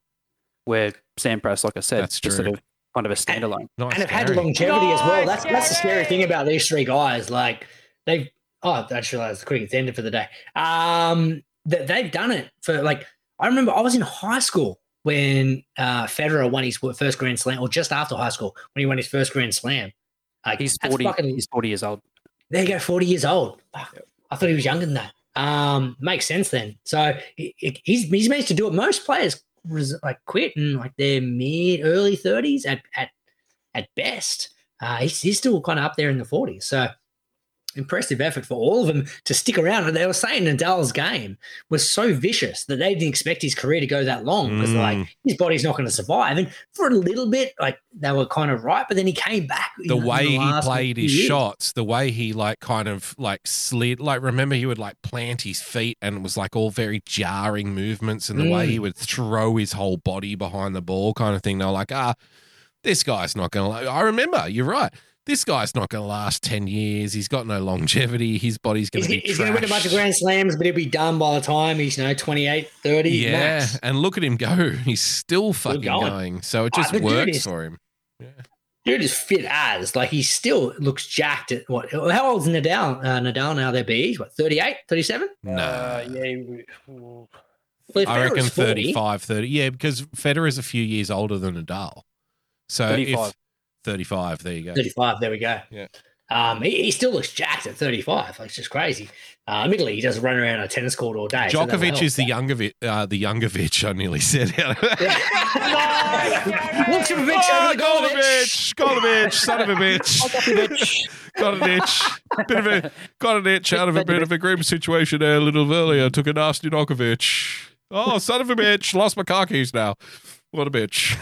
Where Sampras, like I said, That's just true. sort of kind of a standalone. and have had longevity as well. That's that's the scary thing about these three guys. Like they've oh, I just realized the cricket's ended for the day. Um, that they've done it for like I remember I was in high school when uh Federer won his first Grand Slam, or just after high school when he won his first Grand Slam. Like He's that's 40, fucking- he's 40 years old. there you go, 40 years old. Fuck. I thought he was younger than that. Um, makes sense then. So he, he- he's he's managed to do it. Most players res- like quit in like their mid early 30s at at at best. Uh, he's, he's still kind of up there in the 40s. So impressive effort for all of them to stick around. And they were saying Nadal's game was so vicious that they didn't expect his career to go that long because they're Mm. like his body's not going to survive. And for a little bit, like they were kind of right, but then he came back. you the know, in way he last, like, played few his years. shots, the way he like kind of like slid, like remember he would like plant his feet and it was like all very jarring movements, and the way Mm. he would throw his whole body behind the ball, kind of thing. They're like, ah, this guy's not gonna. la- I remember, you're right. This guy's not gonna last ten years. He's got no longevity. His body's gonna He's, be. he's going to win a bunch of grand slams, but he'll be done by the time he's, you know, 28, 30 Yeah, max. and look at him go. (laughs) He's still fucking going. going. So it Ah, just the dude works is- for him. Dude is fit as. Like, he still looks jacked at what? How old's Nadal, uh, Nadal now, there, be? He's what, 38, 37? No. yeah. Well, I Federer's reckon 40. 35, 30. Yeah, because Federer is a few years older than Nadal. So 35. if 35, there you go. 35, there we go. Yeah. Um, he, he still looks jacked at 35. Like, it's just crazy. Uh, admittedly, he doesn't run around a tennis court all day. so that'll Djokovic help. (laughs) is the younger, vi- uh, the younger Vich, I nearly said. Looks (laughs) a bitch Oh, over the goal, bitch. Got a bitch, son of a bitch. got an itch. Bit of a, got an itch out of a bit of a grim situation there a little earlier. Took a nasty Djokovic. Oh, son of a bitch. Lost my car keys now. What a bitch.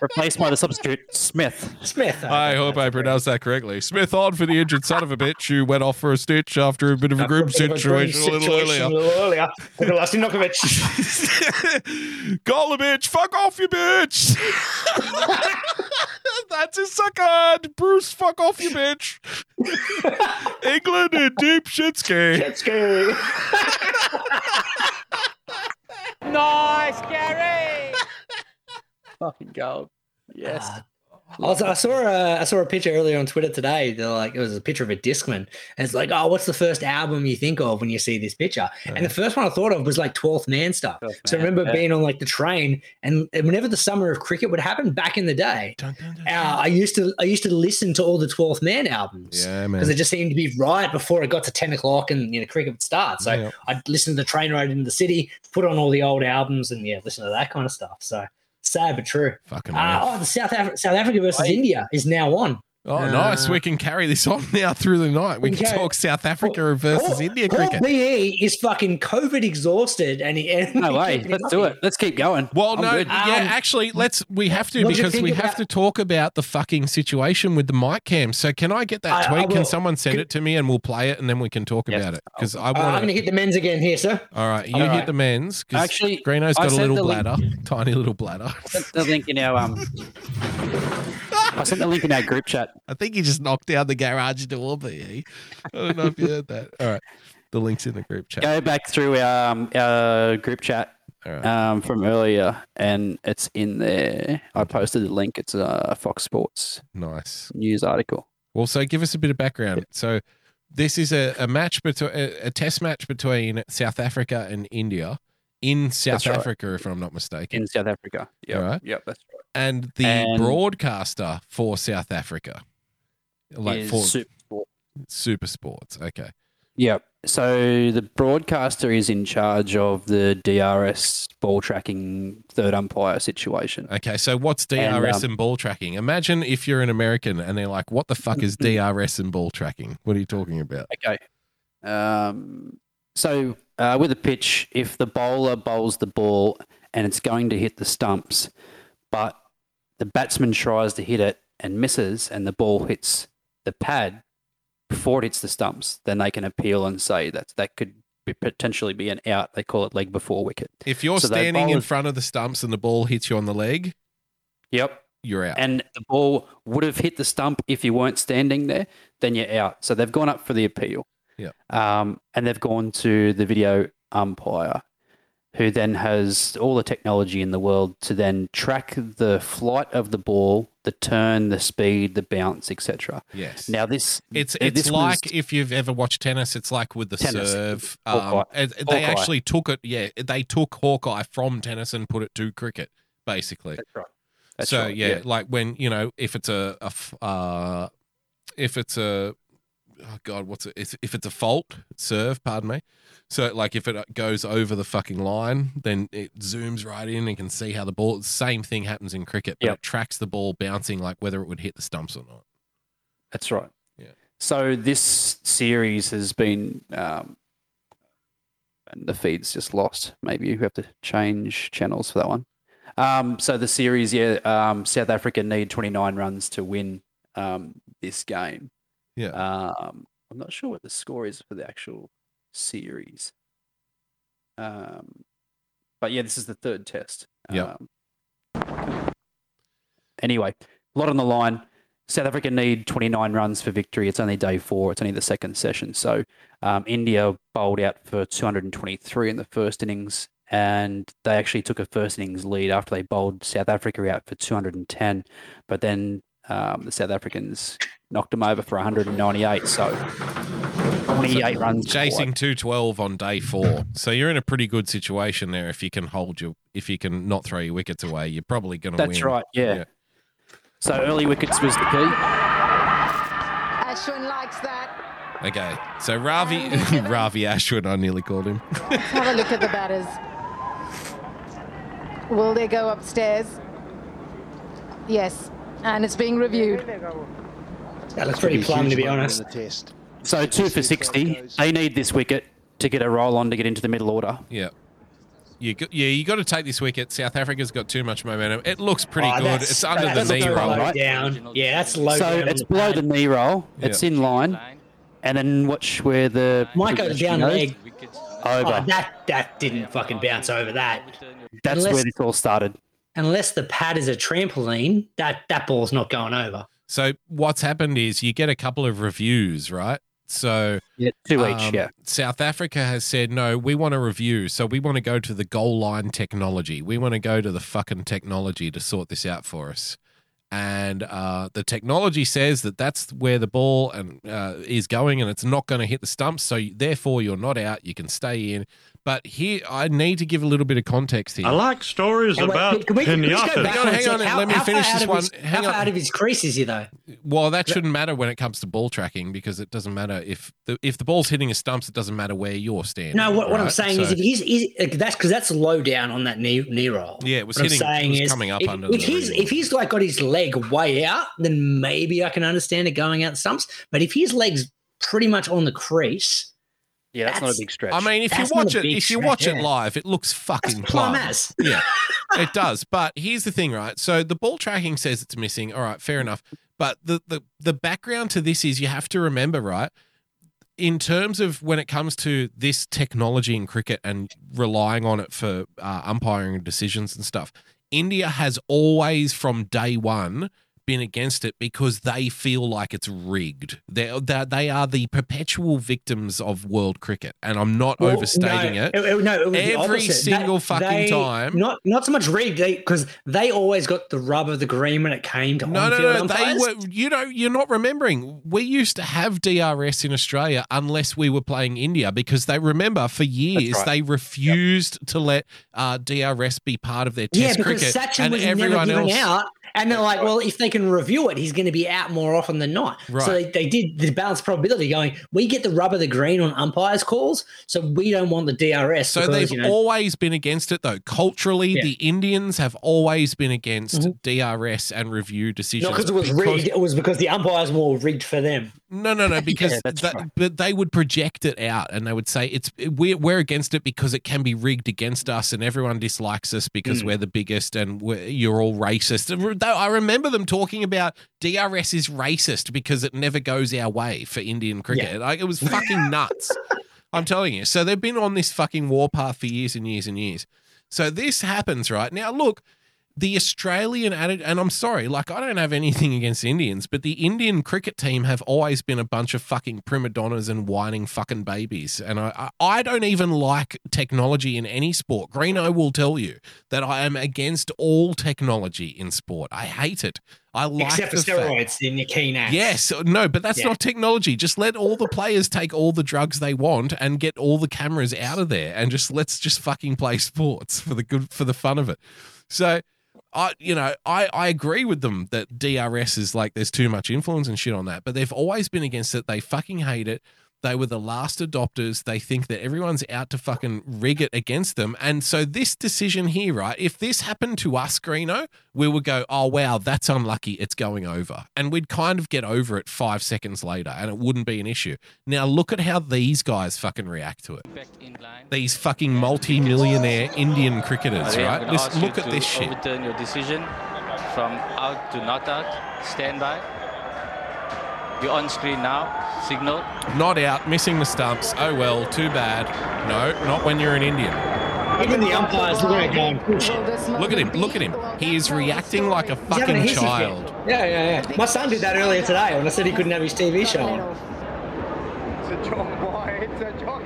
Replaced by the substitute, Smith. Smith. I hope I pronounced that correctly. Smith on for the injured son of a bitch who went off for a stitch after a bit of a grim situation a little earlier. earlier. Look at Lassie Nokovic. (laughs) Call a bitch. Fuck off, you bitch. (laughs) That's his second. Bruce, fuck off, you (laughs) bitch. England in deep shit ski. Shit ski. Nice, Gary. Fucking gold. Yes. Also, I saw a, I saw a picture earlier on Twitter today. They're like, it was a picture of a Discman. And it's like, oh, what's the first album you think of when you see this picture? And the first one I thought of was like 12th Man stuff. so I Man, remember yeah. being on like the train, and, and whenever the summer of cricket would happen back in the day, uh, I used to I used to listen to all the 12th Man albums. Yeah, man. Because it just seemed to be right before it got to 10 o'clock and you know cricket would start. So Yeah. I'd listen to the train ride into the city, put on all the old albums, and yeah, listen to that kind of stuff. So sad but true. Fucking uh, hell. oh, the South Africa South Africa versus India is now on. Oh, nice. We can carry this on now through the night. We can Okay. Oh, talk South Africa versus India Paul cricket. BE E is fucking COVID exhausted, and, he, and (laughs) No way. Let's do it. Let's keep going. Well, I'm no, good. Um, yeah, actually, let's. We have to what do you because think we have about- to talk about the fucking situation with the mic cam. So, can I get that I- I tweet? Can will. someone send it to me and we'll play it and then we can talk about it? Because I Uh, I'm want going to hit the men's again here, sir. All right, you All hit right. the men's because Actually, Greeno's I got a sent little the link. bladder, (laughs) tiny little bladder. sent the link in our um. I sent the link in our group chat. I think he just knocked down the garage door, BE. I don't know if you heard that. All right, the link's in the group chat. Go back through our, um, our group chat um, from earlier, and it's in there. I posted the link. It's a Fox Sports Nice news article. Well, so give us a bit of background. So, this is a, a match between a, a test match between South Africa and India in South That's right. Africa, if I'm not mistaken. In South Africa. Yep. All right. Yep. That's right. And the And- broadcaster for South Africa, like Is for Super Sport. Super Sports. Okay. Yep. So the broadcaster is in charge of the DRS ball tracking third umpire situation. Okay. So, what's DRS And, and, um, ball tracking? Imagine if you're an American and they're like, what the fuck (laughs) is DRS and ball tracking? What are you talking about? Okay. Um, so uh, with a pitch, if the bowler bowls the ball and it's going to hit the stumps, but the batsman tries to hit it and misses, and the ball hits the pad, before it hits the stumps, then they can appeal and say that that could be potentially be an out. They call it leg before wicket. If you're So they standing bowl in it- front of the stumps and the ball hits you on the leg, Yep. you're out. And the ball would have hit the stump if you weren't standing there, then you're out. So they've gone up for the appeal. Yep. Um, and they've gone to the video umpire, who then has all the technology in the world to then track the flight of the ball, the turn, the speed, the bounce, etc. Yes. Now this It's now it's Mm. this was- like if you've ever watched tennis, it's like with the Tennis. serve. Hawkeye. Um, and they Hawkeye. actually took it. Yeah, they took Hawkeye from tennis and put it to cricket, basically. That's right. That's so right, yeah, yeah. like when you know if it's a, a f- uh, if it's a oh god, what's it? If, if it's a fault serve, pardon me. So like if it uh, goes over the fucking line, then it zooms right in and can see how the ball. Same thing happens in cricket, but Yep. it tracks the ball bouncing, like whether it would hit the stumps or not. That's right. Yeah. So this series has been, um, and the feed's just lost. Maybe you have to change channels for that one. Um, so the series, yeah, um, South Africa need 29 runs to win um, this game. Yeah. Um, I'm not sure what the score is for the actual series. Um, but yeah, this is the third test. Yep. Um, anyway, a lot on the line. South Africa need 29 runs for victory. It's only day four. It's only the second session. So um, India bowled out for 223 in the first innings, and they actually took a first innings lead after they bowled South Africa out for 210. But then um, the South Africans knocked them over for 198. So 28 runs. chasing 212 on day four so you're in a pretty good situation there if you can hold your if you can not throw your wickets away you're probably going to win That's right. Yeah. So early wickets was the key. Ashwin likes that. okay so ravi (laughs) ravi ashwin i nearly called him Let's have a look at the batters. Will they go upstairs? Yes, and it's being reviewed. That looks pretty plum, to be honest. test. So two for 60. They need this wicket to get a roll on to get into the middle order. yeah you, go- yeah, you got to take this wicket. South Africa's got too much momentum. It looks pretty Oh, good. that's- It's under that's the knee low roll, right? Down. Yeah, that's low. so down it's on below the knee roll. Yeah. It's in line, and then watch where the Might go down progression goes. leg. Over. Oh, that that didn't fucking bounce over that. That's Unless- where this all started. Unless the pad is a trampoline, that that ball's not going over. So what's happened is you get a couple of reviews, right? So yeah, two each, Um, yeah. South Africa has said no, we want a review, so we want to go to the goal line technology. We want to go to the fucking technology to sort this out for us. And uh, the technology says that that's where the ball and uh, is going, and it's not going to hit the stumps. So therefore, you're not out. You can stay in. But here, I need to give a little bit of context here. I like stories Hey, wait, about can we- can we just go pinatas. back Hang on, hang on, How- let me how finish far this out of his- one. How Hang far on. out of his crease is he though? Well, that shouldn't matter when it comes to ball tracking because it doesn't matter if the if the ball's hitting a stumps, it doesn't matter where you're standing. No, what, what I'm right? saying is So- if he's, he's uh, that's because that's low down on that knee knee roll. Yeah, it was what hitting- I'm saying it was is coming up if, under if the he's ring. if he's like got his leg way out, then maybe I can understand it going out stumps. But if his legs pretty much on the crease, yeah, that's, not a big stretch. I mean, if you watch it, if you watch it live, it looks fucking plum plum. ass. (laughs) Yeah, it does. But here's the thing, right? So the ball tracking says it's missing. All right, fair enough. But the the the background to this is you have to remember, right? In terms of when it comes to this technology in cricket and relying on it for uh, umpiring decisions and stuff, India has always from day one been against it because they feel like it's rigged. They they are the perpetual victims of world cricket, and I'm not Well, overstating no, it. no, it was the Every opposite. They- single fucking they- time. Not not so much rigged because they always got the rub of the green when it came to No, no, on-field no. They umpires. were, you know, you're not remembering. We used to have DRS in Australia unless we were playing India because they remember for years right. they refused to let uh, DRS be part of their yeah, test because cricket. Sachin and was never everyone given else. out. And they're like, well, if they can review it, he's going to be out more often than not. Right. So they, they did the balanced probability going, we get the rub of the green on umpires' calls, so we don't want the DRS. So because, they've you know, always been against it, though. Culturally, Yeah. the Indians have always been Mm-hmm. against DRS and review decisions. Not because it was rigged, it was because the umpires were all rigged for them. No, (laughs) no, no. Because that's that, right. but they would project it out, and they would say it's we're we're against it because it can be rigged against us, and everyone dislikes us because Mm. we're the biggest, and we're, you're all racist. And re- though I remember them talking about DRS is racist because it never goes our way for Indian cricket. Like it (laughs) was fucking nuts. I'm telling you. So they've been on this fucking warpath for years and years and years. So this happens right now. Look, the Australian attitude, and I'm sorry, like I don't have anything against Indians, but the Indian cricket team have always been a bunch of fucking prima donnas and whining fucking babies. And I, I I don't even like technology in any sport. Greeno will tell you that I am against all technology in sport. I hate it. I like Except for the fact- steroids in your keen ass. Yes, no, but that's Yeah. not technology. Just let all the players take all the drugs they want and get all the cameras out of there, and just let's just fucking play sports for the good for the fun of it. So, I you know I I agree with them that DRS is like there's too much influence and shit on that, but they've always been against it. They fucking hate it. They were the last adopters. They think that everyone's out to fucking rig it against them. And so this decision here, right? If this happened to us, Greeno, we would go, oh wow, that's unlucky. It's going over. And we'd kind of get over it five seconds later and it wouldn't be an issue. Now look at how these guys fucking react to it. These fucking multi-millionaire Indian cricketers, Okay, I'm right? gonna Let's ask you look at to this shit. Overturn your decision from out to not out. Stand by. You're on screen now. Signal. Not out, missing the stumps. Oh well, too bad. No, not when you're an Indian. Even the umpires look at it going, "Oh, Look at him, look at him. He is reacting like a He's having a fucking hissy fit. child. Yeah, yeah, yeah. My son did that earlier today when I said he couldn't have his TV show on. It's a jock, boy. It's a jock.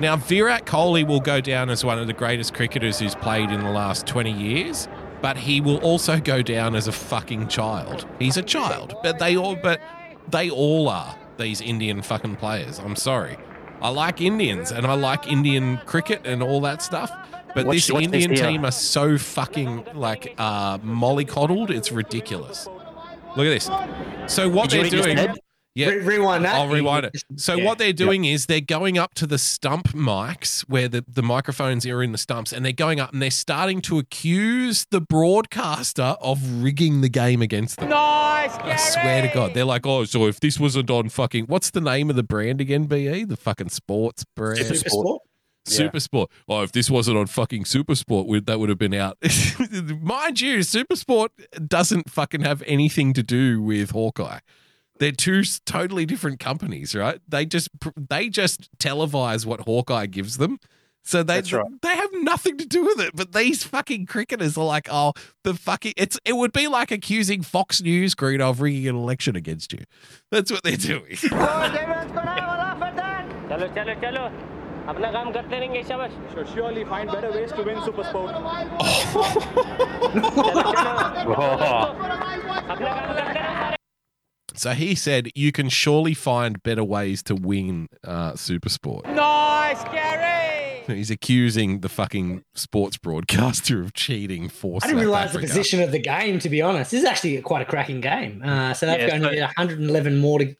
Now, Virat Kohli will go down as one of the greatest cricketers who's played in the last 20 years, but he will also go down as a fucking child. He's a child, but they all but they all are these Indian fucking players. I'm sorry. I like Indians and I like Indian cricket and all that stuff. But What's- this what's this Indian here? team are so fucking like uh mollycoddled, it's ridiculous. Look at this. So what Did you hear what he they're doing just said? Yeah. Re- rewind that. I'll rewind it. So Yeah. what they're doing is they're going up to the stump mics where the, the microphones are in the stumps and they're going up and they're starting to accuse the broadcaster of rigging the game against them. Nice, I swear to God. They're like, oh, so if this wasn't on fucking what's the name of the brand again, BE? The fucking sports brand. Super sport. Super Sport. Oh, if this wasn't on fucking Super Sport, we'd- that would have been out. (laughs) Mind you, Super Sport doesn't fucking have anything to do with Hawkeye. They're two s- totally different companies, right? They just pr- they just televise what Hawkeye gives them. So they That's right. they have nothing to do with it, but these fucking cricketers are like, oh, the fucking it's it would be like accusing Fox News Green of rigging an election against you. That's what they're (laughs) doing. चलो चलो चलो अपना काम करते रहेंगे शाबाश surely find better ways to win super sport Oh. So he said, "You can surely find better ways to win uh, Super Sport." Nice carry (laughs) He's accusing the fucking sports broadcaster of cheating for. I didn't South realize the Africa. position of the game, to be honest. This is actually quite a cracking game. Uh, South Yeah, Africa only so- did 111 more to,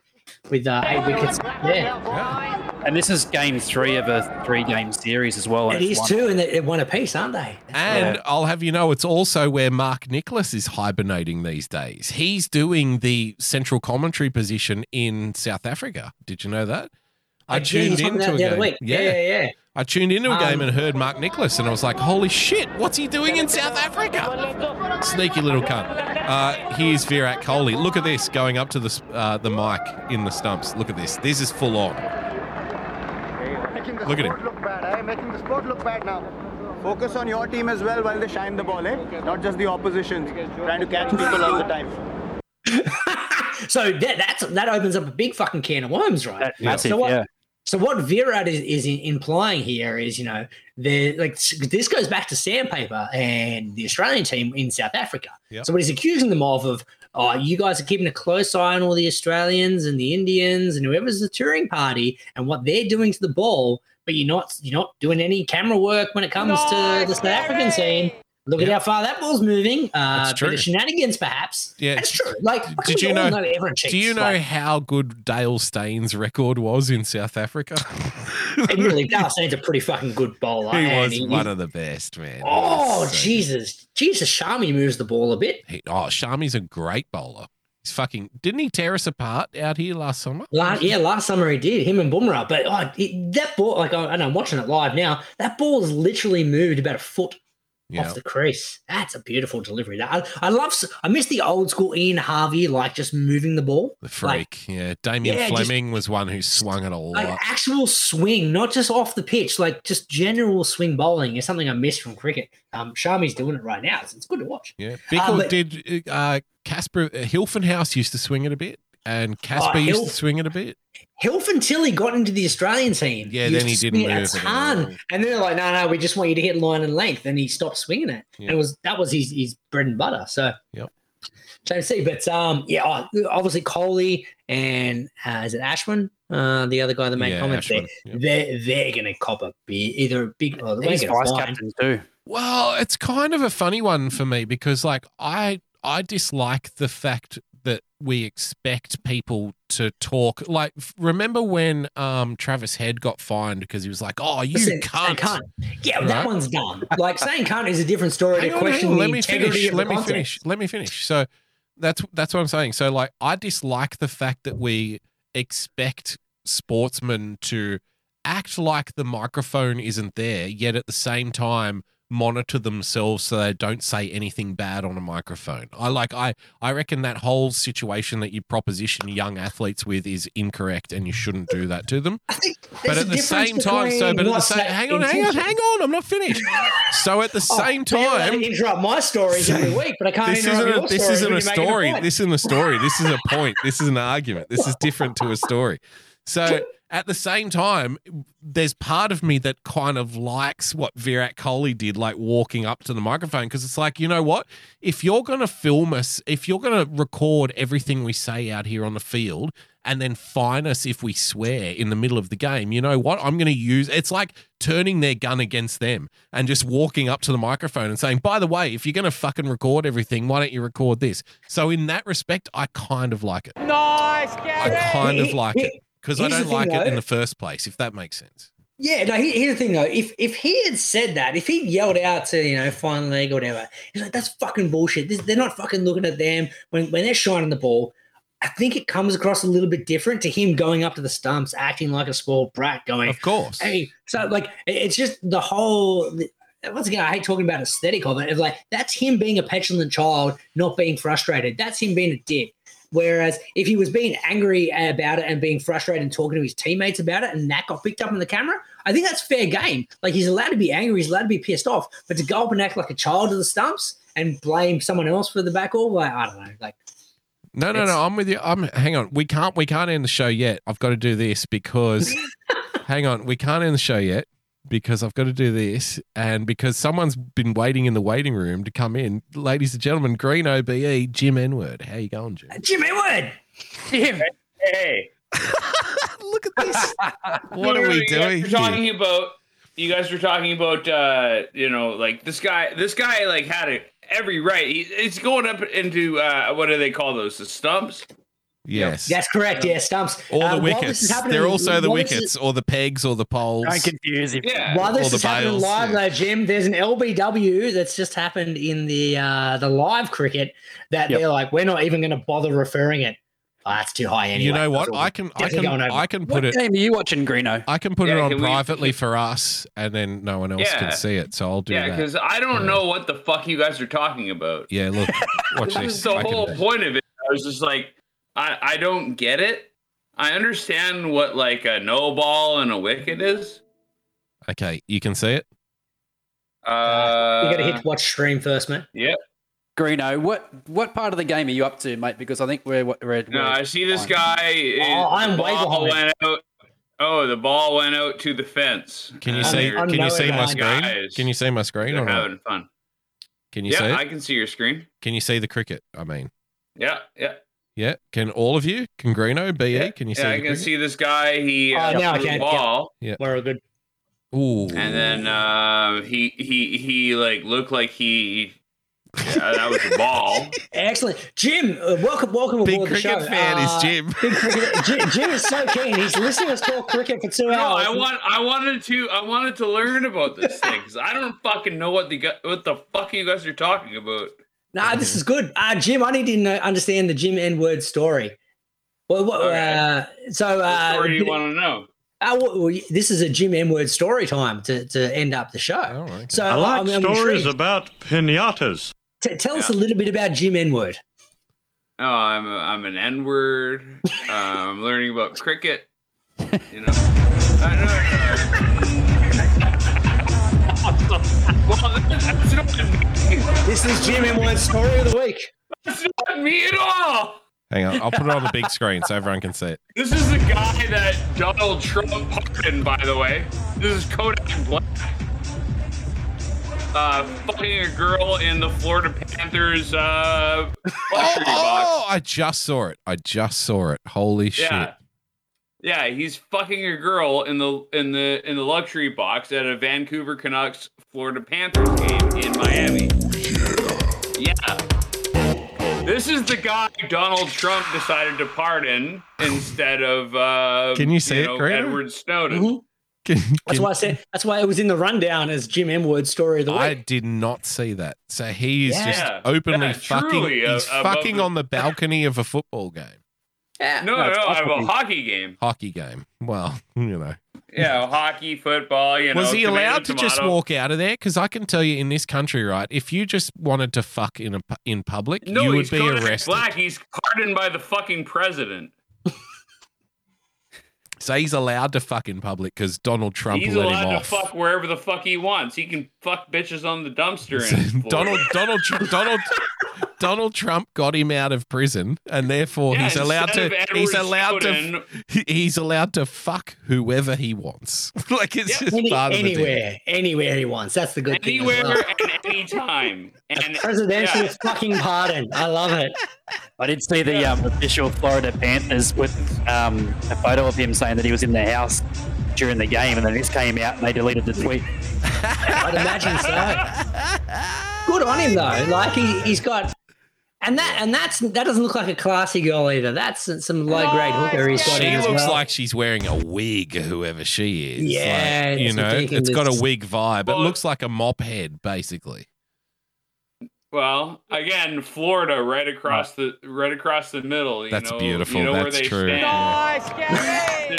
with uh, eight wickets. Yeah, And this is game three of a three game series as well. and it is it's one- too, and they, they won a piece, aren't they? And I'll have you know, it's also where Mark Nicholas is hibernating these days. He's doing the central commentary position in South Africa. Did you know that? I did, you tuned told me into that the a other game. week. Yeah, yeah, yeah. I tuned into a Um, game and heard Mark Nicholas, and I was like, "Holy shit! What's he doing in South Africa?" Sneaky little cunt. Uh, here's Virat Kohli. Look at this going up to the s- uh, the mic in the stumps. Look at this. This is full on. Making the Look at sport him. look bad, eh? Making the sport look bad now. Focus on your team as well while they shine the ball, eh? Not just the opposition. Trying to catch people all the time. So that that's, that opens up a big fucking can of worms, right? That- massive, so what, yeah. So what Virat is, is in, implying here is, you know, the like s- this goes back to sandpaper and the Australian team in South Africa. Yep. So what he's accusing them of of oh, you guys are keeping a close eye on all the Australians and the Indians and whoever's the touring party and what they're doing to the ball, but you're not you're not doing any camera work when it comes to the South African scene. Look at how far that ball's moving. Uh, That's true. bit of shenanigans, perhaps. Yeah. that's true. Like, fucking Did we you all know? everyone cheats. Do you know Like, (laughs) how good Dale Steyn's record was in South Africa? (laughs) And really, Dale Steyn's a pretty fucking good bowler. he and was one of the best, man. He Oh was so- Jesus, Jesus! Shami moves the ball a bit. He- oh, Shami's a great bowler. He's fucking. Didn't he tear us apart out here last summer? La- yeah, last summer he did him and Bumrah, but oh, it- that ball, like I, and I'm watching it live now. That ball has literally moved about a foot Yeah. off the crease. That's a beautiful delivery. That- I, I love. s- I miss the old school Ian Harvey, like just moving the ball. The freak. yeah. Damien Yeah, just- Fleming was one who swung it all Like up. actual swing, not just off the pitch, like just general swing bowling is something I miss from cricket. Um, Shami's doing it right now. so It's good to watch. Yeah. Uh, Bickle but- did. Uh, Casper. Uh, Hilfenhaus used to swing it a bit, and Casper used Oh, Hilf- to swing it a bit. Hilf until he got into the Australian team. Yeah, He then used he to didn't swing it a move it at ton. And then they're like, no, no, we just want you to hit line and length. And he stopped swinging it. Yeah. And it was that was his, his bread and butter. So Yep. shame to see. But um, yeah, oh, obviously Coley and uh, is it Ashwin? Uh, the other guy that made Yeah, comments there. Ashwin, They're they're gonna cop a be either a big oh, or He's vice captain too. Well, it's kind of a funny one for me because like I I dislike the fact that we expect people to talk. Like f- remember when um Travis Head got fined because he was like, "Oh, you Listen, can't." cunt. Yeah, Right? that one's dumb. Like saying cunt is a different story Hang to on, hang on, question the Let me integrity finish. of Let the me content. finish. Let me finish. So that's that's what I'm saying. So like I dislike the fact that we expect sportsmen to act like the microphone isn't there, yet at the same time monitor themselves so they don't say anything bad on a microphone. I like I I reckon that whole situation that you proposition young athletes with is incorrect and you shouldn't do that to them. But There's at a the difference same time, so between but at the what's same that hang on, hang on, intention. Oh, hang on, I'm not finished. So at (laughs) the same man, I time, interrupt my stories every week, but I can't this interrupt your isn't a, this story isn't when a you're making story. point. this isn't a story. This is a point. This is an argument. This is different to a story. So at the same time, there's part of me that kind of likes what Virat Kohli did, like walking up to the microphone, because it's like, you know what? If you're going to film us, if you're going to record everything we say out here on the field and then fine us if we swear in the middle of the game, you know what? I'm going to use it's like turning their gun against them and just walking up to the microphone and saying, by the way, if you're going to fucking record everything, why don't you record this? So in that respect, I kind of like it. Nice, I kind of He- like he- it because I here's the don't thing, like it in though. the first place, if that makes sense. Yeah, no. he- Here's the thing, though. If if he had said that, if he yelled out to you know fine leg or whatever, he's like that's fucking bullshit. This, they're not fucking looking at them when when they're shining the ball. I think it comes across a little bit different to him going up to the stumps, acting like a small brat, going, Of course. Hey, so like it- it's just the whole. Once again, I hate talking about aesthetic of it. It's like that's him being a petulant child, not being frustrated. That's him being a dick. Whereas if he was being angry about it and being frustrated and talking to his teammates about it, and that got picked up on the camera, I think that's fair game. Like he's allowed to be angry, he's allowed to be pissed off, but to go up and act like a child to the stumps and blame someone else for the back all, like I don't know, like No, no, no. I'm with you. I'm hang on. We can't we can't end the show yet. I've got to do this because hang on. We can't end the show yet because I've got to do this and because someone's been waiting in the waiting room to come in. Ladies and gentlemen, Green OBE, Jim Enward. How you going, Jim? Jim Edward, Jim, Hey, look at this. (laughs) What No, no, are no, we you guys doing? were here? talking about you guys were talking about uh, you know like this guy. This guy like had it every right. He, it's going up into uh, what do they call those? The stumps. Yes. that's correct. Yeah, stumps. Or the Uh, while this wickets. is happening- They're also the while this is- wickets or the pegs or the poles. Don't confuse it. While this or the is happening bales. live though, Jim, there's an LBW that's just happened in the uh, the live cricket that Yep. they're like, we're not even going to bother referring it. Oh, that's too high anyway. You know what? That's all. I can I Definitely can going over. I can put What it game are you watching, Greeno? I can put Yeah, it on can we- privately for us and then no one else Yeah. can see it. So I'll do Yeah, that. because I don't know what the fuck you guys are talking about. Yeah, (laughs) look, watch That this. was the I can- whole point of it. I was just like, I, I don't get it. I understand what like a no ball and a wicket is. okay, you can see it. Uh, you got to hit watch stream first, mate. Yep. Greeno, what what part of the game are you up to, mate? Because I think we're we're, we're No, I see this guy. eh, Oh, the I'm way ball behind. went out. Oh, the ball went out to the fence. Can you And see? they're- Can you see my screen? Guys, Can you see my screen they're or having not? fun. Can you yeah, see? It? I can see your screen. Can you see the cricket? I mean, Yeah, yeah. yeah. Can all of you? Can Greeno, Be? Can you see? yeah, I the can cricket? see this guy. He uh, Oh, now I threw the can, yeah. ball. Yeah. We're all good. Ooh. and then um, he he he like looked like he yeah, that was a ball. Excellent, Jim. Uh, welcome, welcome Big aboard the show. Uh, cricket fan Ah. is Jim. big (laughs) cricket- Jim. Jim is so keen. He's listening to us talk cricket for two No, hours. I want I wanted to I wanted to learn about this thing because I don't fucking know what the gu- what the fuck you guys are talking about. Nah, this is good. Uh, Jim, I need to know, understand the Jim N word story. Well, what, uh, so uh, Or do you want to know? uh, well, well, this is a Jim N word story time to, to end up the show. Oh, So I like I'm- I'm stories intrigued. about pinatas. T- tell us a little bit about Jim N word. Oh, I'm I'm an N word. uh, I'm learning about cricket. You know. I know. no, no. well, that's not This is Jim N word story of the week. that's not me at all. (laughs) Hang on, I'll put it on the (laughs) big screen so everyone can see it. This is the guy that Donald Trump pardoned, by the way. This is Kodak Black. Uh, fucking a girl in the Florida Panthers uh, (laughs) luxury box. Oh, I just saw it. I just saw it. Holy shit. Yeah. Yeah, he's fucking a girl in the in the in the luxury box at a Vancouver Canucks Florida Panthers game in Miami. Yeah. This is the guy Donald Trump decided to pardon instead of uh Can you see it, know, Greta? Edward Snowden. That's why I said. That's why it was in the rundown as Jim M word story of the week. I did not see that. So he is Yeah. just openly Yeah, fucking. truly, uh, He's above fucking the- on the balcony of a football game, No, no, No, it's I have a hockey. hockey game. hockey game. Well, (laughs) you know. Yeah, hockey, football, you know. was he tomato, allowed to just tomato. walk out of there? Because I can tell you, in this country, right, if you just wanted to fuck in a pu- in public, No, you would he's be Kodak arrested. Black. He's pardoned by the fucking president. So he's allowed to fuck in public because Donald Trump He's let allowed him to off. fuck wherever the fuck he wants. He can fuck bitches on the dumpster. Uh, In (laughs) Florida. Donald Donald Tr- Donald Donald Trump got him out of prison, and therefore Yeah, he's allowed instead to of he's Edward allowed to Snowden- he- he's allowed to fuck whoever he wants. (laughs) like it's just Any- part of the deal. anywhere, anywhere he wants. That's the good thing. as (laughs) anywhere well. and anytime. And Presidential yeah, fucking pardon. I love it. I did see the um, official Florida Panthers with um, a photo of him saying that he was in the house during the game, and then this came out and they deleted the tweet. I'd imagine so. Good on him though. Like he, he's got, and that and that's that doesn't look like a classy girl either. That's some low grade hooker he's got. She in as looks well. like she's wearing a wig, whoever she is. Yeah, Like, you it's know, it's got a ridiculous. wig vibe. Well- it looks like a mop head, basically. well, again, Florida, right across the right across the middle. You That's know, beautiful, You know where that's they true. stand. (laughs) They're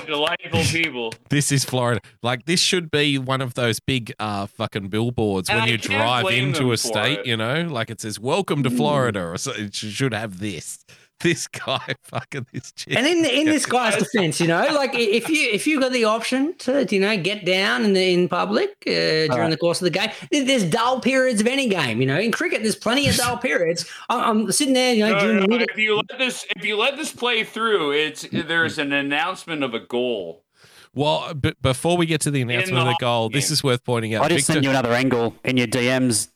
(laughs) delightful people. This is Florida. Like this should be one of those big uh fucking billboards And when I you can't drive blame them into for a state, it. Hmm. you know, like it says "Welcome to Florida," or so it sh- should have this. (laughs) This guy (laughs) fucking this chick. And in in this (laughs) guy's defense, you know, like i- if you if you got the option to you know get down in the, in public uh, during Alright. the course of the game, th- there's dull periods of any game. You know, in cricket, there's plenty of dull periods. I'm, I'm sitting there, you know, No, during no, the middle- if you let this, if you let this play through, it's there's an announcement of a goal. Well, b- before we get to the announcement of the the goal, this is worth pointing out. I just sent Victor- you another angle in your DMs,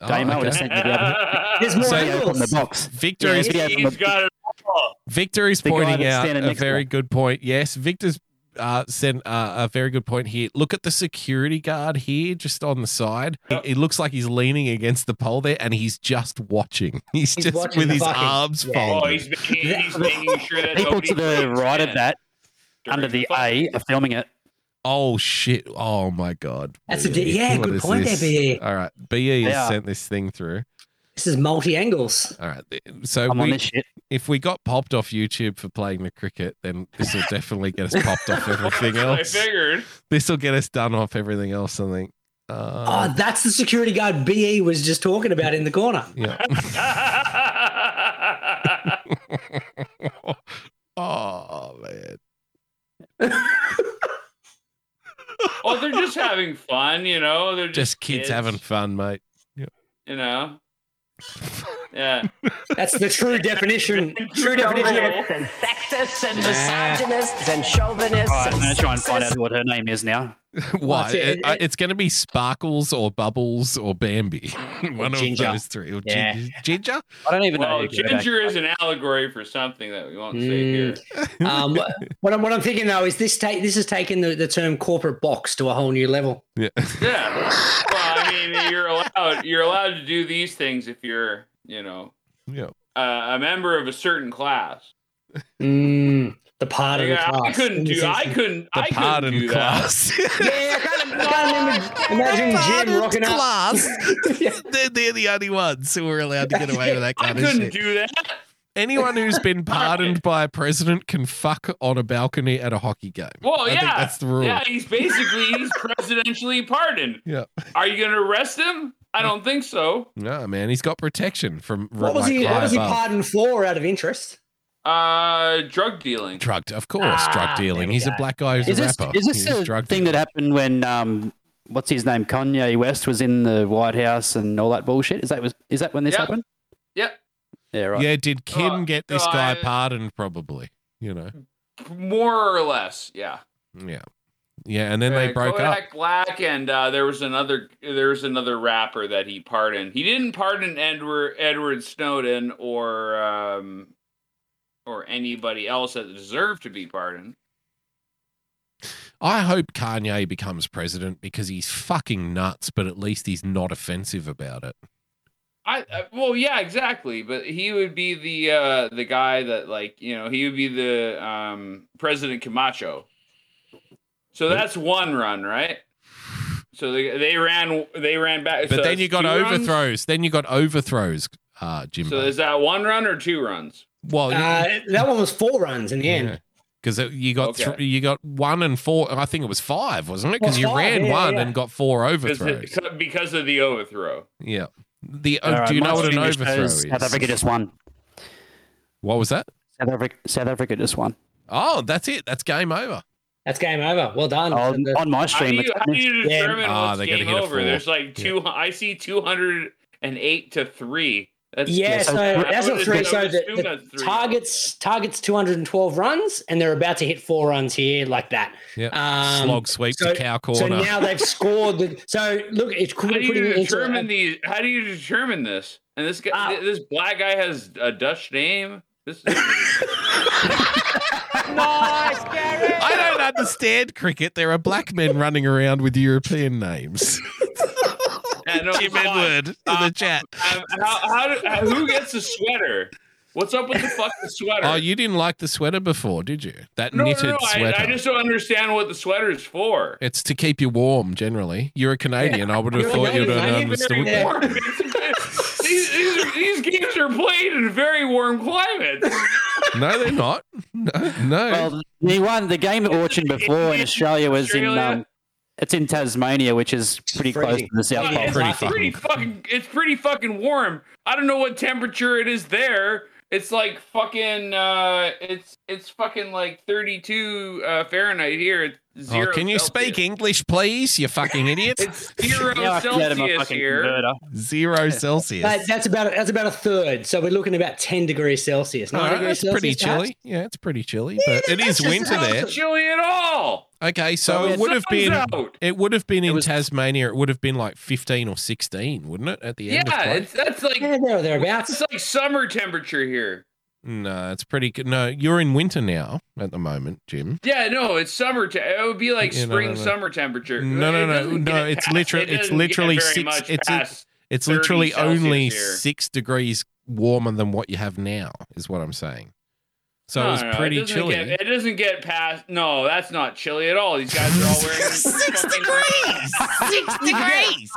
Oh, Damo. I just okay. sent you the other (laughs) (laughs) There's more So- angles. from the box. Victor Yeah, is video from He's the- got it Oh, all. Victor is The guy pointing that's out standing a next to very him. good point. Yes, Victor's uh, sent uh, a very good point here. Look at the security guard here, just on the side. He- He, looks like he's leaning against the pole there, and he's just watching. (laughs) He's, He's just watching with the his fucking- arms yeah. folded. Oh, he's making, he's making sure that people nobody to the kicks right in. of that, under the A, are filming it. Oh shit! Oh my god! That's a BE. di- yeah, What good is point there, this? BE. All right, BE has Yeah. sent this thing through. This is multi angles. All right, th- so I'm we, on this shit. if we got popped off YouTube for playing the cricket, then this will definitely get us popped off everything I else. (laughs) figured. This will get us done off everything else. I think. Uh, Oh, that's the security guard BE was just talking about in the corner. yeah. (laughs) oh man. Oh, they're just having fun, you know. They're Just just, kids having fun, mate. (laughs) Yeah. you know. (laughs) Yeah. That's the (laughs) true definition. True definition. of- Communists and sexist and Nah. misogynists and chauvinists. All right, I'm and going to try and find sexist. out what her name is now. What? Well, it- It- uh, it's going to be Sparkles or Bubbles or Bambi. (laughs) One Ginger. of those three. Or Gin- Yeah. Ginger? I don't even Well, know. who Kodak- ginger is an allegory for something that we won't say here. Ah, Um, what, I'm, what I'm thinking though is this take this is taking the, the term corporate box to a whole new level. Yeah. Yeah. Well, I mean, you're allowed. You're allowed to do these things if you're, you know, Yeah. uh, a member of a certain class. Mm, The pardon Yeah, I class. couldn't do- I couldn't- The I couldn't pardon do (laughs) that. class. (laughs) yeah, I can't, I (laughs) can't imagine, imagine Jim rocking up. (laughs) class. they're, they're the only ones who are allowed to get away with that (laughs) I kind of couldn't shit. do that. Anyone who's (laughs) been pardoned by a president can fuck on a balcony at a hockey game. Well, I yeah, think that's the rule. Yeah, he's basically (laughs) he's presidentially pardoned. Yeah. Are you going to arrest him? I don't think so. No, man, he's got protection from What was like, he? What high was he above. pardoned for? Out of interest. Uh, drug dealing. Drugged, of course, drug dealing. He's a black guy who's Is a this, rapper. is this He's the drug thing that happened when um, what's his name Kanye West was in the White House and all that bullshit? Is that was is that when this Yep. happened? Yep. Yeah, right. Yeah, did Kim get this no, guy I- pardoned? Probably, you know. More or less, yeah. Yeah, yeah, and then they Uh, broke Kodak up. Black, and uh, there was another there was another rapper that he pardoned. He didn't pardon Edward Edward Snowden or um, or anybody else that deserved to be pardoned. I hope Kanye becomes president because he's fucking nuts, but at least he's not offensive about it. I uh, well, yeah, exactly. But he would be the uh, the guy that like you know he would be the um, President Camacho. So that's one run, right? So they, they ran they ran back. But so then that's you got two runs? overthrows. Then you got overthrows, uh, Jimbo. So is that one run or two runs? well, Uh, that one was four runs in the end. because you got Okay. thr- you got one and four. I think it was five, wasn't it? Well, Because you five, ran yeah, one yeah. and got four Because overthrows. of, because of the overthrow. yeah. The All oh, right, do you my know what an screen just overthrow shows is? South Africa just won. What was that? South Africa, South Africa just won. Oh, that's it. That's game over. That's game over. Well done. Oh, And the- on my How do stream, you, it's- how do you Yeah. determine Ah, what's they gotta game hit a over? four. There's like Yeah. two. I see two hundred and eight to three. That's yeah, so I that's would not three. assume- So I would assume the, that's the three. targets targets 212 runs, and they're about to hit four runs here, like that. Yeah. Um, Slog sweep so- to cow So corner. now they've scored. The, so look, it's How do pretty, you pretty determine these? How do you determine this? And this guy, this black guy has a Dutch name. This (laughs) Nice, Gary. I don't understand cricket. There are black men running around with European (laughs) names. Yeah, no, Jim come on. Edward in Uh, the chat. um, how, how do, uh, who gets the sweater? What's up with the fucking sweater? Oh, you didn't like the sweater before, did you? That no, no, knitted no. I, sweater. I just don't understand what the sweater is for. It's to keep you warm, generally. You're a Canadian. I would have thought you'd have understood Very that. warm. (laughs) It's- these, these, are- these games are played in very warm climates. No, they're not. No, no. Well, the one the game that auction before in Australia was in Australia. um, it's in Tasmania, which is pretty close to the south pole. It's pretty fucking. It's pretty fucking warm. I don't know what temperature it is there. It's like fucking. Uh, it's it's fucking like thirty-two uh, Fahrenheit here. It's Oh, zero. can you speak English, please? You fucking idiot. It's (laughs) zero Yeah, I can get him a Celsius fucking here. converter. (laughs) Zero Celsius. That, that's about that's about a third. So we're looking at about 10 degrees Celsius. All 9 right, degrees that's Celsius, pretty perhaps? chilly. Yeah, it's pretty chilly, but it is It's winter not there. chilly at all. Okay, so Well, it the would have sun's been out. it would have been in Tasmania. It would have been like fifteen or sixteen, wouldn't it? At the end of Yeah, play? it's, that's like Yeah, there or thereabouts. it's like summer temperature here. no, it's pretty good. No, you're in winter now at the moment, Jim. Yeah, no, it's summer. Te- it would be like Yeah, no, no, spring, no. summer temperature. No, It no, no, doesn't no. get It's past- literally, it it's doesn't get literally very six. much It's past it's, it's 30 literally only Celsius here. six degrees warmer than what you have now, is what I'm saying. So No, it was no, no, pretty doesn't chilly. get- (laughs) (laughs) it doesn't get past. No, that's not chilly at all. These guys are (laughs) all wearing six degrees. Six degrees.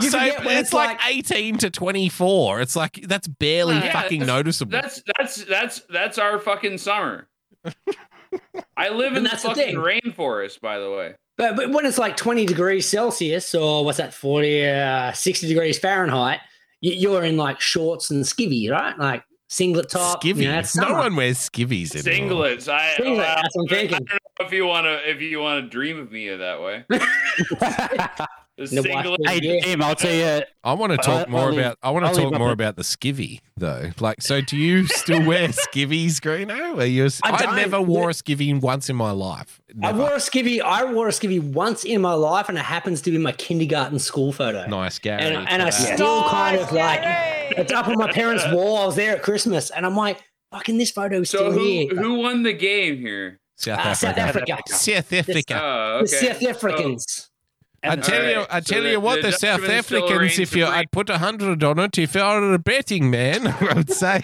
You so forget when it's, it's like, 18 to 24. It's like that's barely Yeah, fucking that's- noticeable. That's that's that's that's our fucking summer. I live in And the that's the fucking thing. rainforest, by the way. But, but when it's like 20 degrees Celsius or what's that, 40, uh, 60 degrees Fahrenheit, you, you're in like shorts and skivvy, right? Like singlet top. You skivvies. know, that's no summer. one wears skivvies anymore. Singlets. I, Singlet, well, that's what I'm I don't thinking. know if you want to if you want to dream of me (laughs) that way. The No, why- singlet. Hey Jim, I'll tell you. I want to But talk I'll- more I'll leave- about. I want I'll to leave talk my more pre- about the skivvy though. Like, so do (laughs) you still wear skivvies, Greeno? Are you? I I, don't. never wore a skivvy once in my life. I Never. wore a skivvy. I wore a skivvy once in my life, and it happens to be my kindergarten school photo. nice, Gary. and, and I for that. Oh, still kind of like it's up on my parents' wall. I was there at Christmas, and I'm like, "Fucking, this photo is So still who here." who won the game here? South Ah, South Africa. Africa. South Africa. Oh, The South Africans. Oh. I And- tell you, Alright, I uh, so tell the- you what, the the, South Dutchman still Africans. reigns If you, I'd put a hundred on it. If (laughs) I were a betting man, I would say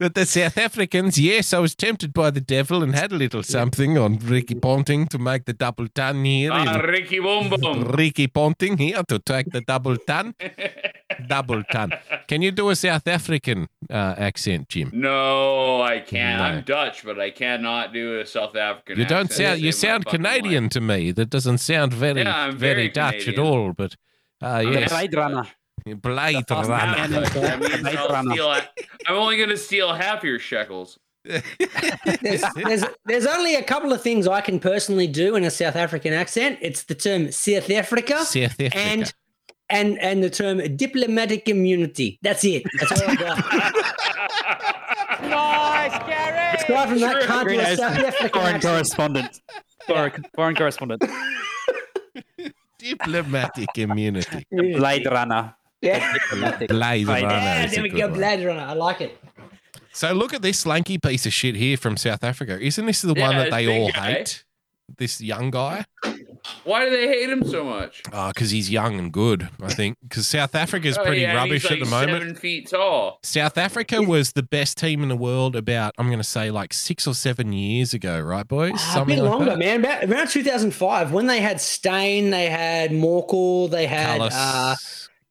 That the South Africans, yes, I was tempted by the devil and had a little something on Ricky Ponting to make the double tan here. Ah, and Ricky Boom Boom. Ricky Ponting here to take the double (laughs) tan. double tan. Can you do a South African uh, accent, Jim? No, I can't. No. I'm Dutch, but I cannot do a South African. You don't accent. sound. You Save my sound fucking Canadian to me. That doesn't sound very, Yeah, I'm very, very Dutch at Canadian. all. But uh, I'm yes, Blade Runner. Blade fast Runner. man. (laughs) life. Ah, That means Blade I'll Runner. steal- I'm only going to steal half your shekels. There's, (laughs) there's, there's only a couple of things I can personally do in a South African accent. It's the term South Africa, South Africa. and and and the term diplomatic immunity. That's it. That's all I got. (laughs) Nice, Gary. Aside from that, can't do Green a South Eyes, African foreign accent. correspondent. (laughs) Foreign, foreign correspondent. Diplomatic (laughs) immunity. Blade Runner. Yeah. Blade Blade. Runner Yeah, is a there we good go, one. Blade Runner. I like it. So look at this lanky piece of shit here from South Africa. Isn't this the Yeah, one that this they big all guy. hate? This young guy? Why do they hate him so much? Oh, because he's young and good, I think. Because South Africa's Oh, pretty yeah, and rubbish he's at the like moment. Seven feet tall. South Africa was the best team in the world about, I'm going to say, like six or seven years ago, right, boys? Ah, a bit like longer, that. man. About, around 2005, when they had Stain, they had Morkel, they had Callas, uh,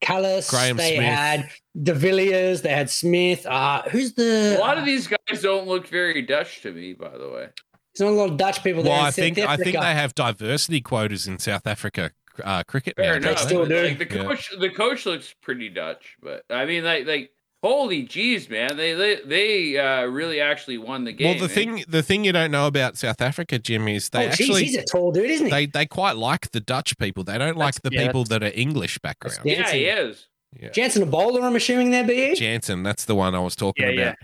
Callis, Graham they Smith. had De Villiers, they had Smith. Uh, who's the? A lot of these guys don't look very Dutch to me, by the way. there's not a lot of Dutch people Well, there. in I South think I think Africa. they have diversity quotas in South Africa uh, cricket. Fair now, enough. don't still but, do. Like, the Yeah. coach, the coach looks pretty Dutch, but I mean, like, like, holy jeez, man, they they they uh, really actually won the well, game. the eh? thing the thing you don't know about South Africa, Jim, is they oh, geez, actually he's a tall dude, isn't he? they they quite like the Dutch people. They don't like the yeah, people that are English background. yeah, he is. Yeah. Jansen a bowler, I'm assuming there E? be. Jansen, that's the one I was talking Yeah, yeah. about.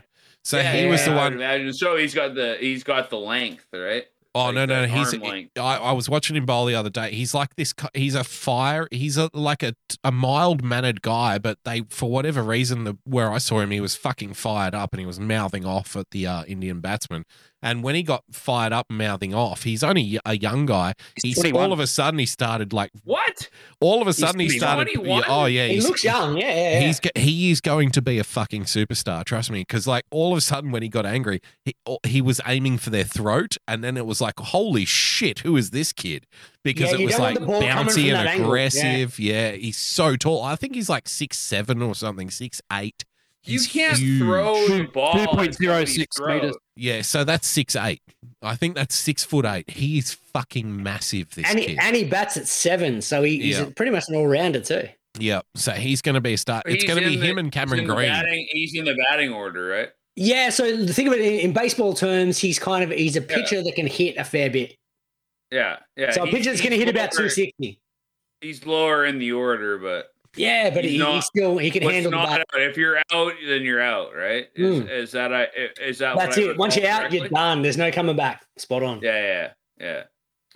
So Yeah, he was yeah, the I would one Imagine. So he's got the he's got the length, right? Oh Like no, no, that he's. arm length. I, I was watching him bowl the other day. He's like this. cu- He's a fire. He's a like a, a mild mannered guy, but they for whatever reason, the where I saw him, he was fucking fired up and he was mouthing off at the uh, Indian batsman. And when he got fired up, mouthing off, he's only y- a young guy. He's, 21. all of a sudden he started like What? all of a sudden he 21. started. yeah, oh yeah, he he's- looks young. Yeah, yeah, yeah. He's go- he is going to be a fucking superstar. Trust me, because like all of a sudden when he got angry, he oh, he was aiming for their throat, and then it was like, holy shit, who is this kid? Because Yeah, it you was don't like want the ball coming from bouncy that and angle. Yeah. aggressive. Yeah. he's so tall. I think he's like six seven or something, six eight. You He's can't huge. throw the ball. at 2.06 somebody's throat. meters. Yeah, so that's six eight. I think that's six foot eight. He is fucking massive. This and he, kid. and he bats at seven, so he, he's Yeah. pretty much an all rounder too. yeah, so he's going to be a star. But It's he's going to be in the- him and he's Cameron in the Green. batting- he's in the batting order, right? Yeah, so think of it in, in baseball terms. He's kind of he's a pitcher that can hit a fair bit. Yeah, yeah. so a he's- pitcher that's he's going to hit about lower- two sixty. He's lower in the order, but Yeah, but He's he, he not- still he can what's handle the not bat. out? If you're out, then you're out, right? Is, Mm. is that I? Is that That's what I it. Once recall you're out, you're correctly? done. There's no coming back. Spot on. Yeah, yeah, yeah.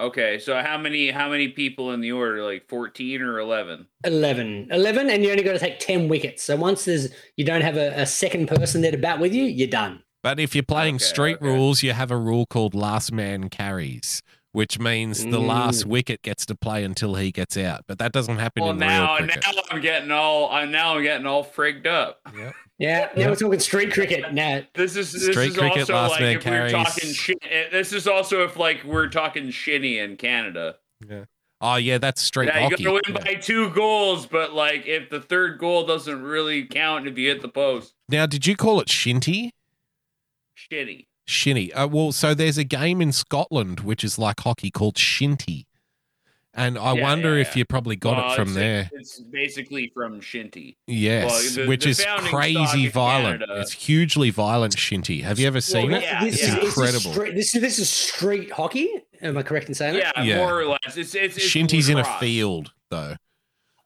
Okay, so how many how many people in the order? Like fourteen or eleven? 11. 11, and you only got to take 10 wickets. So once there's you don't have a, a second person there to bat with you, you're done. But if you're playing Okay, street okay. rules, you have a rule called last man carries, which means the last Mm. wicket gets to play until he gets out. But that doesn't happen Well, in now real now cricket. I'm getting all I'm now I'm getting all frigged up. Yeah, now we're talking street cricket. Now, This is this Straight is cricket, also last like man if we're carries. talking shit. eh, This is also if like we're talking shinny in Canada. Oh yeah, that's street Yeah, hockey. you got to Yeah. win by two goals, but like if the third goal doesn't really count if you hit the post, Now, did you call it shinty? shitty. Shinny. Uh, well, so there's a game in Scotland which is like hockey called shinty, and I Yeah, wonder yeah, if yeah. you probably got Well, it from Uh, it's- there. It's basically from shinty. Yes, the- which the is founding stock crazy in violent. Canada- It's hugely violent shinty. Have you ever seen Well, it? yeah, it's this, is, this, is incredible. street, this, is, this is street hockey. Am I correct in saying that? Yeah, Yeah. more or less. It's it's, it's Shinty's in a lacrosse. field though.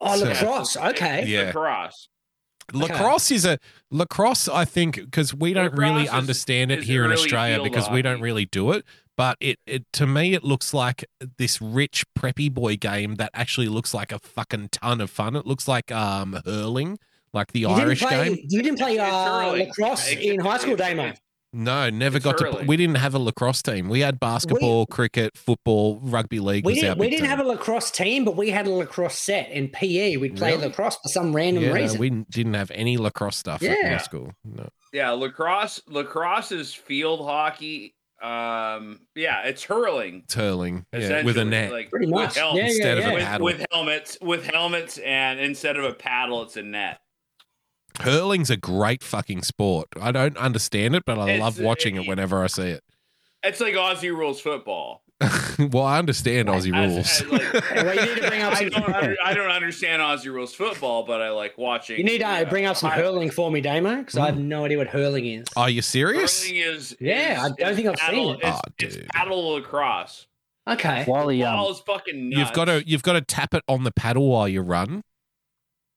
Oh, So- lacrosse. Okay. It's Yeah. lacrosse. Okay. Lacrosse is a lacrosse, I think, because we don't Lacrosse really is- understand it is here in really Australia field because we don't hockey. really do it. But it, it to me it looks like this rich preppy boy game that actually looks like a fucking ton of fun. It looks like um hurling, like the You didn't, Irish play, game. you didn't play It's uh, hurling. lacrosse It's- in high school, it's- Damo. it's- No, never It's got to. hurling. We didn't have a lacrosse team. We had basketball, cricket, football, rugby league. We was our didn't, we big didn't team. have a lacrosse team, but we had a lacrosse set in PE. We'd play Really? lacrosse for some random yeah, no, reason. we didn't have any lacrosse stuff at my Yeah. school. No. Yeah, lacrosse. Lacrosse is field hockey. Um, yeah, it's hurling. Turling yeah, essentially, with a net like Pretty much. With hel- Yeah, yeah, Instead of a yeah. with- paddle. with helmets, with helmets, and instead of a paddle, it's a net. Hurling's a great fucking sport. I don't understand it, but I It's- love watching it whenever I see it. (laughs) It's like Aussie rules football. well, I understand Aussie rules. (laughs) well, you need to bring up I some. don't, under, I don't understand Aussie rules football, but I like watching. You need to uh, bring up some I- hurling for me, Damo, because I Hmm. have no idea what hurling is. (laughs) Are you serious? Hurling is Yeah, is- I don't is think I've seen paddle- it. Ah, It's, it's paddle lacrosse. Okay. Wally, um, Ball is fucking nuts. You've got to you've got to tap it on the paddle while you run.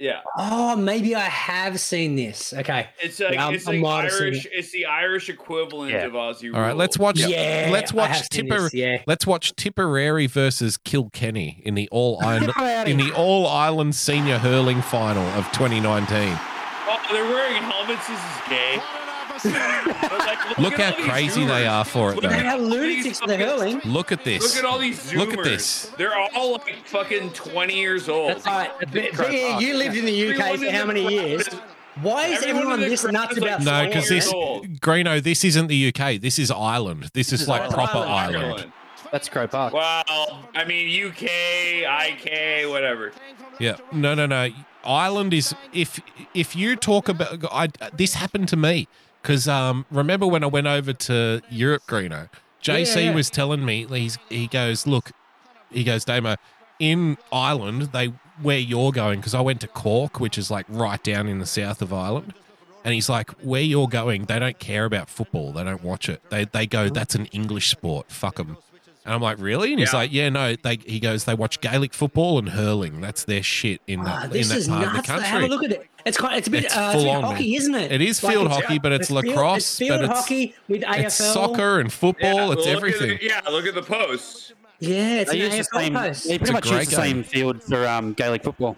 yeah. Oh, maybe I have seen this. Okay. It's like Yeah, I'm- it's I like might have seen Irish. It's the Irish equivalent Yeah. of Aussie. All right, let's watch. Yeah, let's I have watch seen Tipper. this, yeah. Let's watch Tipperary versus Kilkenny in the all (laughs) Ireland outta in the All Ireland Senior Hurling Final of 2019. Oh, they're wearing helmets. This is gay. But, like, Look at how all these crazy they zoomers. are for it, Look at though. How lunatics for the hurling. Look at this. Look at all these zoomers. Look at this. They're all like fucking 20 years old. All right, Big E, you lived in the UK Everyone for in how the many crowd years? is- Why is everyone in everyone the this crowd nuts is like about No, football? because this Greeno, this isn't the UK. This is Ireland. This is is like Ireland. proper Ireland. Ireland. That's Crow Park. Well, I mean UK, IK, whatever. Yeah. No, no, no. Ireland is if if you talk about I this happened to me because um remember when I went over to Europe, Greeno, JC Yeah, yeah. was telling me he's he goes look, he goes Damo, in Ireland they where you're going because I went to Cork, which is like right down in the south of Ireland. And he's like, where you're going, they don't care about football. They don't watch it. They, they go, that's an English sport. Fuck them. And I'm like, really? And he's Yeah. like, yeah, no. They, he goes, they watch Gaelic football and hurling. That's their shit in Ah, that, in this that is part nuts. of the Have country. a look at it. It's quite. It's a bit. It's uh, it's a full bit on, man. hockey, isn't it? It is field hockey, but it's field- lacrosse, Field, but it's- hockey with AFL. It's soccer and football. Yeah, it's look at everything. the- yeah, look at the posts. Yeah, it's they an use the AFL same. post. They pretty much use the same field for um, Gaelic football.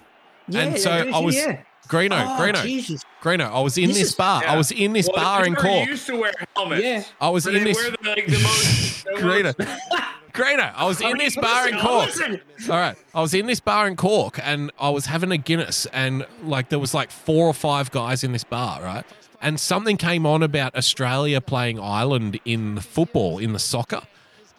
Yeah, and they so do, I was yeah. Greeno, Oh, Greeno, Jesus. Greeno. I was in This this, is- bar. I was in this Well, bar in they were Cork. used to wear helmets. Yeah. I was Where in they this- Wear the, like, (laughs) the most, the Greeno, most- Greeno. I was in this bar in Listen, Cork. listen. All right, I was in this bar in Cork, and I was having a Guinness, and like there was like four or five guys in this bar, right? And something came on about Australia playing Ireland in football in the soccer,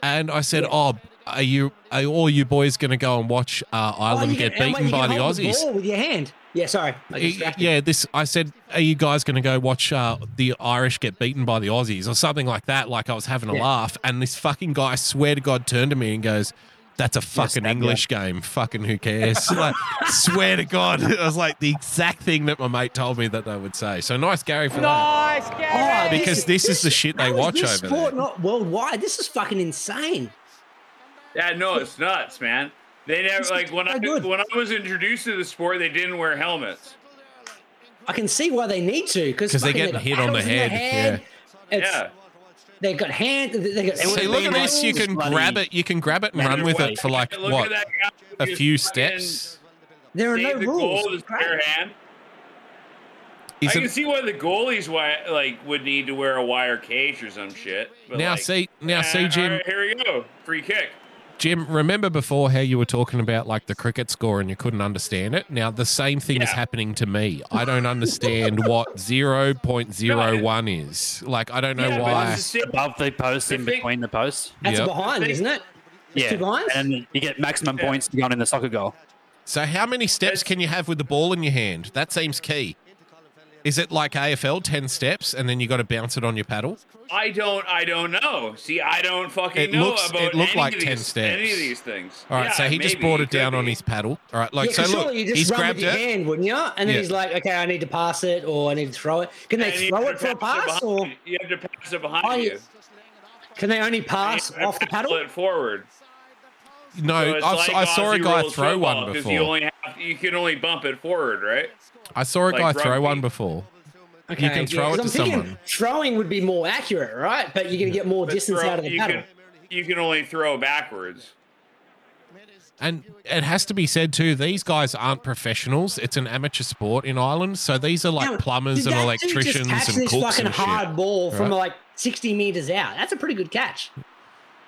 and I said, "Oh, are you are all you boys going to go and watch uh, Oh, Ireland you can- get and wait, beaten you by can the hold Aussies?" ball with your hand. Yeah, sorry. I Y- distracted. yeah, this I said, are you guys going to go watch uh, the Irish get beaten by the Aussies or something like that? Like I was having a Yeah. laugh, and this fucking guy, I swear to God, turned to me and goes, "That's a fucking stab English game. Fucking who cares?" (laughs) like, swear to God, (laughs) it was like the exact thing that my mate told me that they would say. So nice, Gary, for Nice, Oh, that, because this, is the shit they watch this over there. sport not worldwide. This is fucking insane. yeah, no, it's nuts, (laughs) man. They never like when I when I was introduced to the sport, they didn't wear helmets. I can see why they need to because 'Cause they're getting hit on the head, yeah. They've got hand. They got. See, look at this. You can grab it. You can grab it and Yeah, run they're with waiting. it for like Look at what that a few steps. There are no Save the goal rules. with their hand. Is I it- can see why the goalies wi- like would need to wear a wire cage or some shit. But Now like, see- now eh, see, all right, Jim. here we go, free kick. Jim, remember before how you were talking about like the cricket score and you couldn't understand it? Now the same thing is Yeah. happening to me. I don't (laughs) understand what 0.01 is. Like I don't know Yeah, but why. it's above the post, in between the posts. That's Yep. behind, isn't it? Yeah, two behinds? and you get maximum points to go on in the soccer goal. So how many steps can you have with the ball in your hand? That seems key. Is it like AFL 10 steps and then you got to bounce it on your paddle? I don't. I don't know. See, I don't fucking It know looks- about it looked any, like of 10 these, any steps. of these things. All right, Yeah, so he just maybe. brought it could down on be. his paddle. All right, like yeah, 'cause so look, surely you just he's run grabbed with your it. hand, wouldn't you? And then Yeah. he's like, "Okay, I need to pass it, or I need to throw it." Can And they you throw have it for to a pass it pass, or behind- you have to pass it behind Oh, yeah. you? can they only pass You have off the to paddle? It forward. No, So it's I've- like uh, I saw a Aussie guy rules throw football, one 'cause before. You only have, you can only bump it forward, right? I saw a like guy throw rugby. one before. Okay, you can throw yeah, it 'cause to I'm thinking someone. Throwing would be more accurate, right? But you're going to get more But distance throw- out of the you paddle. Can, you can only throw backwards. And it has to be said too, these guys aren't professionals. It's an amateur sport in Ireland. So these are like Now, plumbers did and that dude electricians just catch and this cooks fucking and shit. hard ball from right? like 60 meters out. That's a pretty good catch.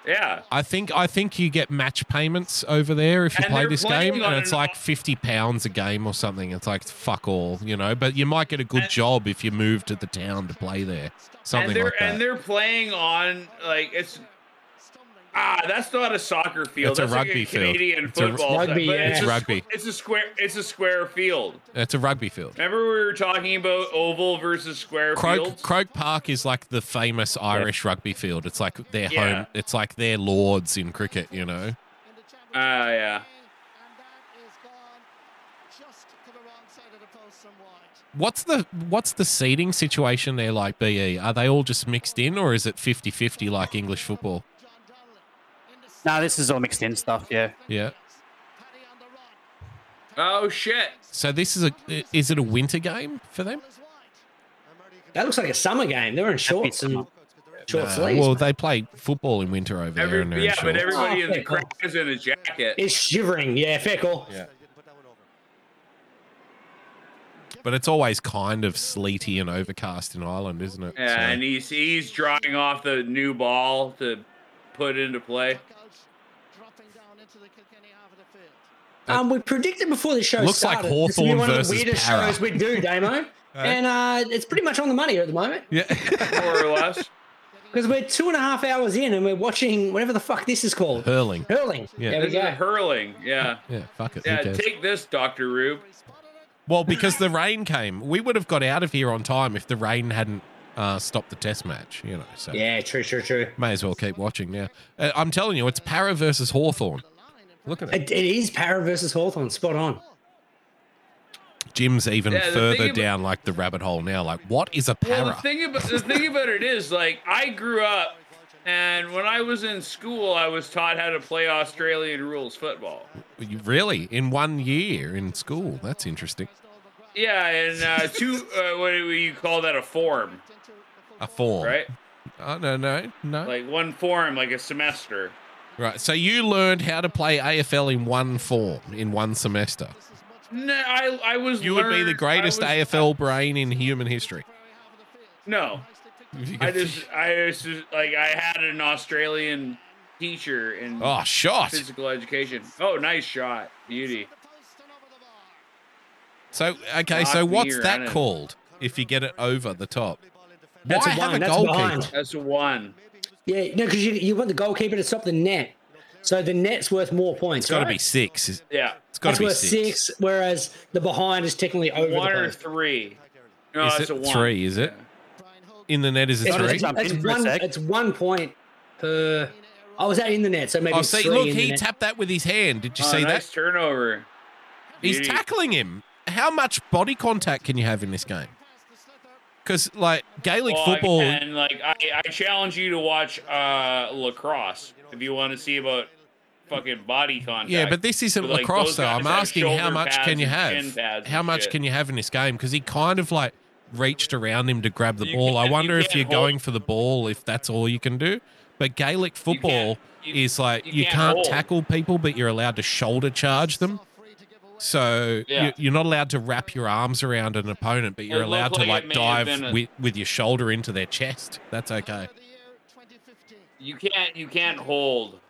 Yeah. I think I think you get match payments over there if you And play they're this playing game, on and it's an- like fifty pounds a game or something. It's like fuck all, you know. But you might get a good job if you move to the town to play there, something and they're like that. and they're playing on like it's ah that's not a soccer field. It's a that's rugby like a field. Canadian It's a r- football. Rugby, but yeah. it's, a It's rugby. squ- it's a square. It's a square field. It's a rugby field. Remember we were talking about oval versus square Croke, fields. Croke Park is like the famous Irish rugby field. It's like their Yeah. home. It's like their lords in cricket, you know. Oh yeah. What's the what's the seating situation there like, BE? Are they all just mixed in or is it 50-50 like English football? No, this is all mixed in stuff. Yeah. Yeah. Oh shit. So this is a is it a winter game for them? That looks like a summer game. They're in shorts and short No, sleeves. Uh, well, they play football in winter over there, and they're Every, in yeah, but shorts. everybody in Oh, the crowd is in a jacket. it's shivering. Yeah, fair call. Yeah. But it's always kind of sleety and overcast in Ireland, isn't it? Yeah, and he's he's drawing off the new ball to put into play. Um, we predicted before the show Looks like started. this will be Hawthorn one of versus the weirdest Para. shows we do, (laughs) Damo, and uh, it's pretty much on the money at the moment (laughs) More or (laughs) less. because we're two and a half hours in and we're watching whatever the fuck this is called (laughs) hurling. Hurling. Yeah. There we This is go. hurling. Yeah. Yeah, fuck it. who Yeah, cares? take this, Dr. Rube. Well, because the rain came, we would have got out of here on time if the rain hadn't uh, stopped the test match. You know, so Yeah, true, true, true. may as well keep watching now. Uh, I'm telling you, it's Para versus Hawthorn. Look at It, it. it is Para versus Hawthorn. Spot on. Jim's even Yeah, the further thing about- down like the rabbit hole now. Like, what is a Para? Well, the thing about the (laughs) thing about it is, like, I grew up, and when I was in school, I was taught how to play Australian rules football. You- really, in one year in school? That's interesting. Yeah, and (laughs) uh, two, uh, what do you call that? A form, A form, right? Oh no, no, no. Like one form, like a semester. Right. So you learned how to play AFL in one form in one semester. No, I, I was. You would be the learned- I greatest was- AFL brain in human history. (laughs) No, I just, I just like, I had an Australian teacher in Oh, shot. physical education. Oh, nice shot, beauty. So okay, Knock so me what's that around. called if you get it over the top? That's Why a have one, a that's goalkeeper? behind. That's a one. Yeah, no, because you, you want the goalkeeper to stop the net, so the net's worth more points. It's got to right? be six. is- Yeah, It's got That's to be worth six. whereas the behind is technically over one the or post. three. No, is it's it a one. three? Is it in the net? Is it It's, three? Oh, it's one, it's one point per. Oh, is that in the net? So maybe Oh, it's see, three look, in the he net. tapped that with his hand. Did you Oh, see nice that? turnover. He's Beauty. tackling him. How much body contact can you have in this game? Because like Gaelic Well, football, Oh, And like, I, I challenge you to watch uh, lacrosse if you want to see about fucking body contact. Yeah, but this isn't But, like, lacrosse those though. guys I'm have asking how shoulder much pads can you and have? chin pads How and much shit. can you have in this game? Because he kind of like reached around him to grab the You ball. I can't- you wonder if can't you're hold- going for the ball if that's all you can do. But Gaelic football is like you, you can't, can't hold. tackle people, but you're allowed to shoulder charge them. So Yeah. you, you're not allowed to wrap your arms around an opponent, but you're It allowed looked to like like it may dive have been a- with, with your shoulder into their chest. That's okay. You can't you can't hold.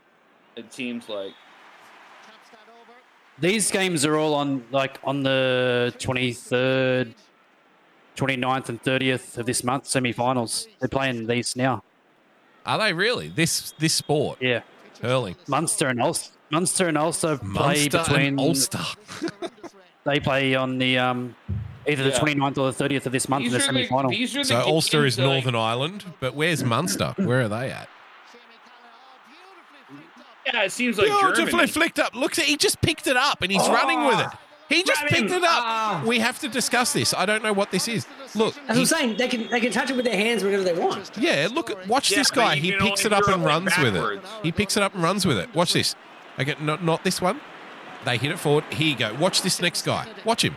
It seems like These games are all on like on the 23rd, 29th, and 30th of this month, semi-finals. They're playing these now. Are they really this this sport? Yeah, hurling. Munster and Ulster. Munster and Ulster play Munster and between Ulster. they play on the um, either the Yeah. 29th or the 30th of this month in the semi-final. so Ulster is Northern Ireland, but where's Munster? Where are they at? yeah, it seems like Beautifully Germany. flicked up. Look, he just picked it up and he's running with it. He just grab picked him. it up. Ah. we have to discuss this. I don't know what this is. Look, That's what I'm saying. They can they can touch it with their hands whenever they want. yeah, look, at- watch Yeah, this but guy. you He can picks it only up throw and it runs with backwards. it. He picks it up and runs with it. Watch this. Okay, not not this one. They hit it forward. Here you go. Watch this next guy. Watch him.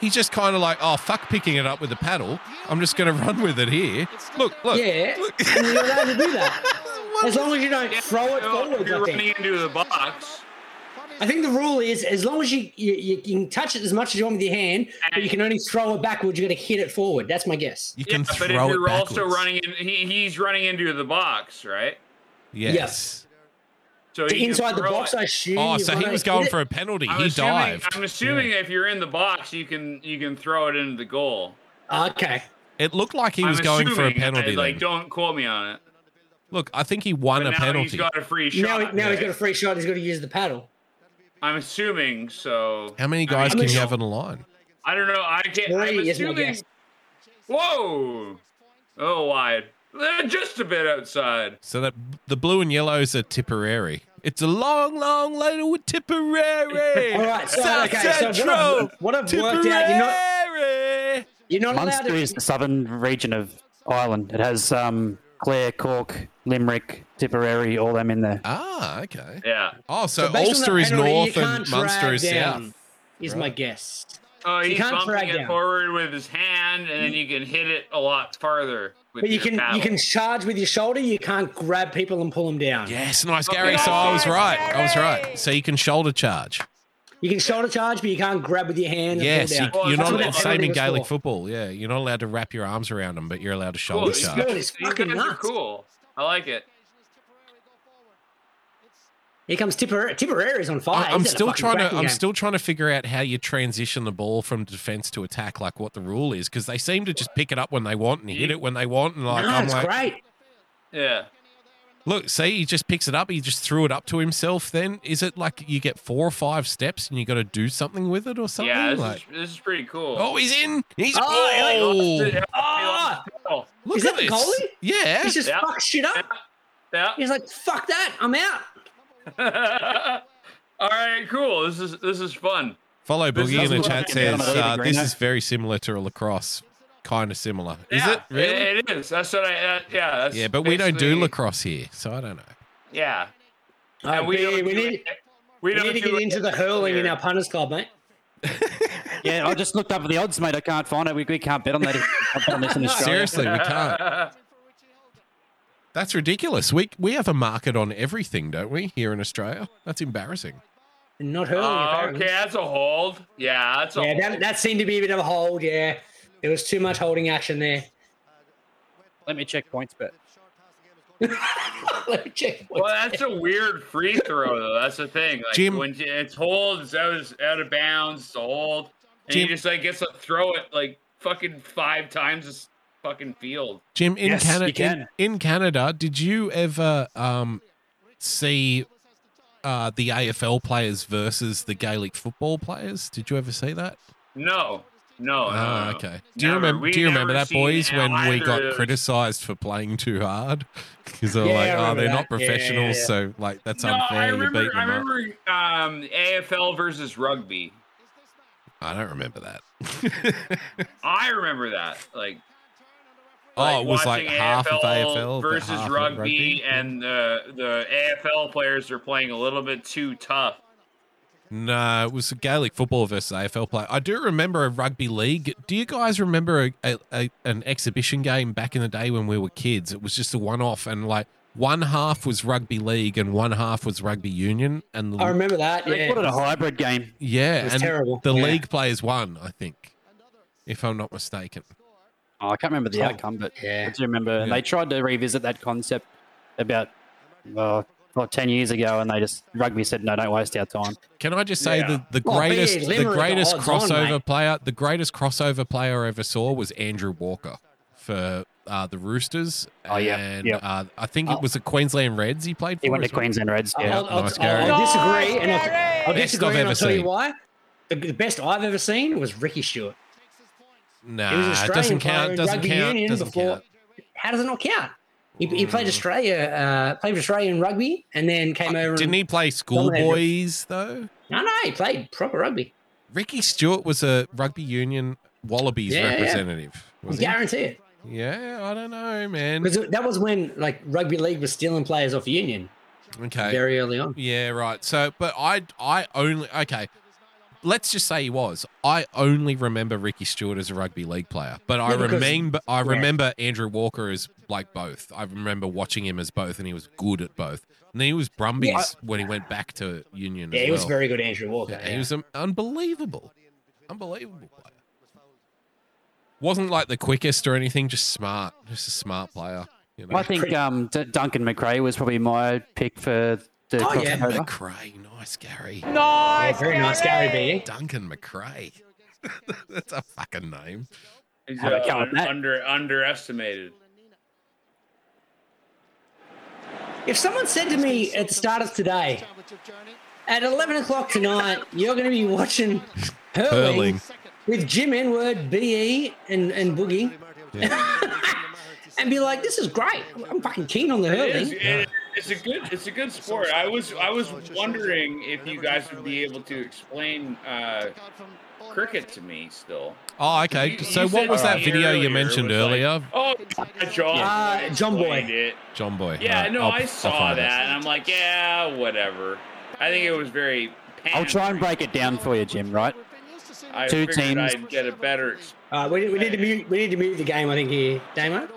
He's just kind of like, oh fuck, picking it up with a paddle. I'm just going to (laughs) run with it here. Look, look. Yeah, and you're allowed (laughs) to do that as long as you don't throw it You're forwards. I think. running into the box. I think the rule is as long as you, you you can touch it as much as you want with your hand, but you can only throw it backwards. You got to hit it forward. That's my guess. You can But if throw you're it also backwards. running in, he, he's running into the box, right? Yes. So To he can inside the throw box, it. I assume. Oh, you so he wanna was going hit for it. a penalty. I'm he assuming, dived. I'm assuming if you're in the box, you can you can throw it into the goal. Oh, Okay. It looked like he I'm was going for a assuming, I- penalty. like, then. don't quote me on it. Look, I think he won But a now penalty. he's got a free Now, shot. now he's got a right? free shot. He's got to use the paddle. I'm assuming so. How many I mean, guys can it's- you have on a line? I don't know. I can't. I'm Three is my assuming. guess. Whoa! Oh, wide. Eh, Just a bit outside. So that the blue and yellows are Tipperary. It's a long, long later with Tipperary. All right, so, okay, so what I've, what I've worked out, you're not, you're not allowed Munster to. is the southern region of Ireland. It has um, Clare, Cork, Limerick, Tipperary, all them in there. Ah, okay. Yeah. Oh, so, based on Ulster that is penalty, you north and can't Munster drag is down, south. Is my guess. Oh, You he's can't bumping drag it down. forward with his hand, and then you can hit it a lot farther. With But you your can paddle. you can charge with your shoulder. You can't grab people and pull them down. Yes, nice, Gary. So I was right. I was right. So you can shoulder charge. You can shoulder charge, but you can't grab with your hand. and Yes, pull you, down. you're That's not. what allowed- that Same penalty in was Gaelic for. football. Yeah, you're not allowed to wrap your arms around them, but you're allowed to shoulder Cool. This charge. girl is These fucking guys are nuts. cool. I like it. Here comes Tipper, Tipperary's on fire. I, He's am had a still fucking trying to. cracking I'm game. still trying to figure out how you transition the ball from defense to attack, like what the rule is, because they seem to just pick it up when they want and hit it when they want, and like No, I'm Ah, it's like, great. Yeah. look, see, he just picks it up. He just threw it up to himself. Then is it like you get four or five steps and you got to do something with it or something? Yeah. This, like, is, this is pretty cool. oh, he's in. He's Oh, oh, He lost it. Ah! Oh, look Is at that the this. goalie? Yeah, He's just Yeah. fucked shit up. yeah. He's like, fuck that, I'm out. All right. Cool. This is this is fun. Follow This Boogie in the is- chat Yeah, says I'm not uh, leaving, this Greeno. is very similar to a lacrosse, kind of similar. Is Yeah, it really? It is. That's what I. Uh, yeah. That's yeah, but we don't do basically- lacrosse here, so I don't know. Yeah. Oh, And we B, don't we do need- it- We, we don't need to do get it into the hurling in here. our punters club, mate. Yeah, I just looked up the odds, mate. I can't find it. We, we can't bet on (laughs) that. can't bet on this in Australia. (laughs) Seriously, we can't. That's ridiculous. We we have a market on everything, don't we? Here in Australia, that's embarrassing. And not hurling, Oh, okay, apparently. that's a hold. Yeah, that's a Yeah, hold. that, that seemed to be a bit of a hold, yeah. There was too much holding action there. (laughs) Let me check points bet. Let me check. well, that's a weird free throw, though. That's the thing. Like Jim- when it's hold, it's out, it's out of bounds. It's a hold, and Jim- he just like gets to throw it like fucking five times this fucking field. Jim, in Yes, Canada, you can. In, in Canada, did you ever um, see uh, the AFL players versus the Gaelic football players? Did you ever see that? No, Oh, no. no, Ah, no. okay. Do you Never. remember? We Do you remember never that, seen boys? When either we of got those. criticised for playing too hard (laughs) because they're Yeah, I like, "Oh, remember they're that. not Yeah, yeah, professionals, yeah. so like that's No, I unfair." you remember. beat them I up." remember um, AFL versus rugby. I don't remember (laughs) that. I remember that. Like oh, it was like watching half of AFL but versus half of rugby, and the the AFL players are playing a little bit too tough. No, it was Gaelic football versus AFL play. I do remember a rugby league. Do you guys remember a, a, a, an exhibition game back in the day when we were kids? It was just a one off, and like one half was rugby league and one half was rugby union. And I remember that, They yeah. called it a hybrid game. yeah, It was and terrible. the Yeah. league players won, I think, if I'm not mistaken. Oh, I can't remember the Oh, outcome, but yeah. I do remember Yeah. they tried to revisit that concept about uh, what, 10 years ago, and they just rugby said, no, don't waste our time. Can I just say Yeah. the, the Well, greatest being the Limerick greatest odds on, crossover mate. player the greatest crossover player I ever saw was Andrew Walker for uh, the Roosters. Oh, yeah. and Yeah. Uh, I think Oh. it was the Queensland Reds he played for. He went to as well. Queensland Reds. Yeah. I'll, I'll, Nice, I'll- I'll Gary. disagree, and I'll, I'll Best disagree, I've and ever I'll tell seen. you why. The, the best I've ever seen was Ricky Stewart. He was an Nah, Ah, it Australian doesn't player count. in Doesn't rugby count. union Doesn't before. count. Hmm. How does it not count? He, he played Australia, uh, played Australian rugby, and then came over. Didn't e- and, he play schoolboys though? No, no, he played proper rugby. Ricky Stewart was a rugby union Wallabies Yeah, yeah. representative. Was he? Guarantee it. Yeah, I don't know, man. Because that was when like rugby league was stealing players off Union Okay. very early on. Yeah, right. So, but I, I only okay. Let's just say he was. I only remember Ricky Stewart as a rugby league player, but I Yeah, because- remember I yeah. remember Andrew Walker as like both. I remember watching him as both, and he was good at both. And he was Brumbies Yeah. when he went back to Union. Yeah, as he was well. very good, Andrew Walker. Yeah, he was um, unbelievable, unbelievable player. Wasn't like the quickest or anything, just smart, just a smart player. You know? I think um, D- Duncan McRae was probably my pick for the Oh, yeah, crossover. McRae, nice Gary. Nice, Yeah, very nice, Gary. Gary B. Duncan McRae. (laughs) That's a fucking name. He's Have a uh, go at that. under underestimated. If someone said to me at the start of today, at 11 o'clock tonight, you're going to be watching hurling, Hurling. with Jim Inward, BE, and, and Boogie, (laughs) and be like, this is great. I'm- I'm fucking keen on the It is. hurling. It, it's a good. It's a good sport. I was. I was wondering if you guys would be able to explain uh, cricket to me still. Oh, okay. You- so you what said was to that me video earlier, you mentioned it was like, earlier? oh, John. Uh, John Boy. explained it. John Boy. Yeah, Right, no, I'll- i I'll saw find it. that, and I'm like, yeah, whatever. I think it was very. I'll try and break it down for you, Jim. Right? I Two figured teams. I'd get a better. ex- Uh, we, we, need to mute, we need to mute the game, I think, here, Damo.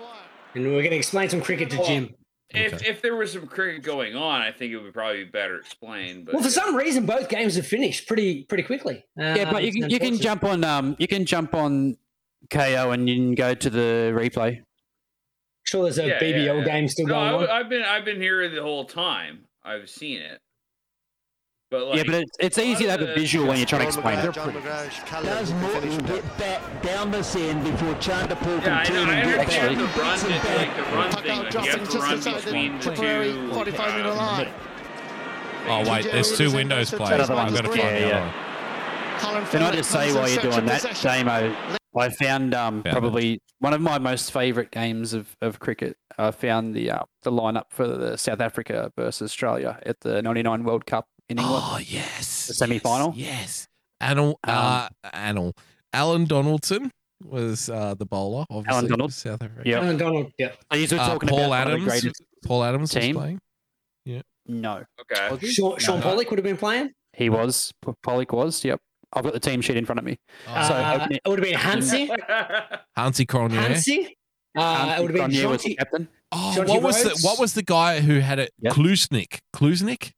And we're going to explain some cricket to Jim. If if there was some cricket going on, I think it would probably be better explained. But Well, for some reason, both games have finished pretty pretty quickly. yeah, but you can, you can jump on um you can jump on KO and you can go to the replay. Sure, there's a Yeah, BBL yeah, yeah. game still no, going I, on. w- I've been I've been here the whole time. I've seen it. But like, yeah, but it's, it's a lot easy to have of a the- visual when you're trying to explain it. Does Morton get back down this end before Chanderpaul Yeah, can I, turn I and get understand the back? run, that- like the run thing. Like, you have to run between the two. uh, Oh wait, there's two windows played. I've Another one's got to find yeah, the other one. yeah. Can I just say while you're doing that, Damo? I found um, probably one of my most favourite games of, of cricket. I found the uh, the lineup for the South Africa versus Australia at the '99 World Cup in England. (gasps) Oh yes, the semi-final. Yes, Annal, uh, Um, Annal, Alan Donaldson was uh, the bowler. Obviously, Alan Donald. for South Africa. Yeah. Alan Donald. Yeah. Are you still Uh, talking Paul about one of the Adams. greatest Paul Adams team? was playing. Yeah. No. Okay. Sean, Sean No. Pollock would have been playing. He was. P- Pollock was. Yep. I've got the team sheet in front of me. Uh, opening- it would have been Hansi. Hansi Cronje. Hansi. Uh, it would have been Grenier Um, was the Jonty, captain. Oh, Jonty what was the Rhodes. what was the guy who had it? Klusnik. Klusnik.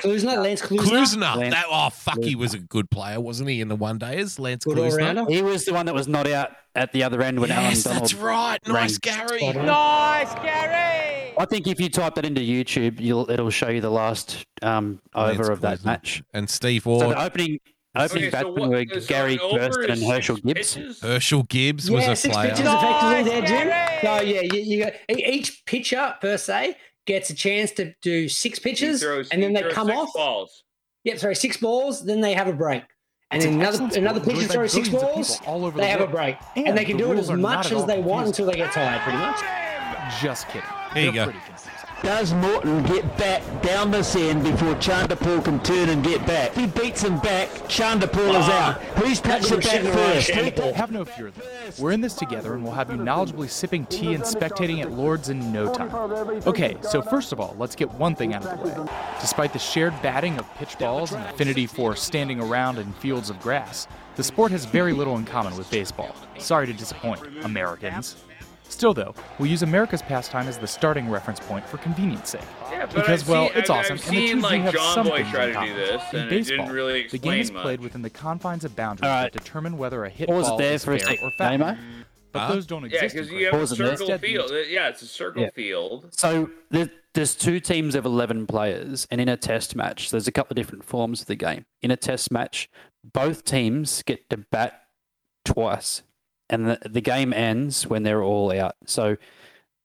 Klusner, Lance Klusner. Klusner. That, oh fuck, he was a good player, wasn't he? In the one days, Lance Good Klusner. all-rounder. He was the one that was not out at the other end when Yes, Alan Donald. that's right. Nice, Gary. Spot on. Nice, Gary. I think if you type that into YouTube, you'll it'll show you the last um, Lance over of that Klusner. match. And Steve So Ward. the opening opening Okay, so batsmen what- were so an Gary over Kirsten is and Herschel six Gibbs. pitches? Herschel Gibbs was yeah, a six player. pitches effectively there, Jim. So yeah, you, you got, e- each pitcher per se gets a chance to do six pitches, throws- and then he they throws come six off. balls. Yep, sorry, six balls. Then they have a break, and then another another pitcher throws six balls. all over They the have a world. break, And and, they can the do it rules as are not much at as all they want until confusing. they get tired, pretty much. Just kidding. There you go. Does Morton get back down this end before Chanderpaul can turn and get back? If he beats him back, Chanderpaul is Ah, out. Who's touched the that's back shit, right, first? Chanderpaul. Have no fear. We're in this together and we'll have you knowledgeably sipping tea and spectating at Lords in no time. Okay, so first of all, let's get one thing out of the way. Despite the shared batting of pitch balls and affinity for standing around in fields of grass, the sport has very little in common with baseball. Sorry to disappoint, Americans. Still, though, we use America's pastime as the starting reference point for convenience sake. Yeah, but because, I've well, seen- it's I've- awesome, I've and the two seen, do like, have John something Boy try in to do common. this, In and it didn't baseball, really the game is explain played much. within the confines of boundaries that determine whether a hit Pause ball there is for a fair sec, or foul. Damo. But Huh? those don't Yeah, exist. because in you have a Pause in there. circle field. Yeah, it's a circle Yeah. field. So there, there's two teams of 11 players, and in a test match, there's a couple of different forms of the game. In a test match, both teams get to bat twice, and the, the game ends when they're all out. So,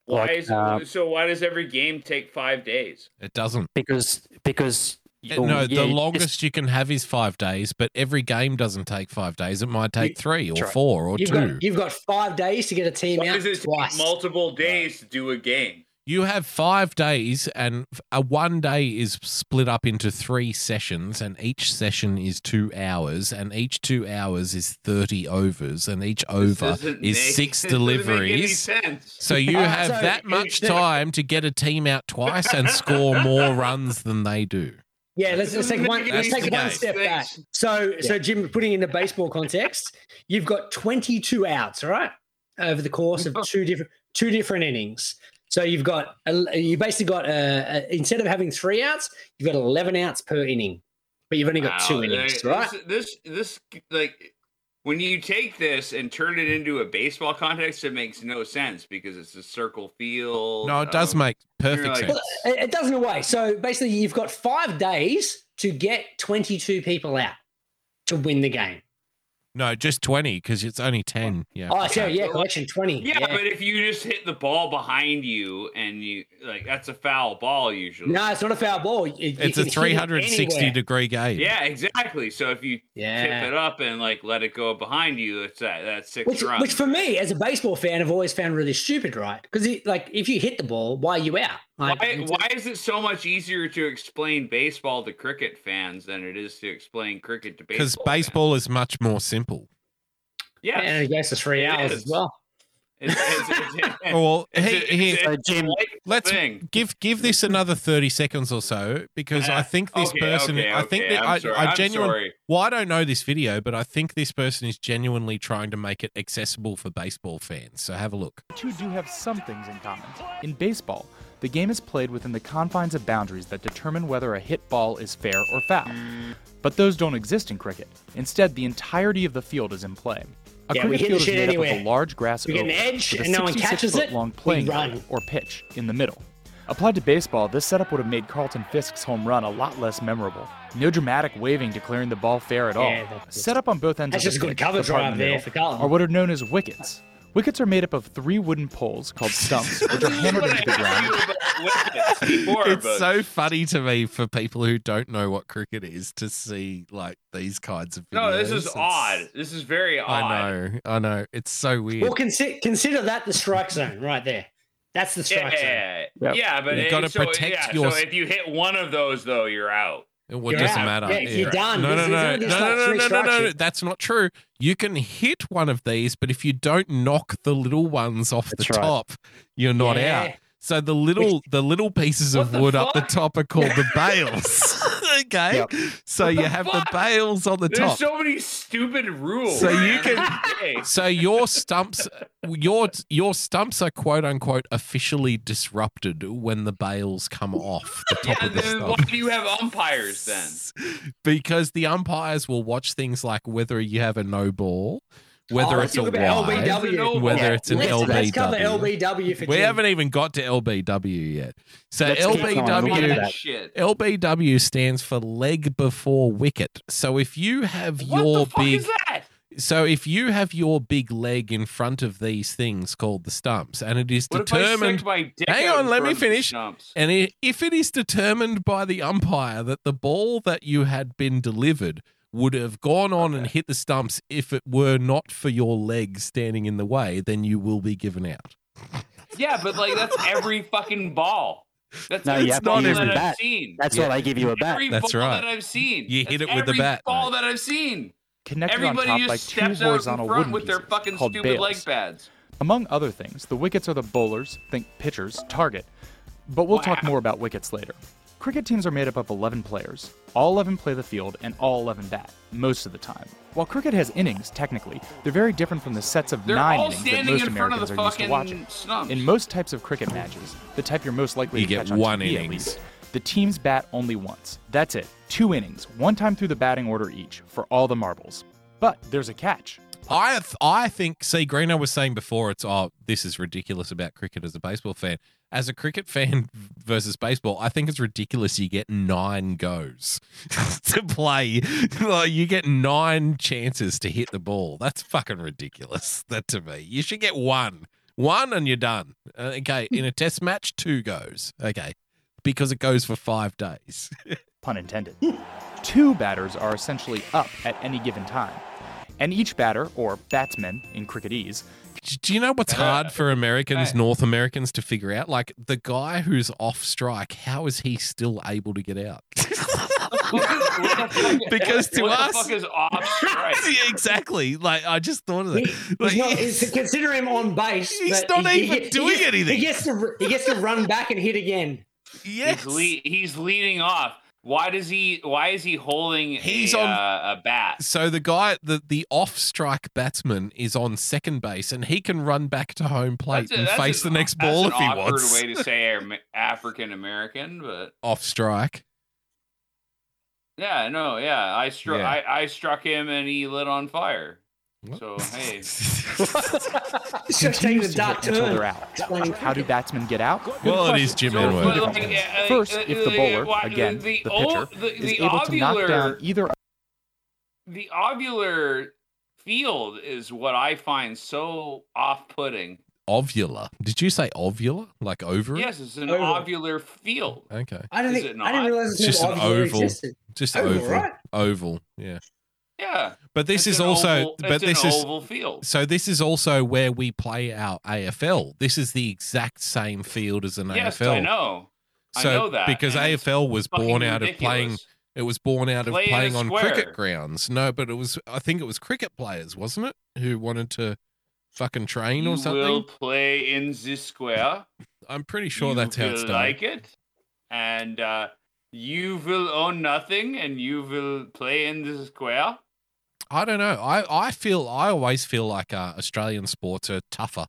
Why like, is, um, so why does every game take five days? It doesn't. because because Uh, you'll- no, yeah, the it's- longest you can have is five days, but every game doesn't take five days. It might take three or That's right. four or You've two. got you've got five days to get a team Why out does it twice. take multiple days to do a game? You have five days, and f- a one day is split up into three sessions, and each session is two hours, and each two hours is thirty overs, and each over doesn't is make- (laughs) six this (laughs) doesn't make any deliveries. sense. So you Uh, have so that it- much it- time to get a team out twice and score more runs than they do. Yeah, let's, let's take one. Let's That's take the one game. step back. So, so Jim, putting in the baseball context, you've got 22 outs, all right, over the course of two different two different innings. So you've got you basically got uh, instead of having three outs, you've got eleven outs per inning, but you've only got Wow, two innings, they- right? This, this, this, like, when you take this and turn it into a baseball context, it makes no sense because it's a circle field. No, it does um, make you're perfect like- sense. Well, it, it does in a way. So basically, you've got five days to get twenty-two people out to win the game. No, just 20 because it's only 10. Yeah. Oh, so yeah, collection twenty. Yeah, but if you just hit the ball behind you and you like that's a foul ball usually. no, it's not a foul ball. It- you It's a can hit it 360 anywhere. degree game. Yeah, exactly. So if you Yeah. tip it up and like let it go behind you, it's that that's six Which, runs. which for me, as a baseball fan, I've always found really stupid, right? Because like, if you hit the ball, why are you out? Like, why, why is it so much easier to explain baseball to cricket fans than it is to explain cricket to Because baseball? baseball is much more simple. Yeah, and it goes for three hours is. as well. It's, it's, it's, Oh, Well, it's a- hey, it's here, a delightful let's thing. give give this another thirty seconds or so because I think this okay, person, okay, I think okay, that I'm I, sorry, I I'm genuinely, sorry. well, I don't know this video, but I think this person is genuinely trying to make it accessible for baseball fans. So have a look. two do have some things in common. In baseball, the game is played within the confines of boundaries that determine whether a hit ball is fair or foul. But those don't exist in cricket. Instead, the entirety of the field is in play. A Yeah, we cricket hit field the is shit made up of anywhere. a large grass We get an oval edge with a and no one 66 catches foot it, long we playing run. area, or pitch in the middle. Applied to baseball, this setup would have made Carlton Fisk's home run a lot less memorable. No dramatic waving declaring the ball fair at all. Yeah, that's just- Set up on both ends That's of just the a good pitch, cover the part in drive the there middle, for Carlton. are what are known as wickets. Wickets are made up of three wooden poles called stumps, which are hammered into the ground. (laughs) before, it's but- so funny to me for people who don't know what cricket is to see like these kinds of videos. No, this is It's- odd. This is very odd. I know, I know. It's so weird. Well, consider consider that the strike zone right there. That's the strike zone. Yeah, Yep. yeah, but You it- gotta so, protect yeah, your- So if you hit one of those, though, you're out. It what You're doesn't out. matter. Yeah, you're done. No, no, This no, is- no, it's no, like no, three no, no, strikes, no. you- That's not true. You can hit one of these, but if you don't knock the little ones off the right. top, you're not Yeah. out. So the little the little pieces of wood up the top are called the (laughs) bales. (laughs) okay, so you have the bales on the There's top. so many stupid rules. So you man. can- (laughs) Hey. So your stumps, your your stumps are quote unquote officially disrupted when the bales come off the top Yeah, of the then stump. why do you have umpires then? because the umpires will watch things like whether you have a no ball, whether Oh, it's a talk wide, about LBW. whether Yeah. it's an let's, LBW. Let's cover LBW for we Jim. haven't even got to LBW yet. So Let's keep going. We'll get to that. LBW Shit. LBW stands for leg before wicket. So if you have your big that? so if you have your big leg in front of these things called the stumps, and it is What if I stick determined. my dick hang out on, in let me front of the finish. stumps? And i- if it is determined by the umpire that the ball that you had been delivered would have gone on and hit the stumps if it were not for your leg standing in the way, then you will be given out. Yeah, but like that's every fucking ball. That's No, every you have to ball use that the I've bat. seen. That's why Yeah. they give you a bat. Every That's ball right. that I've seen. You hit That's it with the every bat, Ball that I've seen. Connected on Everybody top just by two steps out in horizontal front wooden with their pieces fucking called stupid bales. leg pads. Among other things, the wickets are the bowlers, think pitchers, target. But we'll talk more about wickets later. Cricket teams are made up of 11 players. All 11 play the field and all 11 bat, most of the time. While cricket has innings, technically, they're very different from the sets of They're nine all innings that standing most in front of Americans the are used to fucking watching. stumps. In most types of cricket matches, the type you're most likely You to get catch on one TV at innings. least, the teams bat only once. That's it. Two innings, one time through the batting order each, for all the marbles. But there's a catch. I th- I think see Greeno was saying before it's oh this is ridiculous about cricket as a baseball fan. As a cricket fan versus baseball, I think it's ridiculous you get nine goes (laughs) to play. like you get nine chances to hit the ball. That's fucking ridiculous. That to me, you should get one, one, and you're done. Uh, Okay, in a test match, two goes. Okay, because it goes for five days. pun intended. Two batters are essentially up at any given time. And each batter, or batsman in cricketese, Do you know what's hard for Americans, Hey. North Americans, to figure out? Like the guy who's off strike, how is he still able to (laughs) get out? Because to what us- the (laughs) fuck is off strike? Yeah, exactly. Like I just thought of that. (laughs) Like, He's not, he's, consider him on base. He's but not even gets- doing he gets, anything. He gets to he gets to run back and hit again. Yes. He's, le- he's leading off. Why does he? Why is he holding He's a, on- uh, a bat? So the guy, the, the off strike batsman, is on second base and he can run back to home plate That's a- and that's face an- the next that's ball an if he awkward wants. way (laughs) to say African American, but off (laughs) strike. yeah, no, yeah, I struck, Yeah. I, I struck him, and he lit on fire. So (laughs) hey, It's just taking a Confused to dark hit until turn. they're out. How do batsmen get out? Good Well, it question. is Jim There are Enward. a few different Like, ways. uh, First, uh, if the uh, bowler, why- again, the the ol- pitcher, the- is the able to knock down ovular- either the ovular field is what I find so off-putting. Ovular. Did you say ovular? Like ovary? Yes, it's an Oval. ovular field. Okay. I don't Is think it I didn't not? realize It's just an oval. Just Oval, oval. right? Oval. Yeah. Yeah. But this It's is an also oval- but it's an this is oval field. So this is also where we play our AFL. This is the exact same field as an Yes, AFL. I know. So I know that because and it's AFL was fucking born out of ridiculous. playing it was born out of Play in a playing on cricket square. grounds. No, but it was I think it was cricket players, wasn't it? Who wanted to fucking train you or something. will play in this square. I'm pretty sure that's how you it's will done. like it, and uh, you will own nothing, and you will play in this square. I don't know. I, I feel I always feel like uh, Australian sports are tougher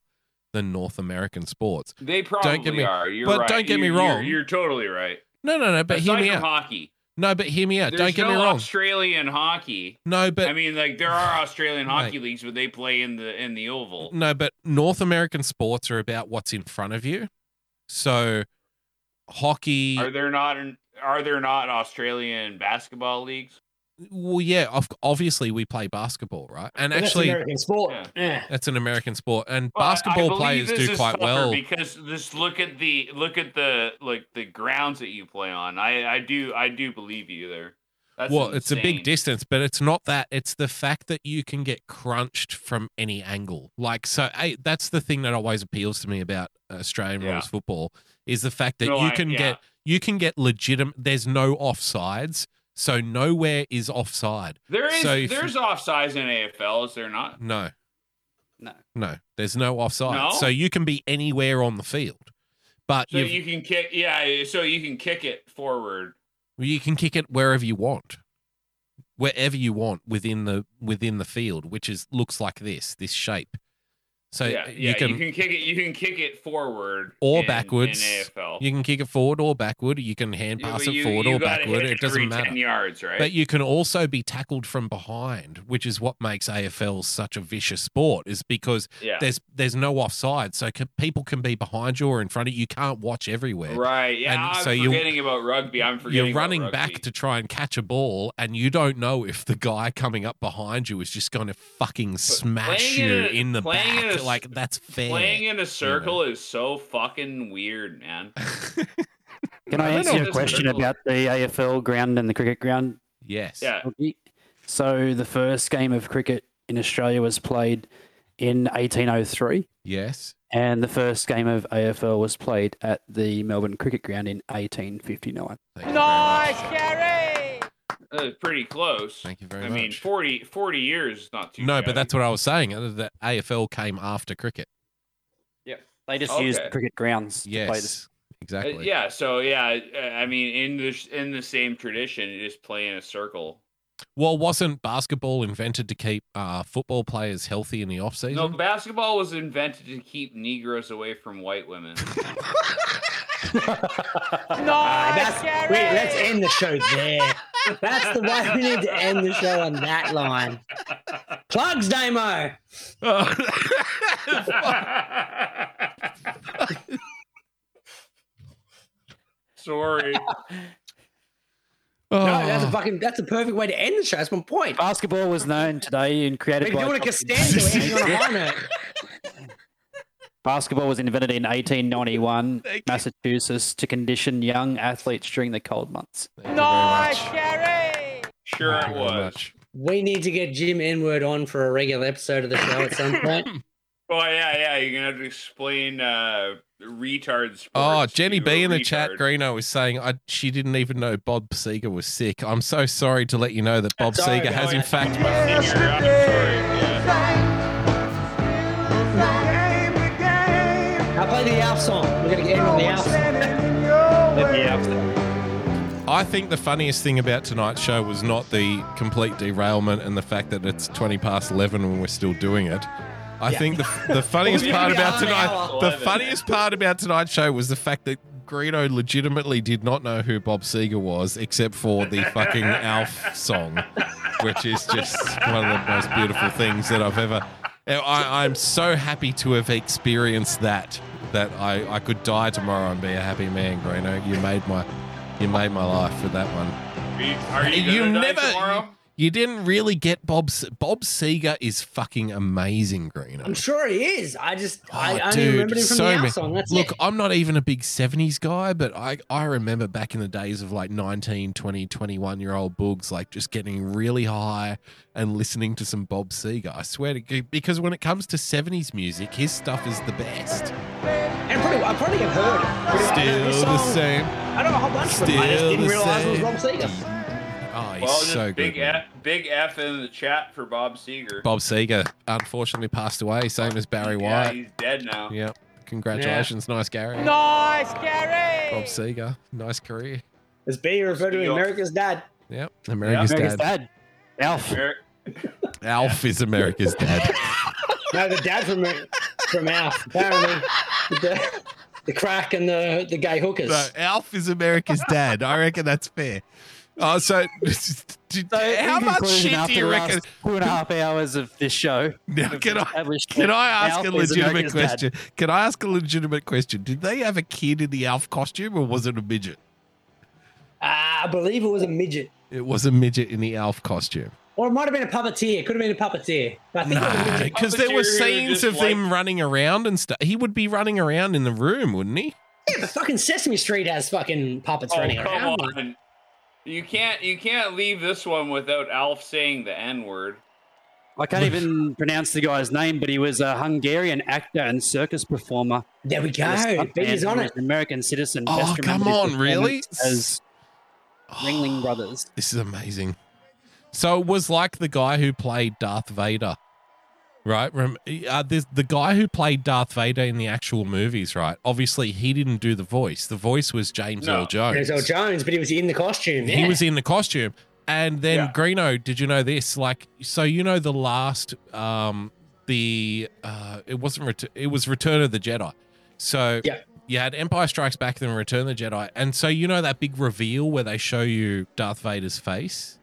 than North American sports. They probably me- are. You're but right. don't get You- me you're- wrong. You're, totally right. No, no, no. But hear Aside me from out. hockey. No, but hear me out. There's don't get no me wrong. Australian hockey. No, but I mean, like there are Australian Mate. hockey leagues where they play in the in the oval. No, but North American sports are about what's in front of you. So hockey. Are there not? Are there not Australian basketball leagues? Well, yeah. of- Obviously, we play basketball, right? And That's actually, American sport. Yeah. Yeah. that's an American sport, and Well, I- I basketball believe players this do is quite tougher well. because just look at the look at the like the grounds that you play on. I I do I do believe you there. That's well, it's a big insane. distance, but it's not that. It's the fact that you can get crunched from any angle. Like, so I, that's the thing that always appeals to me about Australian Yeah. rules football is the fact that No, you I- can yeah. get you can get legitimate. There's no offsides, so nowhere is offside. There is So if- there's offsides in AFL, is there not? no, No. no. There's no offside, No? so you can be anywhere on the field, but So you've- you can kick yeah, so you can kick it forward. Well, you can kick it wherever you want, wherever you want within the within the field, which is looks like this this shape. So yeah, yeah, Uh, you can, kick it you can kick it forward or in- backwards. in AFL. You can kick it forward or backward. You can hand Yeah, pass but it forward you or gotta hit backward. It every doesn't 10 matter. yards, right? But you can also be tackled from behind, which is what makes AFL such a vicious sport. Is because Yeah. there's there's no offside, so can, people can be behind you or in front of you. You can't watch everywhere. Right. Yeah, And I'm so you- forgetting about rugby. I'm forgetting You're about running rugby. back to try and catch a ball, and you don't know if the guy coming up behind you is just going to fucking smash playing you in in, a- the playing in back. a- like that's fair. Playing in a circle is so fucking weird, man. Can I I don't answer know if your this question hurdle- about the AFL ground and the cricket ground? Yes. Yeah. Hockey? So the first game of cricket in Australia was played in 1803, Yes. and the first game of AFL was played at the Melbourne Cricket Ground in 1859. Nice, Gary. pretty close. Thank you very I mean, much. 40, 40 years is not too. No, bad. but that's what I was saying. uh, The AFL came after cricket. Yep. They just used Okay. cricket grounds to play Yes. this. Exactly. Uh, yeah. So yeah, uh, I mean, in the in the same tradition, you just play in a circle. Well, wasn't basketball invented to keep uh, football players healthy in the off season? No, basketball was invented to keep Negroes away from white women. Ah, that's- wait, let's end the show (laughs) there. That's the way we need to end the show on that line. Plugs, Damo. (laughs) Sorry. No, that's Oh, a fucking. That's a perfect way to end the show. That's one point. Basketball was known today and created Like by. doing a Tom- Costanza, we're ending on a high note. Basketball was invented (laughs) in 1891, Massachusetts, to condition young athletes during the cold months. Nice, Gary. Sure, it was. We need to get Jim N-word on for a regular episode of the show at some point. Oh yeah, yeah. You're gonna have to explain uh, retards. Oh, Jenny B in the chat, Greeno, is saying I, she didn't even know Bob Seger was sick. I'm so sorry to let you know that Bob Sorry, Seger has, Bob. in fact, I play the Alf song. We're gonna get in on the Alf song. Let me out. I think the funniest thing about tonight's show was not the complete derailment and the fact that it's 20 past 11 when we're still doing it. I Yeah. think the, the funniest We part are about an hour. tonight the 11. funniest part about tonight's show was the fact that Greedo legitimately did not know who Bob Seger was except for the fucking Alf song, which is just one of the most beautiful things that I've ever I, I'm so happy to have experienced that that I, I could die tomorrow and be a happy man, Greeno. You made my you made my life with that one. Are you, are you, You gonna die never- tomorrow? You didn't really get Bob. Se- Bob Seger is fucking amazing, Greeno. I'm sure he is. I just I Oh, only dude, remembered him from so the many- Out song. That's Look, it. I'm not even a big 70s guy, but I, I remember back in the days of like 19, 20, 21 year old boogs, like just getting really high and listening to some Bob Seger. I swear to God, because when it comes to 70s music, his stuff is the best. And probably, I probably have heard it. Pretty- I know Still this the song. same. I know a whole bunch of them. I just Still didn't the realize it was same. Bob Seger. Oh, he's Well, just so good. big F, big F in the chat for Bob Seger. Bob Seger unfortunately passed away, same as Barry yeah, White. he's dead now. Yeah. Congratulations. Nice, Gary. Nice, Gary. Bob Seger. Nice career. As B referred to America's dad. Yep. America's, dad. Alf. Alf is America's (laughs) dad. No, the dad from from Alf. Apparently, the, the crack and the the gay hookers. No, Alf is America's dad. I reckon that's fair. Oh, so, (laughs) did- how much In conclusion, shit after do you the reckon? last Two and a half hours of this show. (laughs) Now, we've can I- established Can that I ask Alf a is legitimate America's dad. question? Can I ask a legitimate question? Did they have a kid in the Alf costume, or was it a midget? Ah, I believe it was a midget, It was a midget in the Alf costume. or it might have been a puppeteer. Could have been a puppeteer. But I think it was a midget. Because there were scenes of them running around and stuff. He would be running around in the room, wouldn't he? Yeah, but fucking Sesame Street has fucking puppets Oh, running come around. on. You can't you can't leave this one without Alf saying the N word. I (laughs) can't even pronounce the guy's name, but he was a Hungarian actor and circus performer. There we He was go. a stuntman Biggie's on who was it. An American citizen. Oh, best remembered come his on, really? (sighs) performance As Ringling Brothers. This is amazing. So it was like the guy who played Darth Vader, right? Rem- Uh, this, the guy who played Darth Vader in the actual movies, right? Obviously, he didn't do the voice. The voice was James Earl Jones. There's Earl Jones, but he was in the costume. Oh, He yeah. was in the costume. And then Greeno, did you know this? Like, so you know the last, um, the uh, it wasn't ret- it was Return of the Jedi. So yeah. you had Empire Strikes Back, then Return of the Jedi, and so you know that big reveal where they show you Darth Vader's face.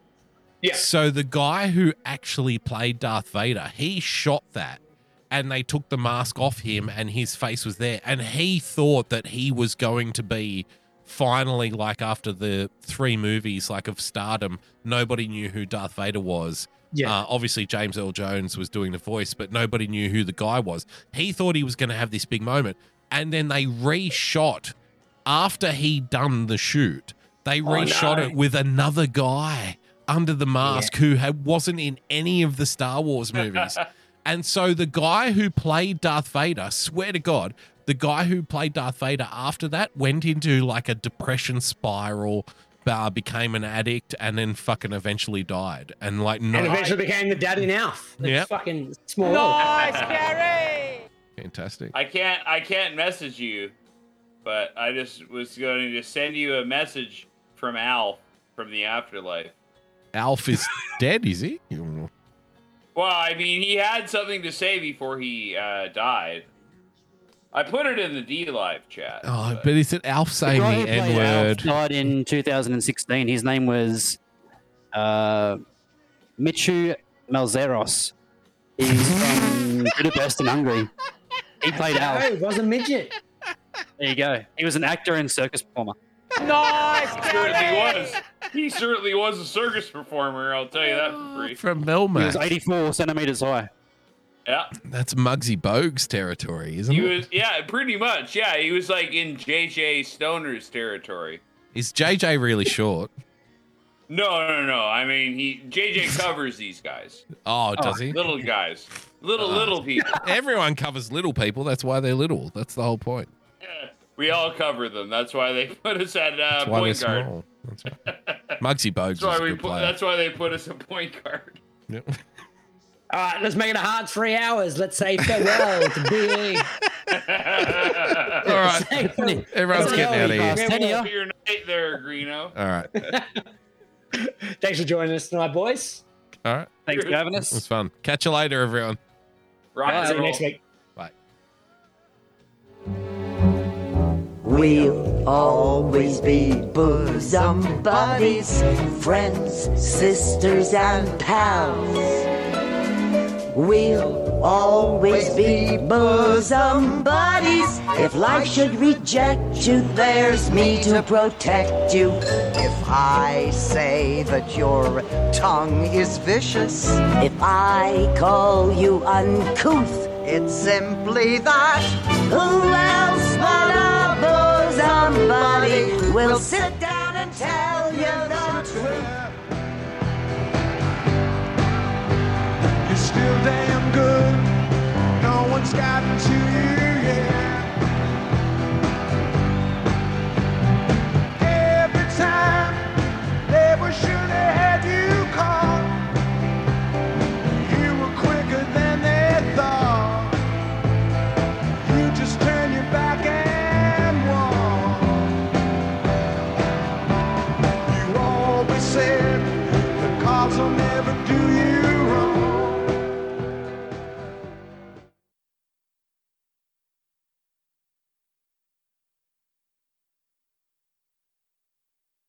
Yeah. So the guy who actually played Darth Vader, he shot that and they took the mask off him and his face was there and he thought that he was going to be finally like after the three movies like of stardom nobody knew who darth vader was Yeah. uh, obviously james earl jones was doing the voice but nobody knew who the guy was he thought he was going to have this big moment and then they reshot after he done the shoot they Oh, reshot no. it with another guy under the mask who had, wasn't in any of the Star Wars movies. and so the guy who played Darth Vader, swear to God, the guy who played Darth Vader after that went into like a depression spiral, uh, became an addict, and then fucking eventually died. And like, no. and eventually became the dad in Alf. The Yep. fucking small. Nice, Gary. Fantastic. I can't I can't message you, but I just was going to send you a message from Alf from the afterlife. Alf is dead, is he? Oh, Well, I mean, he had something to say before he uh, died. I put it in the D live chat. Oh, but is it Alf saying guy the who played N word? Alf Died in 2016. His name was uh, Michu Malzeros. He's from Budapest in Hungary. He played Alf. No, Oh, it was a midget. There you go. He was an actor and circus performer. nice, he certainly was. He certainly was a circus performer. I'll tell you that for free. From He was Melmac. 84 centimeters high. Yeah, That's Muggsy Bogues territory, isn't he it? was. Yeah, pretty much. Yeah, he was like in JJ Stoner's territory. Is JJ really short? No, no, no. I mean, he (laughs) JJ covers these guys. Oh, does he? Little guys, little Ah. little people. Everyone covers little people. That's why they're little. That's the whole point. Uh, We all cover them. That's why they put us at uh, That's why point they're guard. small. That's (laughs) right. Muggsy Bogues That's is a why we good put. player. That's why they put us at point guard. Yep. (laughs) All right, let's make it a hard three hours. Let's say farewell to BE. All right. Everyone's getting out of here. It won't be your night there, Greeno. All right. Thanks for joining us tonight, boys. All right. Thanks for having us. It was fun. Catch you later, everyone. Rock and See you roll. next week. We'll always be bosom buddies, friends, sisters, and pals. We'll always be bosom buddies. If life should reject you, there's me to protect you. If I say that your tongue is vicious, if I call you uncouth, it's simply that. Who else but a bosom buddy will sit down and tell you the truth? You're still damn good. No one's gotten to you yet. Every time they were sure they had you caught, you were quicker than they thought. You just turned.